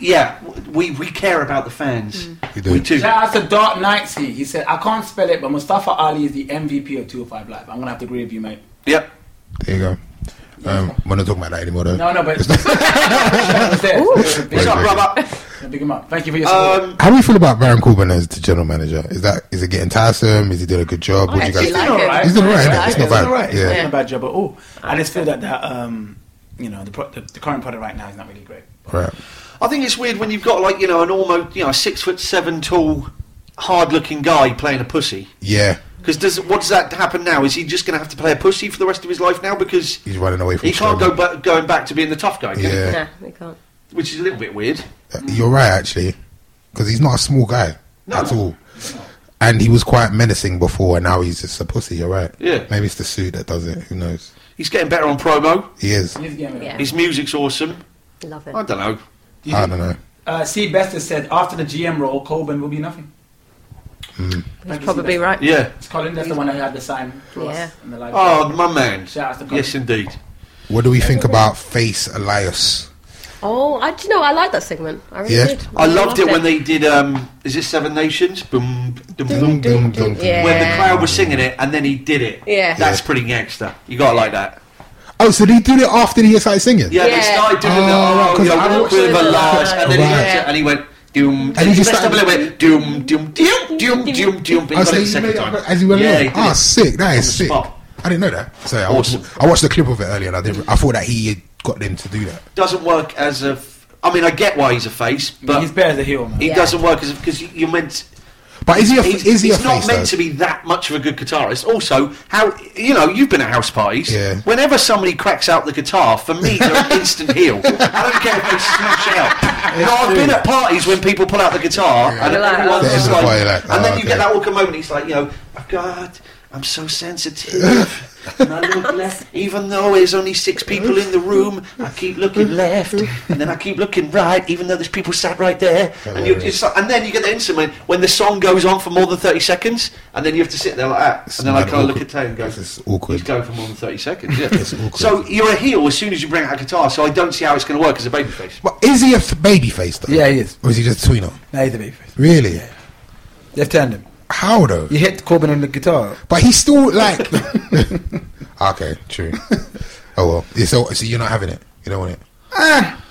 [SPEAKER 3] yeah, w- we we care about the fans.
[SPEAKER 2] We do.
[SPEAKER 3] do.
[SPEAKER 6] Shout out to Dark Knightsy. He said, I can't spell it, but Mustafa Ali is the MVP of 205 Live. I'm going to have to agree with you, mate.
[SPEAKER 3] Yep.
[SPEAKER 2] There you go. Um, we're not talking about that anymore, though.
[SPEAKER 6] No,
[SPEAKER 2] *laughs*
[SPEAKER 6] no,
[SPEAKER 5] *laughs*
[SPEAKER 6] but. Shut
[SPEAKER 3] Shut up,
[SPEAKER 2] Very good.
[SPEAKER 3] brother.
[SPEAKER 6] Big him up. Thank you for your support.
[SPEAKER 3] Um,
[SPEAKER 2] How do you feel about Baron Corbin as the general manager? Is that is it getting tiresome? Is he doing a good job? What do you guys
[SPEAKER 4] actually
[SPEAKER 2] think?
[SPEAKER 4] like it.
[SPEAKER 2] He's doing alright, innit? It's
[SPEAKER 5] It's
[SPEAKER 2] not bad.
[SPEAKER 5] not right. It's
[SPEAKER 2] Yeah.
[SPEAKER 5] not a bad job at all. I just feel that that um, you know the, pro- the the current product right now is not really great.
[SPEAKER 2] Right.
[SPEAKER 3] I think it's weird when you've got like you know an almost you know a six foot seven tall, hard looking guy playing a pussy.
[SPEAKER 2] Yeah,
[SPEAKER 3] Because does what does that happen now? Is he just going to have to play a pussy for the rest of his life now? Because
[SPEAKER 2] he's running away from.
[SPEAKER 3] he can't go
[SPEAKER 2] Strowman.
[SPEAKER 3] back, going back to being the tough guy, can he?
[SPEAKER 2] Yeah.
[SPEAKER 4] No, they can't.
[SPEAKER 3] which is a little bit weird.
[SPEAKER 2] Uh, You're right, actually, because he's not a small guy at all, and he was quite menacing before, and now he's just a pussy. You're right.
[SPEAKER 3] Yeah.
[SPEAKER 2] Maybe it's the suit that does it. Who knows?
[SPEAKER 3] He's getting better on promo.
[SPEAKER 2] He is.
[SPEAKER 6] Here's the game, mate.
[SPEAKER 4] Yeah.
[SPEAKER 3] His music's awesome.
[SPEAKER 4] Love it.
[SPEAKER 3] I don't know.
[SPEAKER 2] I don't know.
[SPEAKER 6] Uh, C. Bester said, after the GM role, Colburn will be nothing.
[SPEAKER 4] He's probably right.
[SPEAKER 3] Yeah.
[SPEAKER 6] It's Colin, that's the one who had the sign to us
[SPEAKER 4] Yeah.
[SPEAKER 6] in the live.
[SPEAKER 3] Oh, my man.
[SPEAKER 6] Shout out to Colin.
[SPEAKER 3] Yes, indeed.
[SPEAKER 2] What do we think about Face Elias?
[SPEAKER 4] Oh, I do you know. I like that segment. I really
[SPEAKER 2] Yeah.
[SPEAKER 4] did.
[SPEAKER 3] I loved it when they did. Um, is this Seven Nations? Boom, boom, boom.
[SPEAKER 2] Dum, dum, dum, dum.
[SPEAKER 4] Yeah.
[SPEAKER 3] When the crowd was singing it, and then he did it.
[SPEAKER 4] Yeah.
[SPEAKER 3] That's
[SPEAKER 2] Yeah.
[SPEAKER 3] pretty gangster. You gotta like that.
[SPEAKER 2] Oh, so they did it after he started singing.
[SPEAKER 3] Yeah, they
[SPEAKER 4] Yeah.
[SPEAKER 3] started doing the
[SPEAKER 2] Oh, right,
[SPEAKER 3] oh,
[SPEAKER 2] 'cause
[SPEAKER 3] you know,
[SPEAKER 2] I
[SPEAKER 3] walk
[SPEAKER 2] watched
[SPEAKER 3] with
[SPEAKER 4] it
[SPEAKER 3] a large,
[SPEAKER 4] live.
[SPEAKER 3] and then he
[SPEAKER 2] Right.
[SPEAKER 3] went to- and he went doom.
[SPEAKER 2] he
[SPEAKER 3] And he
[SPEAKER 2] just
[SPEAKER 3] just up a
[SPEAKER 2] started-
[SPEAKER 3] little bit doom, doom, doom, doom, doom, doom. But he
[SPEAKER 2] Oh,
[SPEAKER 3] got
[SPEAKER 2] so
[SPEAKER 3] it the
[SPEAKER 2] he
[SPEAKER 3] second
[SPEAKER 2] made it
[SPEAKER 3] time.
[SPEAKER 2] up as he went
[SPEAKER 3] yeah,
[SPEAKER 2] along.
[SPEAKER 3] he did
[SPEAKER 2] Ah,
[SPEAKER 3] it.
[SPEAKER 2] sick. That
[SPEAKER 3] the
[SPEAKER 2] is sick.
[SPEAKER 3] spot.
[SPEAKER 2] I didn't know that. Sorry, I,
[SPEAKER 3] Awesome.
[SPEAKER 2] watched, I watched a clip of it earlier, and I didn't. I thought that he had got them to do that.
[SPEAKER 3] Doesn't work as a. F- I mean, I get why he's a face, Oh, but
[SPEAKER 5] he's better as a heel, man.
[SPEAKER 3] It
[SPEAKER 4] Yeah.
[SPEAKER 3] doesn't work because you're meant.
[SPEAKER 2] But is he a
[SPEAKER 3] He's,
[SPEAKER 2] is he
[SPEAKER 3] he's
[SPEAKER 2] a
[SPEAKER 3] not
[SPEAKER 2] face
[SPEAKER 3] meant
[SPEAKER 2] though?
[SPEAKER 3] to be that much of a good guitarist. Also, how you know you've been at house parties.
[SPEAKER 2] Yeah.
[SPEAKER 3] Whenever somebody cracks out the guitar, for me
[SPEAKER 2] *laughs*
[SPEAKER 3] they're an instant heel. I don't care if they smash out. No, I've been at parties when people pull out the guitar and
[SPEAKER 4] You're like,
[SPEAKER 3] everyone's
[SPEAKER 4] They're
[SPEAKER 3] just
[SPEAKER 2] in the
[SPEAKER 3] like,
[SPEAKER 2] party like,
[SPEAKER 3] and then
[SPEAKER 2] "Oh,
[SPEAKER 3] you get
[SPEAKER 2] okay."
[SPEAKER 3] that awkward moment. It's like you know, oh, God, I'm so
[SPEAKER 2] *laughs*
[SPEAKER 3] sensitive. And I look left, even though there's only six people in the room, I keep looking left, and then I keep looking right, even though there's people sat right there. And, you it's like, and then you get the instant when, when the song goes on for more than 30 seconds, and then you have to sit there like that.
[SPEAKER 2] It's
[SPEAKER 3] and then I
[SPEAKER 2] mad
[SPEAKER 3] kind of look
[SPEAKER 2] awkward.
[SPEAKER 3] at Tay and go,
[SPEAKER 2] This is awkward.
[SPEAKER 3] He's going for more than 30 seconds, yeah.
[SPEAKER 2] It's awkward.
[SPEAKER 3] So you're a heel as soon as you bring out a guitar, so I don't see how it's going to work as a babyface.
[SPEAKER 2] But is he a f- baby face though?
[SPEAKER 5] Yeah, he is.
[SPEAKER 2] Or is he just a tweener?
[SPEAKER 5] Now he's the babyface.
[SPEAKER 2] Really?
[SPEAKER 5] They've turned him.
[SPEAKER 2] How though?
[SPEAKER 5] You hit Corbin on the guitar.
[SPEAKER 2] But he's
[SPEAKER 5] *laughs*
[SPEAKER 2] still like. okay, true. Oh well. Yeah, So, so you're not having it. You don't want it.
[SPEAKER 5] Ah,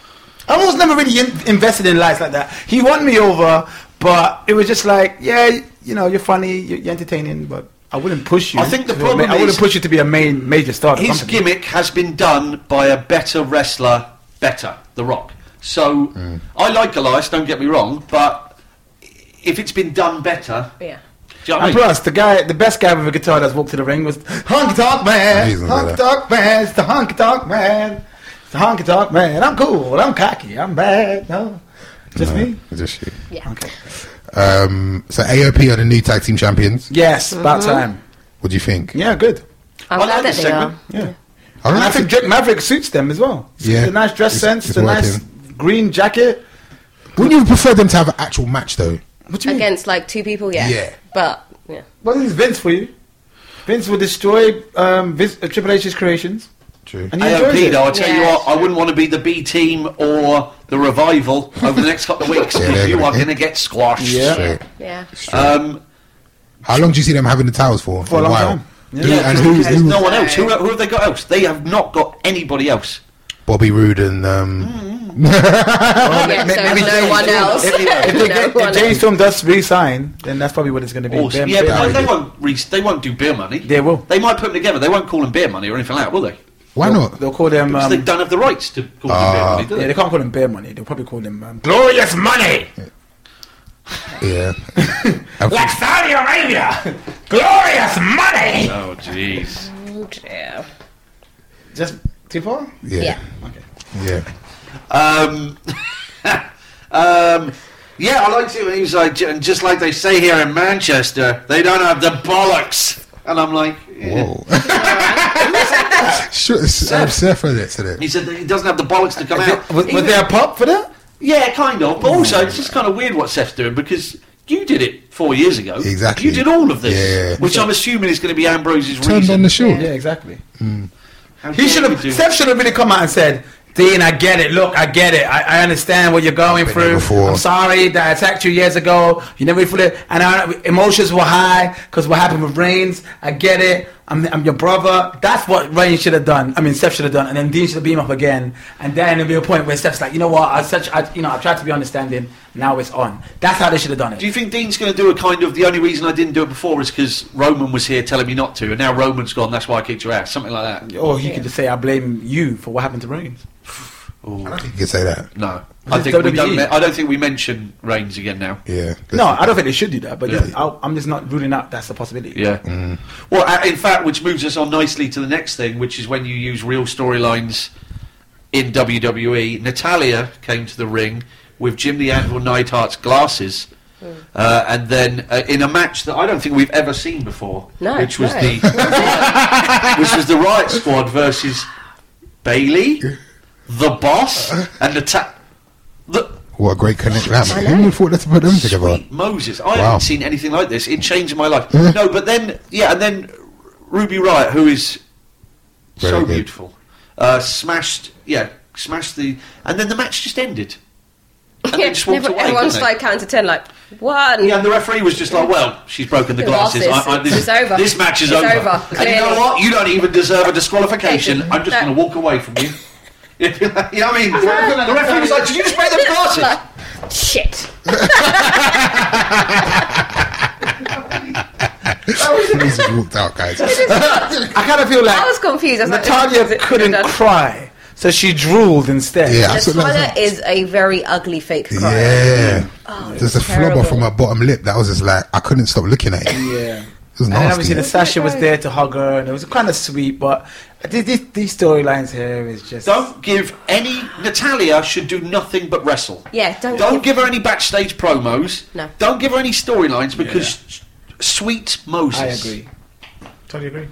[SPEAKER 5] I was never really in- invested in lights like that. He won me over, but it was just like, yeah, you know, you're funny, you're, you're entertaining, but I wouldn't push you.
[SPEAKER 3] I think the
[SPEAKER 5] to be a ma-
[SPEAKER 3] problem
[SPEAKER 5] I wouldn't
[SPEAKER 3] is-
[SPEAKER 5] push you to be a main major star. of the
[SPEAKER 3] His
[SPEAKER 5] company.
[SPEAKER 3] gimmick has been done by a better wrestler, better, The Rock. So I like Elias, don't get me wrong, but if it's been done better, do you
[SPEAKER 4] Yeah.
[SPEAKER 3] know what I
[SPEAKER 5] And
[SPEAKER 3] mean?
[SPEAKER 5] plus, the guy, the best guy with a guitar that's walked to the ring was Honky Tonk Man.
[SPEAKER 2] Amazing, brother.
[SPEAKER 5] Honky Tonk Man. It's the Honky Tonk Man. It's the Honky Tonk Man. I'm cool. I'm cocky. I'm bad. No, just
[SPEAKER 2] No,
[SPEAKER 5] me.
[SPEAKER 2] it's Just you.
[SPEAKER 4] Yeah.
[SPEAKER 2] Um, so AOP are the new tag team champions.
[SPEAKER 5] Yes, about time.
[SPEAKER 2] What do you think?
[SPEAKER 5] Yeah, good.
[SPEAKER 4] I'm
[SPEAKER 3] I like
[SPEAKER 4] glad that
[SPEAKER 3] the
[SPEAKER 4] they
[SPEAKER 3] segment.
[SPEAKER 4] are.
[SPEAKER 5] Yeah,
[SPEAKER 2] I don't
[SPEAKER 5] and I
[SPEAKER 2] know.
[SPEAKER 5] think Drake Maverick suits them as well.
[SPEAKER 2] Yeah.
[SPEAKER 5] the nice dress
[SPEAKER 2] It's-
[SPEAKER 5] sense,
[SPEAKER 2] it's
[SPEAKER 5] the nice green jacket.
[SPEAKER 2] Wouldn't you prefer them to have an actual match though?
[SPEAKER 5] What do you mean?
[SPEAKER 4] Against like two people, yes.
[SPEAKER 2] Yeah.
[SPEAKER 4] But yeah.
[SPEAKER 5] What is Vince for you? Vince will destroy um, Vince, uh, Triple H's creations,
[SPEAKER 2] True.
[SPEAKER 5] and he enjoys
[SPEAKER 3] AOP
[SPEAKER 5] it.
[SPEAKER 3] though, I tell you
[SPEAKER 4] Yeah.
[SPEAKER 3] what, I wouldn't want to be the B team or the revival over the next couple of weeks
[SPEAKER 2] Yeah,
[SPEAKER 3] because
[SPEAKER 2] they're
[SPEAKER 3] you
[SPEAKER 2] gonna
[SPEAKER 3] are
[SPEAKER 2] hit.
[SPEAKER 3] going to get squashed.
[SPEAKER 5] Yeah.
[SPEAKER 2] True.
[SPEAKER 4] Yeah.
[SPEAKER 2] True.
[SPEAKER 3] Um,
[SPEAKER 2] How long do you see them having the towels for?
[SPEAKER 5] For a long time.
[SPEAKER 2] Who-
[SPEAKER 3] yeah,
[SPEAKER 2] and
[SPEAKER 3] 'cause-
[SPEAKER 2] who,
[SPEAKER 3] because there's
[SPEAKER 2] who-
[SPEAKER 3] no one else. Who, who have they got else? They have not got anybody else.
[SPEAKER 2] Bobby Roode and
[SPEAKER 5] Mm.
[SPEAKER 2] um,
[SPEAKER 4] yeah, so no one else. *laughs*
[SPEAKER 5] If, if they
[SPEAKER 4] No
[SPEAKER 5] get,
[SPEAKER 4] one
[SPEAKER 5] if James
[SPEAKER 4] else.
[SPEAKER 5] Storm does resign, then that's probably what it's going to be.
[SPEAKER 3] Or,
[SPEAKER 5] Them-
[SPEAKER 3] yeah,
[SPEAKER 5] them-
[SPEAKER 3] but they, they won't. Re- they won't do beer money.
[SPEAKER 5] They will.
[SPEAKER 3] They might put them together. They won't call them beer money or anything like that, will they?
[SPEAKER 2] why not?
[SPEAKER 5] They'll call them.
[SPEAKER 3] Because
[SPEAKER 5] Um,
[SPEAKER 3] they don't have the rights to call them beer money,
[SPEAKER 5] yeah,
[SPEAKER 3] do they?
[SPEAKER 5] they
[SPEAKER 2] Ah.
[SPEAKER 5] can't call them bear money. They'll probably call them um,
[SPEAKER 6] Glorious money!
[SPEAKER 5] *laughs*
[SPEAKER 2] Yeah.
[SPEAKER 6] Like Saudi Arabia! Glorious money!
[SPEAKER 3] Oh jeez.
[SPEAKER 4] Yeah.
[SPEAKER 5] just too far.
[SPEAKER 2] yeah.
[SPEAKER 4] Yeah.
[SPEAKER 2] Yeah.
[SPEAKER 3] Um, *laughs* Um, yeah, I liked it when he was like, "J- and just like they say here in Manchester, they don't have the bollocks. And I'm like, eh. yeah.
[SPEAKER 2] Whoa. *laughs* sure, it's, um, Seth heard that today.
[SPEAKER 3] he said that he doesn't have the bollocks to come out.
[SPEAKER 5] Was, was
[SPEAKER 3] Even-
[SPEAKER 5] there a pop for that?
[SPEAKER 3] Yeah, kind of.
[SPEAKER 2] Mm.
[SPEAKER 3] But also, it's just kind of weird what Seth's doing because you did it four years ago.
[SPEAKER 2] Exactly.
[SPEAKER 3] You did all of this,
[SPEAKER 2] Yeah.
[SPEAKER 3] which I'm assuming is going to be Ambrose's
[SPEAKER 2] Turned
[SPEAKER 3] reason.
[SPEAKER 2] on the shield.
[SPEAKER 5] Yeah, exactly.
[SPEAKER 3] How
[SPEAKER 5] He
[SPEAKER 3] dare
[SPEAKER 5] should
[SPEAKER 3] you do-
[SPEAKER 5] have. Seth should have really come out and said, "Dean, I get it. Look, I get it. I, I understand what you're going
[SPEAKER 2] I've been there
[SPEAKER 5] through.
[SPEAKER 2] before."
[SPEAKER 5] I'm sorry that I attacked you years ago. You never fully and our emotions were high because what happened with Reigns. I get it. I'm, I'm your brother. That's what Reigns should have done. I mean, Seth should have done, and then Dean should have beamed up again. And then there'll be a point where Steph's like, you know what? I such, I, you know, I tried to be understanding. Now it's on. That's how they should have done it.
[SPEAKER 3] Do you think Dean's going to do a kind of the only reason I didn't do it before is because Roman was here telling me not to, and now Roman's gone, that's why I kicked your ass, something like that.
[SPEAKER 5] or he could just say, I blame you for what happened to Reigns.
[SPEAKER 2] I don't think you can say that.
[SPEAKER 3] No,
[SPEAKER 5] But
[SPEAKER 3] I
[SPEAKER 5] it's
[SPEAKER 3] think E. we don't.
[SPEAKER 5] WWE.
[SPEAKER 3] Me- I don't think we mention Reigns again now.
[SPEAKER 2] Yeah.
[SPEAKER 5] No, I don't think they should do that, but
[SPEAKER 3] Yeah.
[SPEAKER 5] I, I'm just not ruling out that's a possibility.
[SPEAKER 3] Yeah.
[SPEAKER 4] Mm.
[SPEAKER 3] Well, uh, in fact, which moves us on nicely to the next thing, which is when you use real storylines in WWE. Natalia came to the ring with Jim the Anvil Neidhart's glasses.
[SPEAKER 4] Hmm.
[SPEAKER 3] Uh, and then uh, in a match that I don't think we've ever seen before,
[SPEAKER 4] No,
[SPEAKER 3] which was
[SPEAKER 4] no. *laughs*
[SPEAKER 3] the which was the Riot Squad versus Bailey, the Boss, and Natalia. The
[SPEAKER 2] What a great connect that man. Who would have thought that to put them together?
[SPEAKER 3] Sweet Moses, I
[SPEAKER 2] Wow.
[SPEAKER 3] haven't seen anything like this. It changed my life.
[SPEAKER 2] Yeah.
[SPEAKER 3] no, but then yeah, and then Ruby Riot, who is
[SPEAKER 2] Very
[SPEAKER 3] so
[SPEAKER 2] good.
[SPEAKER 3] beautiful, uh, smashed yeah, smashed the, and then the match just ended. And they just walked away.
[SPEAKER 4] everyone's
[SPEAKER 3] didn't they?
[SPEAKER 4] like counting to ten, like one.
[SPEAKER 3] Yeah, and the referee was just like, "Well, she's broken the
[SPEAKER 4] The
[SPEAKER 3] glasses.
[SPEAKER 4] glasses.
[SPEAKER 3] I, I, this,
[SPEAKER 4] It's over.
[SPEAKER 3] This match is
[SPEAKER 4] It's
[SPEAKER 3] over.
[SPEAKER 4] over,
[SPEAKER 3] And you know
[SPEAKER 4] clearly.
[SPEAKER 3] what? You don't even deserve a disqualification. I'm just
[SPEAKER 4] No.
[SPEAKER 3] going to walk away from you." *laughs* you know what I mean? The referee was like, "Did you just break the glasses?"
[SPEAKER 4] Like, Shit.
[SPEAKER 2] *laughs* Please have walked
[SPEAKER 5] *laughs*
[SPEAKER 2] out, guys.
[SPEAKER 5] I kind of feel like
[SPEAKER 4] I was confused. I was like, this is
[SPEAKER 5] Natalia
[SPEAKER 4] it.
[SPEAKER 5] couldn't
[SPEAKER 4] We're done.
[SPEAKER 5] cry, so she drooled instead.
[SPEAKER 2] Yeah, I saw
[SPEAKER 4] Natalia
[SPEAKER 2] that.
[SPEAKER 4] is a very ugly fake cry.
[SPEAKER 2] Yeah. There's a
[SPEAKER 4] terrible.
[SPEAKER 2] flubber from my bottom lip that was just like, I couldn't stop looking at it.
[SPEAKER 5] Yeah.
[SPEAKER 2] It was
[SPEAKER 5] And then
[SPEAKER 2] nasty.
[SPEAKER 5] obviously the Sasha was there to hug her, and it was kind of sweet. But these, these, these storylines here is just
[SPEAKER 3] Don't give any. Natalia should do nothing but wrestle.
[SPEAKER 4] Yeah, don't
[SPEAKER 3] Don't
[SPEAKER 4] give-
[SPEAKER 3] give her any backstage promos.
[SPEAKER 4] No.
[SPEAKER 3] Don't give her any storylines because s- sweet Moses.
[SPEAKER 5] I agree. Totally agree.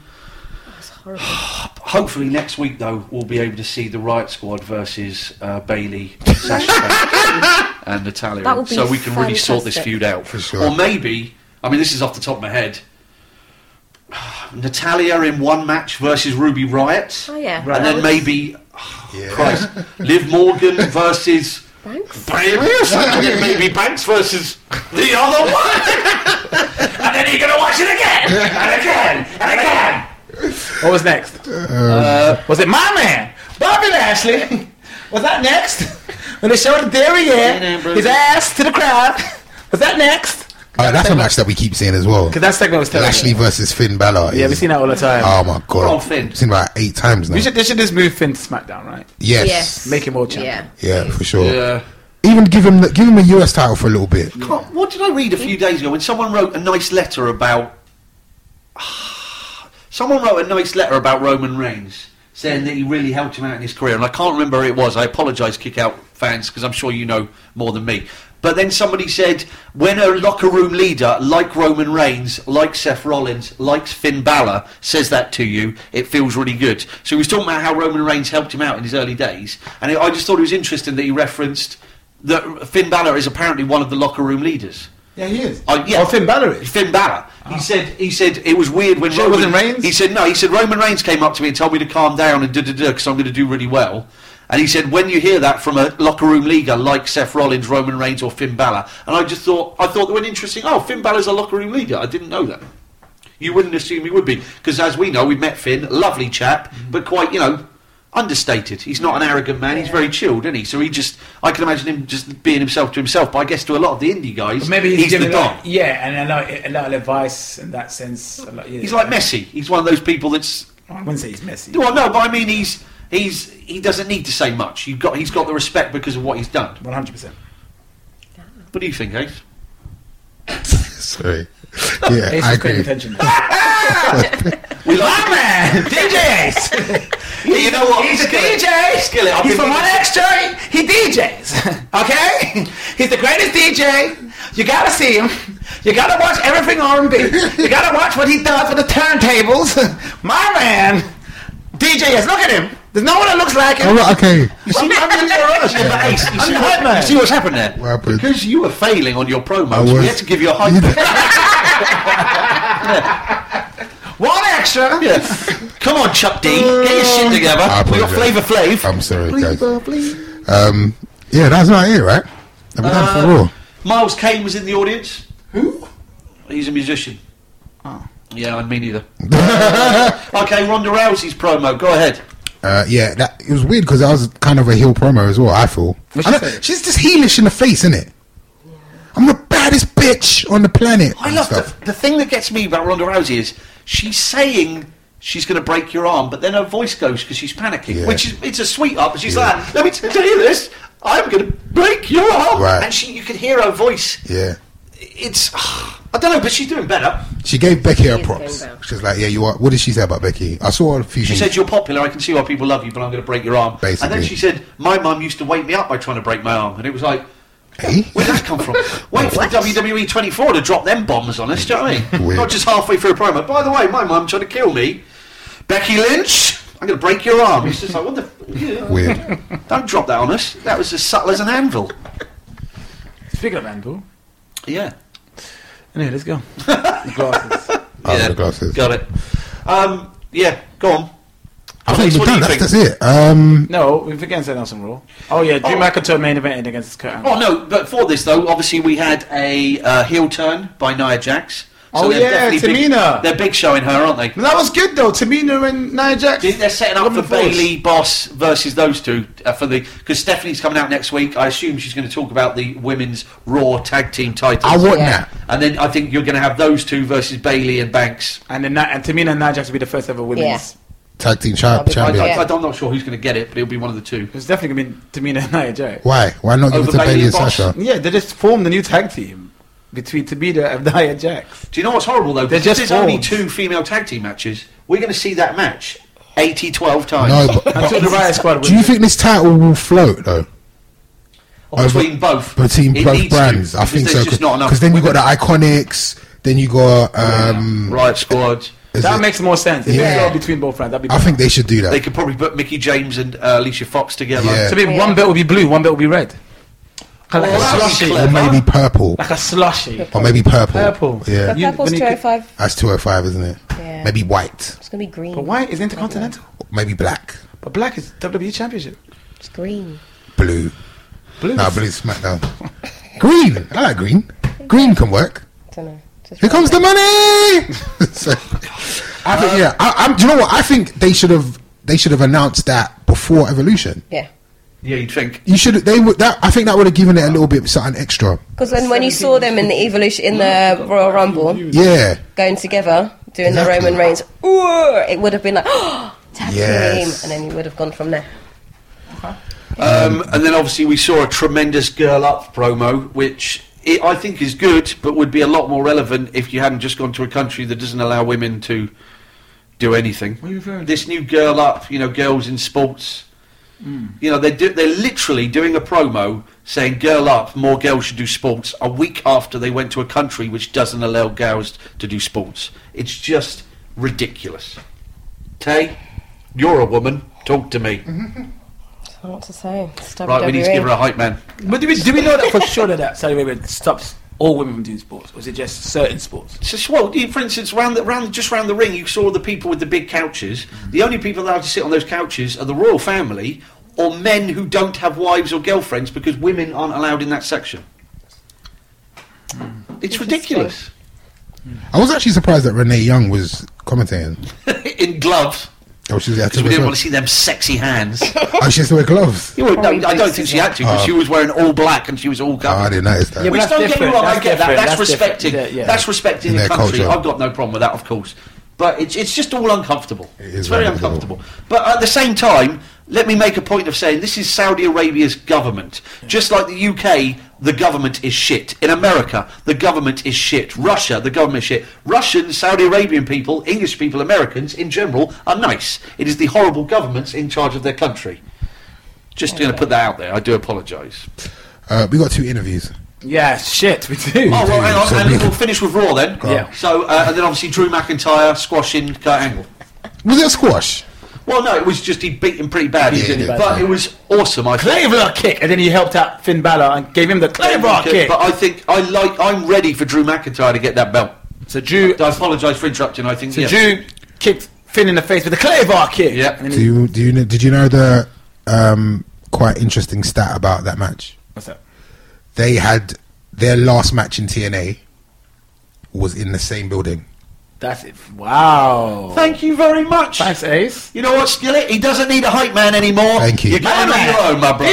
[SPEAKER 3] Hopefully next week though we'll be able to see the Riot Squad versus uh, Bailey,
[SPEAKER 4] *laughs*
[SPEAKER 3] Sasha, Banks, and Natalia,
[SPEAKER 4] That would be
[SPEAKER 3] so we can really sort this
[SPEAKER 4] fantastic.
[SPEAKER 3] feud out.
[SPEAKER 2] For sure.
[SPEAKER 3] Or maybe, I mean, this is off the top of my head. *sighs* Natalia in one match versus Ruby Riot,
[SPEAKER 4] Oh yeah.
[SPEAKER 5] Right.
[SPEAKER 3] and
[SPEAKER 4] That
[SPEAKER 3] then
[SPEAKER 4] was-
[SPEAKER 3] maybe
[SPEAKER 2] Yeah.
[SPEAKER 3] Christ. Liv
[SPEAKER 2] *laughs*
[SPEAKER 3] Morgan versus
[SPEAKER 4] Banks?
[SPEAKER 3] Banks. And then maybe Banks versus the other one. *laughs* and then you're gonna watch it again and again and again.
[SPEAKER 5] What was next?
[SPEAKER 2] Um,
[SPEAKER 5] Uh, was it my man, Bobby Lashley? was that next? *laughs* When they showed the derriere, his ass to the crowd. *laughs* Was that next?
[SPEAKER 2] Uh, that's a match that we keep seeing as well.
[SPEAKER 5] Because that segment was terrible.
[SPEAKER 2] Lashley versus Finn Balor.
[SPEAKER 5] yeah,
[SPEAKER 2] is-
[SPEAKER 5] we seen that all the time.
[SPEAKER 2] Oh my god.
[SPEAKER 3] on, Finn.
[SPEAKER 2] Seen about eight times now.
[SPEAKER 5] we should, they should just move Finn to SmackDown, right?
[SPEAKER 2] yes.
[SPEAKER 4] Yes.
[SPEAKER 5] Make him all champion.
[SPEAKER 4] Yeah.
[SPEAKER 2] Yeah, for sure.
[SPEAKER 3] Yeah.
[SPEAKER 2] Even give him the, give him a US title for a little bit.
[SPEAKER 3] God, What did I read a few days ago when someone wrote a nice letter about? Someone wrote a nice letter about Roman Reigns, saying that he really helped him out in his career, and I can't remember who it was. I apologise, kick out fans, because I'm sure you know more than me. But then somebody said, when a locker room leader like Roman Reigns, like Seth Rollins, like Finn Balor says that to you, it feels really good. So he was talking about how Roman Reigns helped him out in his early days, and I just thought it was interesting that he referenced that Finn Balor is apparently one of the locker room leaders.
[SPEAKER 5] Yeah, he is.
[SPEAKER 3] Oh, yeah.
[SPEAKER 5] Or Finn Balor is.
[SPEAKER 3] Finn Balor. He said he said it was weird when
[SPEAKER 5] Sure it
[SPEAKER 3] Roman
[SPEAKER 5] wasn't Reigns?
[SPEAKER 3] He said no. He said Roman Reigns came up to me and told me to calm down and da da da because I'm going to do really well. And he said when you hear that from a locker room leaguer like Seth Rollins, Roman Reigns, or Finn Balor, and I just thought I thought they were interesting. Oh, Finn Balor's a locker room leader. I didn't know that. You wouldn't assume he would be because as we know, we've met Finn, lovely chap,
[SPEAKER 5] Mm.
[SPEAKER 3] but quite you know. Understated. He's not an arrogant man. He's very chilled, isn't he? So he just—I can imagine him just being himself to himself. But I guess to a lot of the indie guys,
[SPEAKER 5] Maybe he's,
[SPEAKER 3] the
[SPEAKER 5] giving a
[SPEAKER 3] dog.
[SPEAKER 5] lot, yeah, and a lot, a lot of advice in that sense. A lot, yeah.
[SPEAKER 3] He's like Messi. He's one of those people that's.
[SPEAKER 5] I wouldn't say he's messy.
[SPEAKER 3] Well, no, but I mean, he's he's he doesn't need to say much. You got he's got the respect because of what he's done.
[SPEAKER 5] One hundred percent.
[SPEAKER 3] What do you think, Ace?
[SPEAKER 2] Sorry. *laughs* Yeah,
[SPEAKER 3] *laughs*
[SPEAKER 2] I agree.
[SPEAKER 5] Attention.
[SPEAKER 3] We like
[SPEAKER 5] man, DJs.
[SPEAKER 3] he *laughs* you know what?
[SPEAKER 5] He's a
[SPEAKER 3] Skillet.
[SPEAKER 5] DJ.
[SPEAKER 3] Skillet, I've
[SPEAKER 5] He's
[SPEAKER 3] been
[SPEAKER 5] from one
[SPEAKER 3] meaning-
[SPEAKER 5] extra. He DJs. *laughs* Okay. He's the greatest DJ. You gotta see him. You gotta watch everything R&B. You gotta watch what he does with the turntables. *laughs* My man, DJ is. Look at him. There's no one that looks like
[SPEAKER 3] *laughs*
[SPEAKER 2] All
[SPEAKER 5] him.
[SPEAKER 2] Oh, right, okay.
[SPEAKER 3] I'm I'm the
[SPEAKER 5] *laughs*
[SPEAKER 3] rush number eight. You see,
[SPEAKER 5] the hype
[SPEAKER 3] what,
[SPEAKER 5] man.
[SPEAKER 3] you see what's happened there?
[SPEAKER 2] What happened?
[SPEAKER 3] Because you were failing on your promos,
[SPEAKER 2] I was.
[SPEAKER 3] we had to give you a hype.
[SPEAKER 5] One extra.
[SPEAKER 3] Yeah. Come on, Chuck D, get your shit together.
[SPEAKER 2] I
[SPEAKER 3] We got
[SPEAKER 2] apologize.
[SPEAKER 3] Flavor Flav.
[SPEAKER 2] I'm sorry, guys. Um, yeah, that's not it, right? Have we done
[SPEAKER 3] Uh,
[SPEAKER 2] for Raw?
[SPEAKER 3] Miles Kane was in the audience. Who? He's a musician. Oh. Yeah, I mean either. *laughs* okay, Ronda Rousey's promo. Go ahead.
[SPEAKER 2] Uh, yeah, that it was weird because that was kind of a heel promo as well. I feel
[SPEAKER 5] What'd she
[SPEAKER 2] I don't-
[SPEAKER 5] say?
[SPEAKER 2] she's just heelish in the face, isn't it? I'm the baddest bitch on the planet.
[SPEAKER 3] I
[SPEAKER 2] and
[SPEAKER 3] love
[SPEAKER 2] stuff.
[SPEAKER 3] the, the thing that gets me about Ronda Rousey is she's saying she's going to break your arm, but then her voice goes because she's panicking,
[SPEAKER 2] Yeah.
[SPEAKER 3] which is it's a sweet up. But she's
[SPEAKER 2] Yeah.
[SPEAKER 3] like, "Let me t- tell you this, I'm going to break your arm,"
[SPEAKER 2] Right.
[SPEAKER 3] and she you can hear her voice.
[SPEAKER 2] Yeah,
[SPEAKER 3] It's *sighs* I don't know, but she's doing better.
[SPEAKER 2] she gave Becky her
[SPEAKER 4] Yes,
[SPEAKER 2] props.
[SPEAKER 4] came down.
[SPEAKER 2] She's like, yeah, you are. What did she say about Becky? I saw a few.
[SPEAKER 3] She
[SPEAKER 2] things.
[SPEAKER 3] said, "You're popular. I can see why people love you, but I'm going to break your arm." And
[SPEAKER 2] Basically.
[SPEAKER 3] then she said, "My mum used to wake me up by trying to break my arm," and it was like.
[SPEAKER 2] Eh?
[SPEAKER 3] Where did that
[SPEAKER 2] *laughs*
[SPEAKER 3] come from? Wait for the WWE 24 to drop them bombs on us, do you know what I
[SPEAKER 2] *laughs*
[SPEAKER 3] mean?
[SPEAKER 2] Weird.
[SPEAKER 3] Not just halfway through a promo. By the way, my mum tried to kill me. Becky Lynch, I'm going to break your arm. It's just like, what the... F- yeah. *laughs*
[SPEAKER 2] weird.
[SPEAKER 3] Don't drop that on us. That was as subtle as an anvil.
[SPEAKER 5] Speaking of Andrew.
[SPEAKER 3] Yeah.
[SPEAKER 5] Anyway, let's go. Glasses.
[SPEAKER 2] Oh,
[SPEAKER 3] yeah.
[SPEAKER 2] the glasses.
[SPEAKER 3] Got it. Um, yeah, go on.
[SPEAKER 2] I think
[SPEAKER 3] Alex,
[SPEAKER 2] we're
[SPEAKER 3] what do
[SPEAKER 2] done.
[SPEAKER 3] you
[SPEAKER 2] That's,
[SPEAKER 3] think?
[SPEAKER 2] that's it. Um,
[SPEAKER 5] No, we forget St. Nelson Raw. Oh yeah, Drew
[SPEAKER 3] Oh.
[SPEAKER 5] McIntyre main evented against Kurt Angle.
[SPEAKER 3] Oh no! But for this though, obviously we had a uh, heel turn by Nia Jax.
[SPEAKER 5] Oh,
[SPEAKER 3] they're
[SPEAKER 5] yeah,
[SPEAKER 3] definitely big-
[SPEAKER 5] Tamina.
[SPEAKER 3] they're big showing her, aren't they?
[SPEAKER 5] That was good though. Tamina and Nia Jax.
[SPEAKER 3] Didn't They're setting up
[SPEAKER 5] Women
[SPEAKER 3] for
[SPEAKER 5] force.
[SPEAKER 3] Bailey Boss versus those two uh, for the because Stephanie's coming out next week. I assume she's going to talk about the women's Raw tag team titles.
[SPEAKER 2] I want
[SPEAKER 4] Yeah.
[SPEAKER 2] that.
[SPEAKER 3] and then I think you're going to have those two versus Bailey and Banks.
[SPEAKER 5] And then Ni- and Tamina and Nia Jax will be the first ever women's.
[SPEAKER 4] Yeah.
[SPEAKER 2] Tag team champ,
[SPEAKER 4] That'd be
[SPEAKER 3] I,
[SPEAKER 2] champion.
[SPEAKER 4] Yeah.
[SPEAKER 3] am not sure who's going to get it, but it'll be one of the two.
[SPEAKER 5] It's definitely gonna be Tamina and Nia Jax.
[SPEAKER 2] Why? Why not give it
[SPEAKER 3] Over
[SPEAKER 2] to
[SPEAKER 3] Bailey
[SPEAKER 2] Bailey and
[SPEAKER 3] and Bosh.
[SPEAKER 2] Sasha?
[SPEAKER 5] Yeah, they just formed a new tag team between Tamina and *laughs* Nia Jax.
[SPEAKER 3] Do you know what's horrible though?
[SPEAKER 5] They're
[SPEAKER 3] Because
[SPEAKER 5] just
[SPEAKER 3] there's only
[SPEAKER 5] forms.
[SPEAKER 3] two female tag team matches. We're going to see that match 80-12 times.
[SPEAKER 2] No, but,
[SPEAKER 5] Until the Riot Squad.
[SPEAKER 2] do you
[SPEAKER 5] wins it.
[SPEAKER 2] think this title will float though?
[SPEAKER 3] Or
[SPEAKER 2] Over-
[SPEAKER 3] between both.
[SPEAKER 2] between
[SPEAKER 3] It
[SPEAKER 2] both
[SPEAKER 3] needs to,
[SPEAKER 2] brands. I
[SPEAKER 3] because
[SPEAKER 2] think
[SPEAKER 3] there's
[SPEAKER 2] so.
[SPEAKER 3] just not enough
[SPEAKER 2] Because then you got
[SPEAKER 3] women.
[SPEAKER 2] the Iconics, then you got. Um,
[SPEAKER 3] Riot Squad.
[SPEAKER 2] is
[SPEAKER 5] That
[SPEAKER 2] it-
[SPEAKER 5] makes more sense. If
[SPEAKER 2] Yeah.
[SPEAKER 5] yeah. between both brands, that'd be.
[SPEAKER 2] I think they should do that.
[SPEAKER 3] They could probably put Mickey James and uh, Alicia Fox together.
[SPEAKER 2] Yeah.
[SPEAKER 5] So maybe one bit will be blue, one bit will be red. Kind of like
[SPEAKER 3] Well,
[SPEAKER 5] a
[SPEAKER 3] that would be
[SPEAKER 5] slushy.
[SPEAKER 3] clever.
[SPEAKER 2] or maybe purple,
[SPEAKER 5] Like a slushy.
[SPEAKER 2] or maybe purple.
[SPEAKER 5] Purple.
[SPEAKER 2] Yeah,
[SPEAKER 4] But
[SPEAKER 5] You-
[SPEAKER 4] purple's
[SPEAKER 5] when you
[SPEAKER 4] two
[SPEAKER 5] could-
[SPEAKER 4] oh five.
[SPEAKER 2] that's two hundred five, isn't it?
[SPEAKER 4] Yeah.
[SPEAKER 2] Maybe white,
[SPEAKER 4] It's gonna be green.
[SPEAKER 5] But white is intercontinental.
[SPEAKER 2] maybe black,
[SPEAKER 5] But black is WWE Championship.
[SPEAKER 4] It's green.
[SPEAKER 2] blue.
[SPEAKER 5] Blue.
[SPEAKER 2] Nah, blue SmackDown. green. I like green. Green can work.
[SPEAKER 4] I don't know. Just
[SPEAKER 2] Here comes the
[SPEAKER 4] random.
[SPEAKER 2] money. *laughs* So, I think yeah. I, I'm, do you know what? I think they should have they should have announced that before Evolution.
[SPEAKER 4] Yeah.
[SPEAKER 3] *laughs* Yeah, you'd think.
[SPEAKER 2] You should. They would. That I think that would have given it a little bit something extra.
[SPEAKER 4] Because when, when you saw them in the evolution in the Royal Rumble
[SPEAKER 2] Yeah.
[SPEAKER 4] going together doing
[SPEAKER 2] Exactly.
[SPEAKER 4] the Roman Reigns, ooh, it would have been like *gasps* oh, tag
[SPEAKER 2] Yes.
[SPEAKER 4] team, and then you would have gone from there.
[SPEAKER 3] Um, and then obviously we saw a tremendous girl up promo, which i I think is good, but would be a lot more relevant if you hadn't just gone to a country that doesn't allow women to do anything.
[SPEAKER 5] What are you referring to?
[SPEAKER 3] This new girl up, you know, girls in sports.
[SPEAKER 5] Hmm.
[SPEAKER 3] You know, they're, do, they're literally doing a promo saying girl up, more girls should do sports, a week after they went to a country which doesn't allow girls to do sports. It's just ridiculous. Tay, you're a woman. Talk to me.
[SPEAKER 4] I don't know what to say. E. It's
[SPEAKER 3] Right, we need to give her a hype man.
[SPEAKER 5] But do we, do we know that for sure that that Saudi Arabia stops all women from doing sports, or is it just certain sports?
[SPEAKER 3] So, so, well, you- for instance, round the, round, just round the ring, you saw the people with the big couches. The only people allowed to sit on those couches are the royal family or men who don't have wives or girlfriends because women aren't allowed in that section. It's ridiculous.
[SPEAKER 2] I was actually surprised that Renee Young was commentating.
[SPEAKER 3] *laughs* in gloves,
[SPEAKER 2] Oh, she had to
[SPEAKER 3] because we
[SPEAKER 2] wear
[SPEAKER 3] didn't want
[SPEAKER 2] gloves.
[SPEAKER 3] to see them sexy hands. Ah.
[SPEAKER 2] Oh, she has to wear gloves.
[SPEAKER 3] *laughs* You were- no, I don't
[SPEAKER 4] Probably
[SPEAKER 3] think she had to because
[SPEAKER 2] Oh.
[SPEAKER 3] she was wearing all black and she was all
[SPEAKER 2] Oh, I
[SPEAKER 3] covered.
[SPEAKER 2] didn't notice that.
[SPEAKER 5] Yeah, but
[SPEAKER 3] Which
[SPEAKER 5] that's
[SPEAKER 3] don't get me
[SPEAKER 5] different,
[SPEAKER 3] wrong, I
[SPEAKER 5] that's
[SPEAKER 3] get that.
[SPEAKER 5] different,
[SPEAKER 3] That's,
[SPEAKER 5] that's
[SPEAKER 3] respecting.
[SPEAKER 5] different, yeah, yeah.
[SPEAKER 3] That's respecting
[SPEAKER 2] In
[SPEAKER 3] the
[SPEAKER 2] their
[SPEAKER 3] country.
[SPEAKER 2] culture.
[SPEAKER 3] I've got no problem with that, of course. But it's it's just all uncomfortable.
[SPEAKER 2] It
[SPEAKER 3] it's
[SPEAKER 2] is
[SPEAKER 3] very
[SPEAKER 2] uncomfortable.
[SPEAKER 3] uncomfortable. But at the same time, let me make a point of saying this is Saudi Arabia's government. Just like the UK, the government is shit. In America, the government is shit. Russia, the government is shit. Russian, Saudi Arabian people, English people, Americans in general are nice. It is the horrible governments in charge of their country. Just going to put that out there. I do apologise.
[SPEAKER 2] Uh, we got two interviews.
[SPEAKER 5] Yeah, shit, we do.
[SPEAKER 3] Oh, well, hang on,
[SPEAKER 2] so-
[SPEAKER 3] and we'll finish with Raw then.
[SPEAKER 5] Yeah.
[SPEAKER 3] So, uh, and then obviously Drew McIntyre squashing Kurt Angle.
[SPEAKER 2] Was it a squash?
[SPEAKER 3] Well, no, it was just he beat him pretty badly,
[SPEAKER 2] Yeah, he did.
[SPEAKER 3] but it was awesome. I think.
[SPEAKER 5] Cleveland kick, and then he helped out Finn Balor and gave him the Cleveland kick.
[SPEAKER 3] But I think I like. I'm ready for Drew McIntyre to get that belt.
[SPEAKER 5] So Drew,
[SPEAKER 3] I apologise for interrupting. I think.
[SPEAKER 5] so
[SPEAKER 3] yeah.
[SPEAKER 5] Drew kicked Finn in the face with a Cleveland kick.
[SPEAKER 3] Yeah.
[SPEAKER 5] And then
[SPEAKER 2] Do
[SPEAKER 5] he,
[SPEAKER 2] you, do you kn- did you know the um, quite interesting stat about that match?
[SPEAKER 5] what's that?
[SPEAKER 2] They had their last match in TNA was in the same building.
[SPEAKER 5] That's it. Wow.
[SPEAKER 3] Thank you very much.
[SPEAKER 5] Thanks, Ace.
[SPEAKER 3] You know what, Skillet? He doesn't need a hype man anymore.
[SPEAKER 2] Thank you.
[SPEAKER 3] You're going on your own, my brother.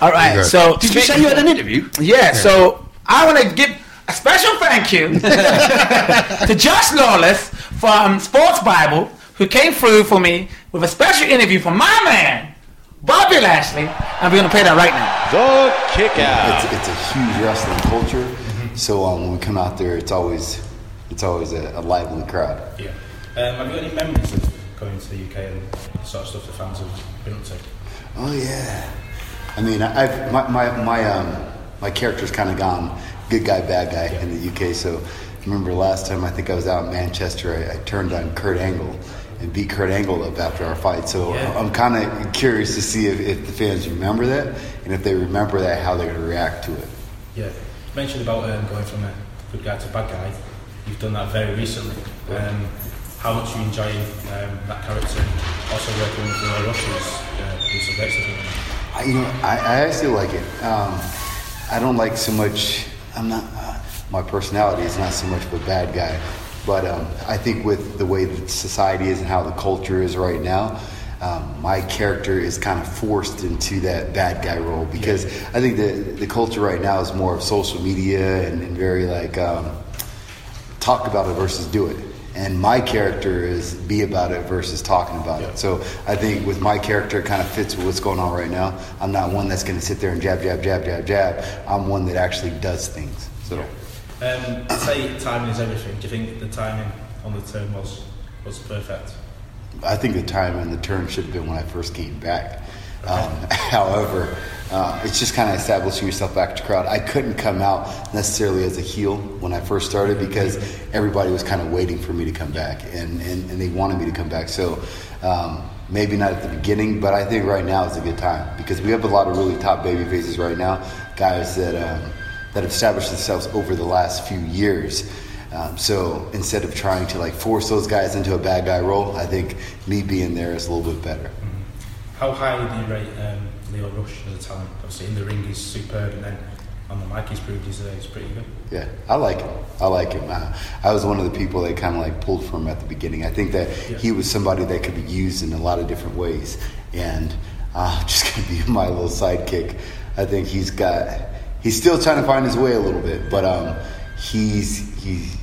[SPEAKER 5] All right.
[SPEAKER 2] Yeah.
[SPEAKER 5] So
[SPEAKER 3] Did you say you had an interview?
[SPEAKER 5] Yeah, so I want to give a special thank
[SPEAKER 3] *laughs*
[SPEAKER 5] you to Josh Lawless from Sports Bible, who came through for me with a special interview from my man, Bobby Lashley, and we're going to play that right now.
[SPEAKER 1] The kick
[SPEAKER 7] it's,
[SPEAKER 1] out.
[SPEAKER 7] it's a huge wrestling culture. So um, when we come out there, it's always it's always a, a lively crowd.
[SPEAKER 8] Yeah. Um, have you got any memories of coming to the UK and the sort of stuff the fans have been up to?
[SPEAKER 7] Oh yeah. I mean, I- I've my my my um my character's kind of gone good guy bad guy in the UK. So I remember last time I think I was out in Manchester, I, I turned on Kurt Angle and beat Kurt Angle up after our fight. So I'm kind of curious to see if, if the fans remember that and if they remember that, how they're going to react to it.
[SPEAKER 8] Yeah. You mentioned about um, going from a good guy to bad guy. You've done that very recently. Um, how much you enjoy um, that character? Also working with Roy Rush, who's uh, doing some great stuff. isn't he?
[SPEAKER 7] I, you know, I, I actually like it. Um, I don't like so much. I'm not. Uh, my personality is not so much of a bad guy, but um, I think with the way that society is and how the culture is right now, um, my character is kind of forced into that bad guy role because I think the the culture right now is more of social media and, and very like. Um, talk about it versus do it. And my character is be about it versus talking about it. So I think with my character, it kind of fits with what's going on right now. I'm not one that's going to sit there and jab, jab, jab, jab, jab. I'm one that actually does things. So
[SPEAKER 8] Um, they say timing is everything. Do you think the timing on the turn was was perfect?
[SPEAKER 7] I think the time and the turn should have been when I first came back. Um, *laughs* however, uh, it's just kind of establishing yourself back to crowd. I couldn't come out necessarily as a heel when I first started because everybody was kind of waiting for me to come back and, and, and they wanted me to come back. So um, maybe not at the beginning, but I think right now is a good time because we have a lot of really top baby faces right now, guys that, um, that have established themselves over the last few years. Um, so instead of trying to like force those guys into a bad guy role, I think me being there is a little bit better.
[SPEAKER 8] How high do you rate um, Leo Rush as a talent? Obviously, in the ring he's superb, and then on the mic he's proved he's, uh, he's pretty good.
[SPEAKER 7] Yeah, I like him. I like him. Uh, I was one of the people that kind of like pulled from him at the beginning. I think that he was somebody that could be used in a lot of different ways, and uh, *laughs* just gonna be my little sidekick. I think he's got. He's still trying to find his way a little bit, but um, he's he's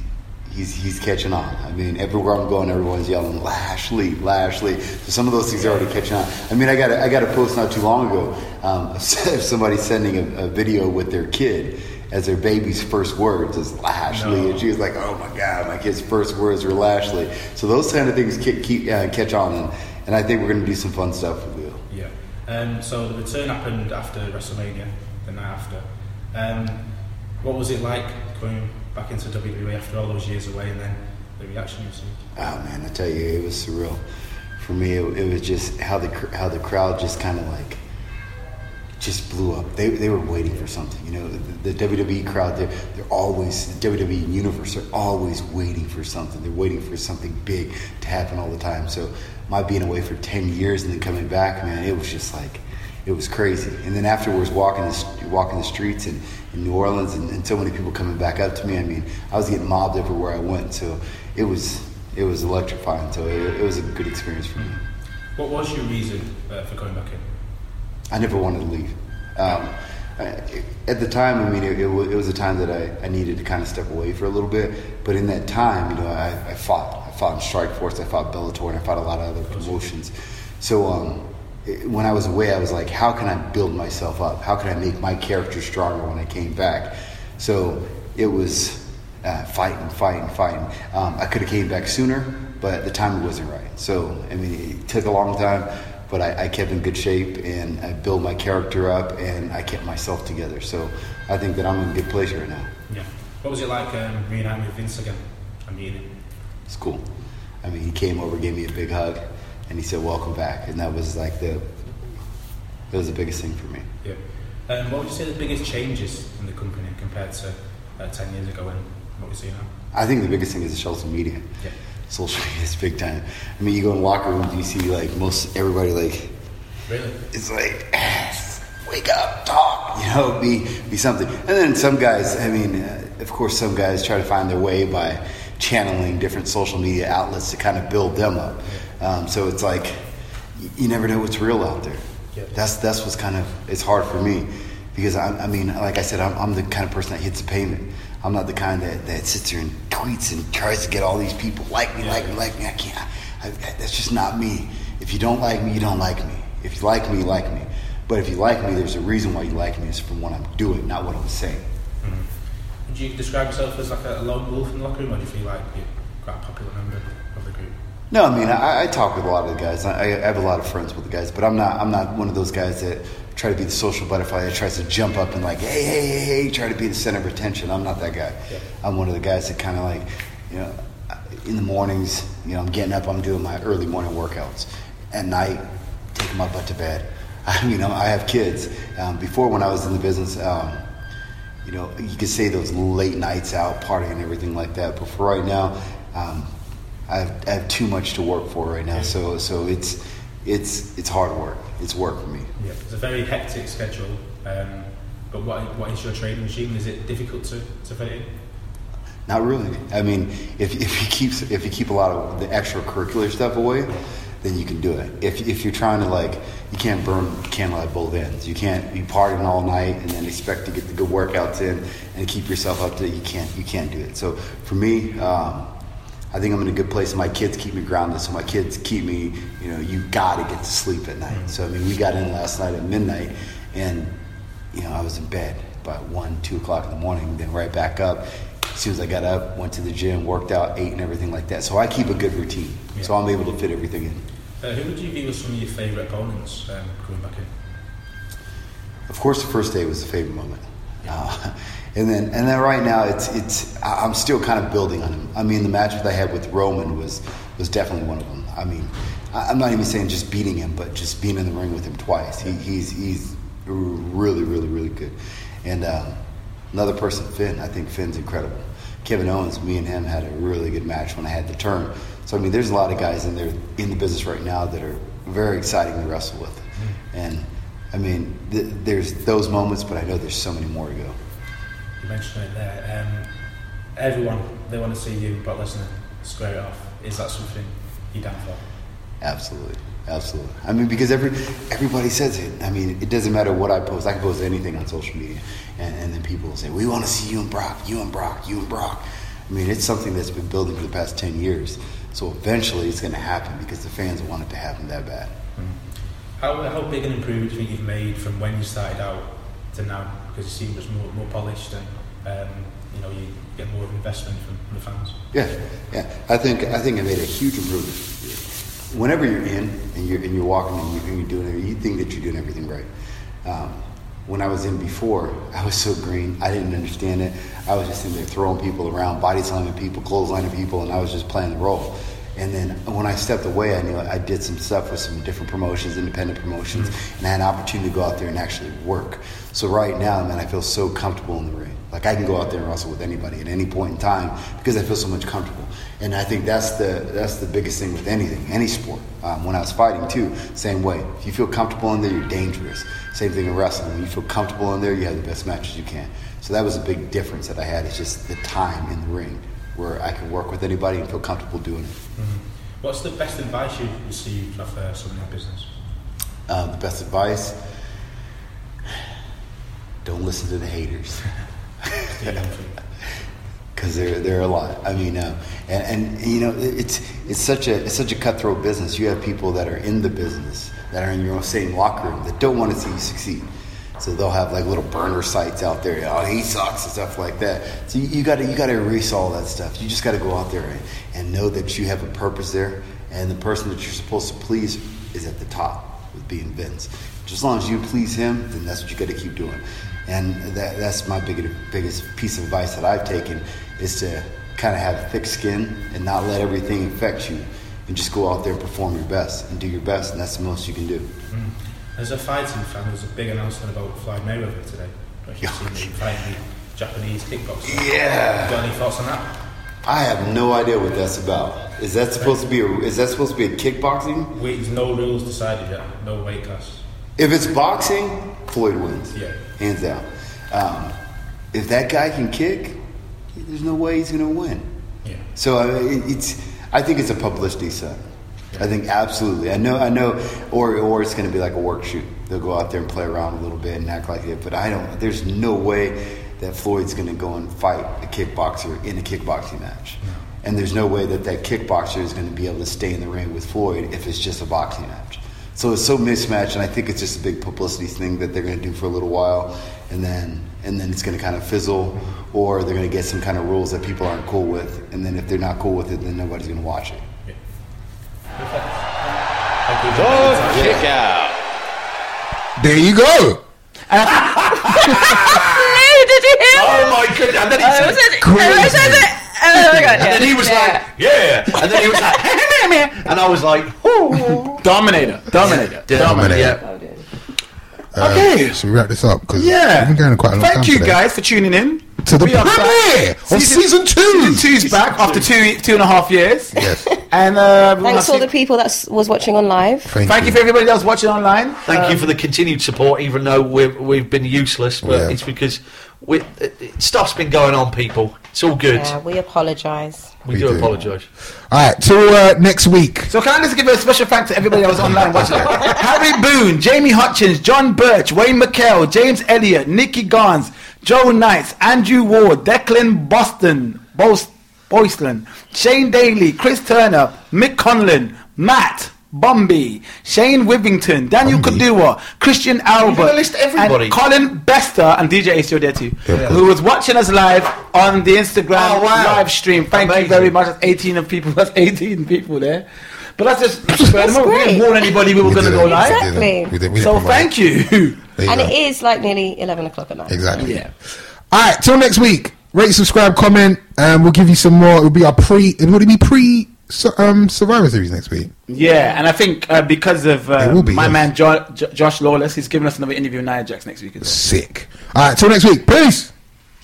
[SPEAKER 7] he's he's catching on. I mean, everywhere I'm going, everyone's yelling Lashley, Lashley. So some of those things are already catching on. I mean, I got a, I got a post not too long ago um, *laughs* of somebody sending a, a video with their kid as their baby's first words is Lashley, and she was like, "Oh my God, my kid's first words were Lashley." So those kind of things keep, keep uh, catch on, and, and I think we're gonna do some fun stuff with you.
[SPEAKER 8] Yeah. Um, so the return happened after WrestleMania, the night after. Um, what was it like going back into WWE after all those years away and then the reaction you received?
[SPEAKER 7] Oh man, I tell you, it was surreal. For me, it, it was just how the cr- how the crowd just kind of like just blew up. They, they were waiting for something. You know, the, the WWE crowd, they're, they're always, the WWE universe, they're always waiting for something. They're waiting for something big to happen all the time. So my being away for 10 years and then coming back, man, it was just like, it was crazy. And then afterwards, walking the, st- walking the streets in, in New Orleans and, and so many people coming back up to me. I mean, I was getting mobbed everywhere I went. So it was, it was electrifying. So it, it was a good experience for me.
[SPEAKER 8] What was your reason uh, for going back in?
[SPEAKER 7] I never wanted to leave. Um, I- at the time, I mean, it, it, was, it was a time that I, I needed to kind of step away for a little bit. But in that time, you know, I, I fought. I fought in Strikeforce. I fought Bellator, and I fought a lot of other promotions. So um, it- when I was away, I was like, how can I build myself up? How can I make my character stronger when I came back? So it was uh, fighting, fighting, fighting. Um, I could have came back sooner, but the timing wasn't right. So I mean, it took a long time, but I, I kept in good shape and I built my character up and I kept myself together. So I think that I'm in a good place right now.
[SPEAKER 8] Yeah. What was it like um, reuniting with Vince again? I mean,
[SPEAKER 7] It's cool. I mean, he came over, gave me a big hug, and he said, "Welcome back." And that was like the that was the biggest thing for me.
[SPEAKER 8] yeah. Um, what would you say the biggest changes in the company compared to uh, 10 years ago and what we see now?
[SPEAKER 7] I think the biggest thing is the social media.
[SPEAKER 8] Yeah.
[SPEAKER 7] Social media is big time. I mean, you go in locker rooms, you see like most everybody like
[SPEAKER 8] Really?
[SPEAKER 7] it's like wake up, talk, you know, be be something. And then some guys, I mean, uh, of course, some guys try to find their way by channeling different social media outlets to kind of build them up. Um, so it's like you, you never know what's real out there.
[SPEAKER 8] Yeah.
[SPEAKER 7] That's that's what's kind of it's hard for me because I, I mean, like I said, I'm, I'm the kind of person that hits the pavement. I'm not the kind that, that sits there and tweets and tries to get all these people like me, like me, like me. I can't. I, I, that's just not me. If you don't like me, you don't like me. If you like me, you like me. But if you like me, there's a reason why you like me. It's from what I'm doing, not what I'm saying.
[SPEAKER 8] Would you describe yourself as like a lone wolf in the locker room or do you feel like you're quite a popular member of the group?
[SPEAKER 7] No, I mean I, I talk with a lot of the guys. I, I have a lot of friends with the guys, but I'm not I'm not one of those guys that try to be the social butterfly that tries to jump up and like hey hey hey hey try to be the center of attention. I'm not that guy. I'm one of the guys that kind of like you know in the mornings you know I'm getting up I'm doing my early morning workouts. At night taking my butt to bed. *laughs* I mean I have kids. Um, before when I was in the business. Um, you know, you could say those late nights out partying and everything like that. But for right now, um, I, have, I have too much to work for right now. So so it's it's it's hard work. It's work for me.
[SPEAKER 8] Yeah. It's a very hectic schedule. Um, but what, what is your training regime? Is it difficult to, to fit in?
[SPEAKER 7] Not really. I mean, if, if you keep if you keep a lot of the extracurricular stuff away, then you can do it. If, if you're trying to like, you can't burn candle at both ends. You can't be partying all night and then expect to get the good workouts in and keep yourself up to. You can't you can't do it. So for me, um, I think I'm in a good place. My kids keep me grounded, so my kids keep me. You know, you got to get to sleep at night. So I mean, we got in last night at midnight, and you know, I was in bed by one, two o'clock in the morning, then right back up. As soon as I got up, went to the gym, worked out, ate, and everything like that. So I keep a good routine. So
[SPEAKER 8] Yeah.
[SPEAKER 7] I'm able to fit everything in.
[SPEAKER 8] Uh, who would you view as some of your favourite opponents um, coming back in?
[SPEAKER 7] Of course, the first day was the favorite moment. Uh, and then, and then right now, it's it's. I- I'm still kind of building on him. I mean, the match that I had with Roman was was definitely one of them. I mean, I, I'm not even saying just beating him, but just being in the ring with him twice. He, he's he's really, really, really good. And um, another person, Finn. I think Finn's incredible. Kevin Owens, me and him had a really good match when I had the turn. So I mean, there's a lot of guys in there in the business right now that are very exciting to wrestle with, and. I mean, th- there's those moments, but I know there's so many more to go.
[SPEAKER 8] You mentioned it there. Um, everyone, they want to see you, but Lesnar square it off. Is that something you're down for?
[SPEAKER 7] Absolutely, absolutely. I mean, because every everybody says it. I mean, it doesn't matter what I post. I can post anything on social media, and, and then people will say, "We want to see you and Brock, you and Brock, you and Brock." I mean, it's something that's been building for the past ten years. So eventually, it's going to happen because the fans want it to happen that bad.
[SPEAKER 8] How, how big an improvement do you think you've made from when you started out to now? Because you seem much more, more polished and um, you know you get more of an investment from, from the fans.
[SPEAKER 7] Yeah, yeah. I think I think I made a huge improvement. Whenever you're in and you're and you're walking and you're, and you're doing it, you think that you're doing everything right. Um, when I was in before, I was so green. I didn't understand it. I was just in there throwing people around, body slamming people, clotheslining people, and I was just playing the role. And then when I stepped away, I knew I did some stuff with some different promotions, independent promotions, and I had an opportunity to go out there and actually work. So right now, man, I feel so comfortable in the ring. Like I can go out there and wrestle with anybody at any point in time because I feel so much comfortable. And I think that's the that's the biggest thing with anything, any sport. Um, when I was fighting too, same way. If you feel comfortable in there, you're dangerous. Same thing in wrestling. When you feel comfortable in there, you have the best matches you can. So that was a big difference that I had. It's just the time in the ring where I can work with anybody and feel comfortable doing it.
[SPEAKER 8] What's the best advice you've received off uh, someone in business?
[SPEAKER 7] Um, the best advice: don't listen to the haters. *laughs*
[SPEAKER 8] Do you know anything?
[SPEAKER 7] because they're they're a lot. I mean, uh, and, and you know, it- it's it's such a it's such a cutthroat business. You have people that are in the business that are in your same locker room that don't want to see you succeed. So they'll have like little burner sites out there. Oh, he sucks and stuff like that. So you, you gotta you gotta erase all that stuff. You just gotta go out there and, and know that you have a purpose there, and the person that you're supposed to please is at the top with being Vince. Just as long as you please him, then that's what you got to keep doing. And that, that's my biggest, biggest piece of advice that I've taken is to kind of have thick skin and not let everything affect you, and just go out there and perform your best and do your best, and that's the most you can do.
[SPEAKER 8] As a fighting fan, there was a big announcement about Floyd Mayweather today. Like you've seen him fight the Japanese kickboxer.
[SPEAKER 7] Yeah.
[SPEAKER 8] Got any thoughts on that?
[SPEAKER 7] I have no idea what that's about. Is that supposed to be a, is that supposed to be a kickboxing?
[SPEAKER 8] Wait, there's no rules decided yet. No weight class.
[SPEAKER 7] If it's boxing, Floyd wins.
[SPEAKER 8] Yeah.
[SPEAKER 7] hands down. Um, if that guy can kick, there's no way he's gonna win.
[SPEAKER 8] Yeah.
[SPEAKER 7] So I mean, it- it's. I think it's a publicity stunt. I think absolutely. I know. I know. Or or it's going to be like a work shoot. They'll go out there and play around a little bit and act like it. But I don't. There's no way that Floyd's going to go and fight a kickboxer in a kickboxing match. And there's no way that that kickboxer is going to be able to stay in the ring with Floyd if it's just a boxing match. So it's so mismatched, and I think it's just a big publicity thing that they're going to do for a little while, and then and then it's going to kind of fizzle, or they're going to get some kind of rules that people aren't cool with, and then if they're not cool with it, then nobody's going to watch it.
[SPEAKER 8] Thank you.
[SPEAKER 1] The kick out.
[SPEAKER 2] There you go.
[SPEAKER 4] *laughs* Hello, did you hear?
[SPEAKER 3] Oh my goodness! And then he,
[SPEAKER 4] I
[SPEAKER 3] said,
[SPEAKER 4] was at- I was at the- Oh my god!
[SPEAKER 3] and then
[SPEAKER 4] yeah.
[SPEAKER 3] he was
[SPEAKER 4] Yeah.
[SPEAKER 3] like, "Yeah," and then he was like, and I was like, "Oh,
[SPEAKER 5] Dominator. Dominator.
[SPEAKER 2] Dominator.
[SPEAKER 3] Yeah.
[SPEAKER 2] Uh,
[SPEAKER 5] Okay.
[SPEAKER 2] Should we wrap this up? Because
[SPEAKER 5] Yeah.
[SPEAKER 2] we've been going quite a long time
[SPEAKER 5] Thank you
[SPEAKER 2] today.
[SPEAKER 5] guys for tuning in.
[SPEAKER 2] to the
[SPEAKER 5] We are back.
[SPEAKER 2] premiere of season, two.
[SPEAKER 5] Season two's back after two two and a half years.
[SPEAKER 2] Yes.
[SPEAKER 5] And uh, we wanna
[SPEAKER 4] Thanks to all the
[SPEAKER 5] see-
[SPEAKER 4] people that s- was watching on live.
[SPEAKER 2] Thank,
[SPEAKER 5] Thank you for everybody that's watching online.
[SPEAKER 3] Thank you for the continued support, even though we've we've been useless. But
[SPEAKER 2] Yeah.
[SPEAKER 3] it's because we, it, it- stuff's been going on, people. It's all good.
[SPEAKER 4] Yeah, we apologise.
[SPEAKER 3] we,
[SPEAKER 2] We
[SPEAKER 3] do,
[SPEAKER 2] do.
[SPEAKER 3] apologise.
[SPEAKER 2] All right. Till uh, next week.
[SPEAKER 5] So can I just give a special thanks to everybody that was online watching? Harry Boone, Jamie Hutchins, John Birch, Wayne McKell, James Elliott, Nikki Gans, Joe Knights, Andrew Ward, Declan Boston, Bos- Boyslin, Shane Daly, Chris Turner, Mick Conlon, Matt Bombi, Shane Wivington, Daniel
[SPEAKER 2] Bumby?
[SPEAKER 5] Kadua, Christian Albert,
[SPEAKER 3] gonna list everybody?
[SPEAKER 5] and Colin Bester, and DJ Aceo there too,
[SPEAKER 2] Yeah.
[SPEAKER 5] who was watching us live on the Instagram
[SPEAKER 3] Oh, wow.
[SPEAKER 5] live stream. Thank you
[SPEAKER 3] Amazing.
[SPEAKER 5] very much. That's 18 of people. *laughs* That's 18 people there. But that's just at the moment, we
[SPEAKER 4] great.
[SPEAKER 5] didn't warn anybody we were going to
[SPEAKER 2] didn't-
[SPEAKER 5] go live.
[SPEAKER 2] we didn't-
[SPEAKER 4] Exactly.
[SPEAKER 2] we didn't- we
[SPEAKER 5] So
[SPEAKER 2] didn't
[SPEAKER 5] thank you.
[SPEAKER 2] There you
[SPEAKER 4] And
[SPEAKER 2] go.
[SPEAKER 4] it is like nearly 11 o'clock at night.
[SPEAKER 2] Exactly.
[SPEAKER 5] Yeah.
[SPEAKER 2] All right. Till next week. Rate, subscribe, comment, and we'll give you some more. It'll be our pre. It would be pre su- um, Survivor Series next week.
[SPEAKER 5] *laughs* Yeah, and I think uh, because of
[SPEAKER 2] It
[SPEAKER 5] uh,
[SPEAKER 2] will be,
[SPEAKER 5] my
[SPEAKER 2] yes.
[SPEAKER 5] man jo- Jo- Josh Lawless, he's giving us another interview in Nia Jax next week as well.
[SPEAKER 2] Sick. All right. Till next week. Peace.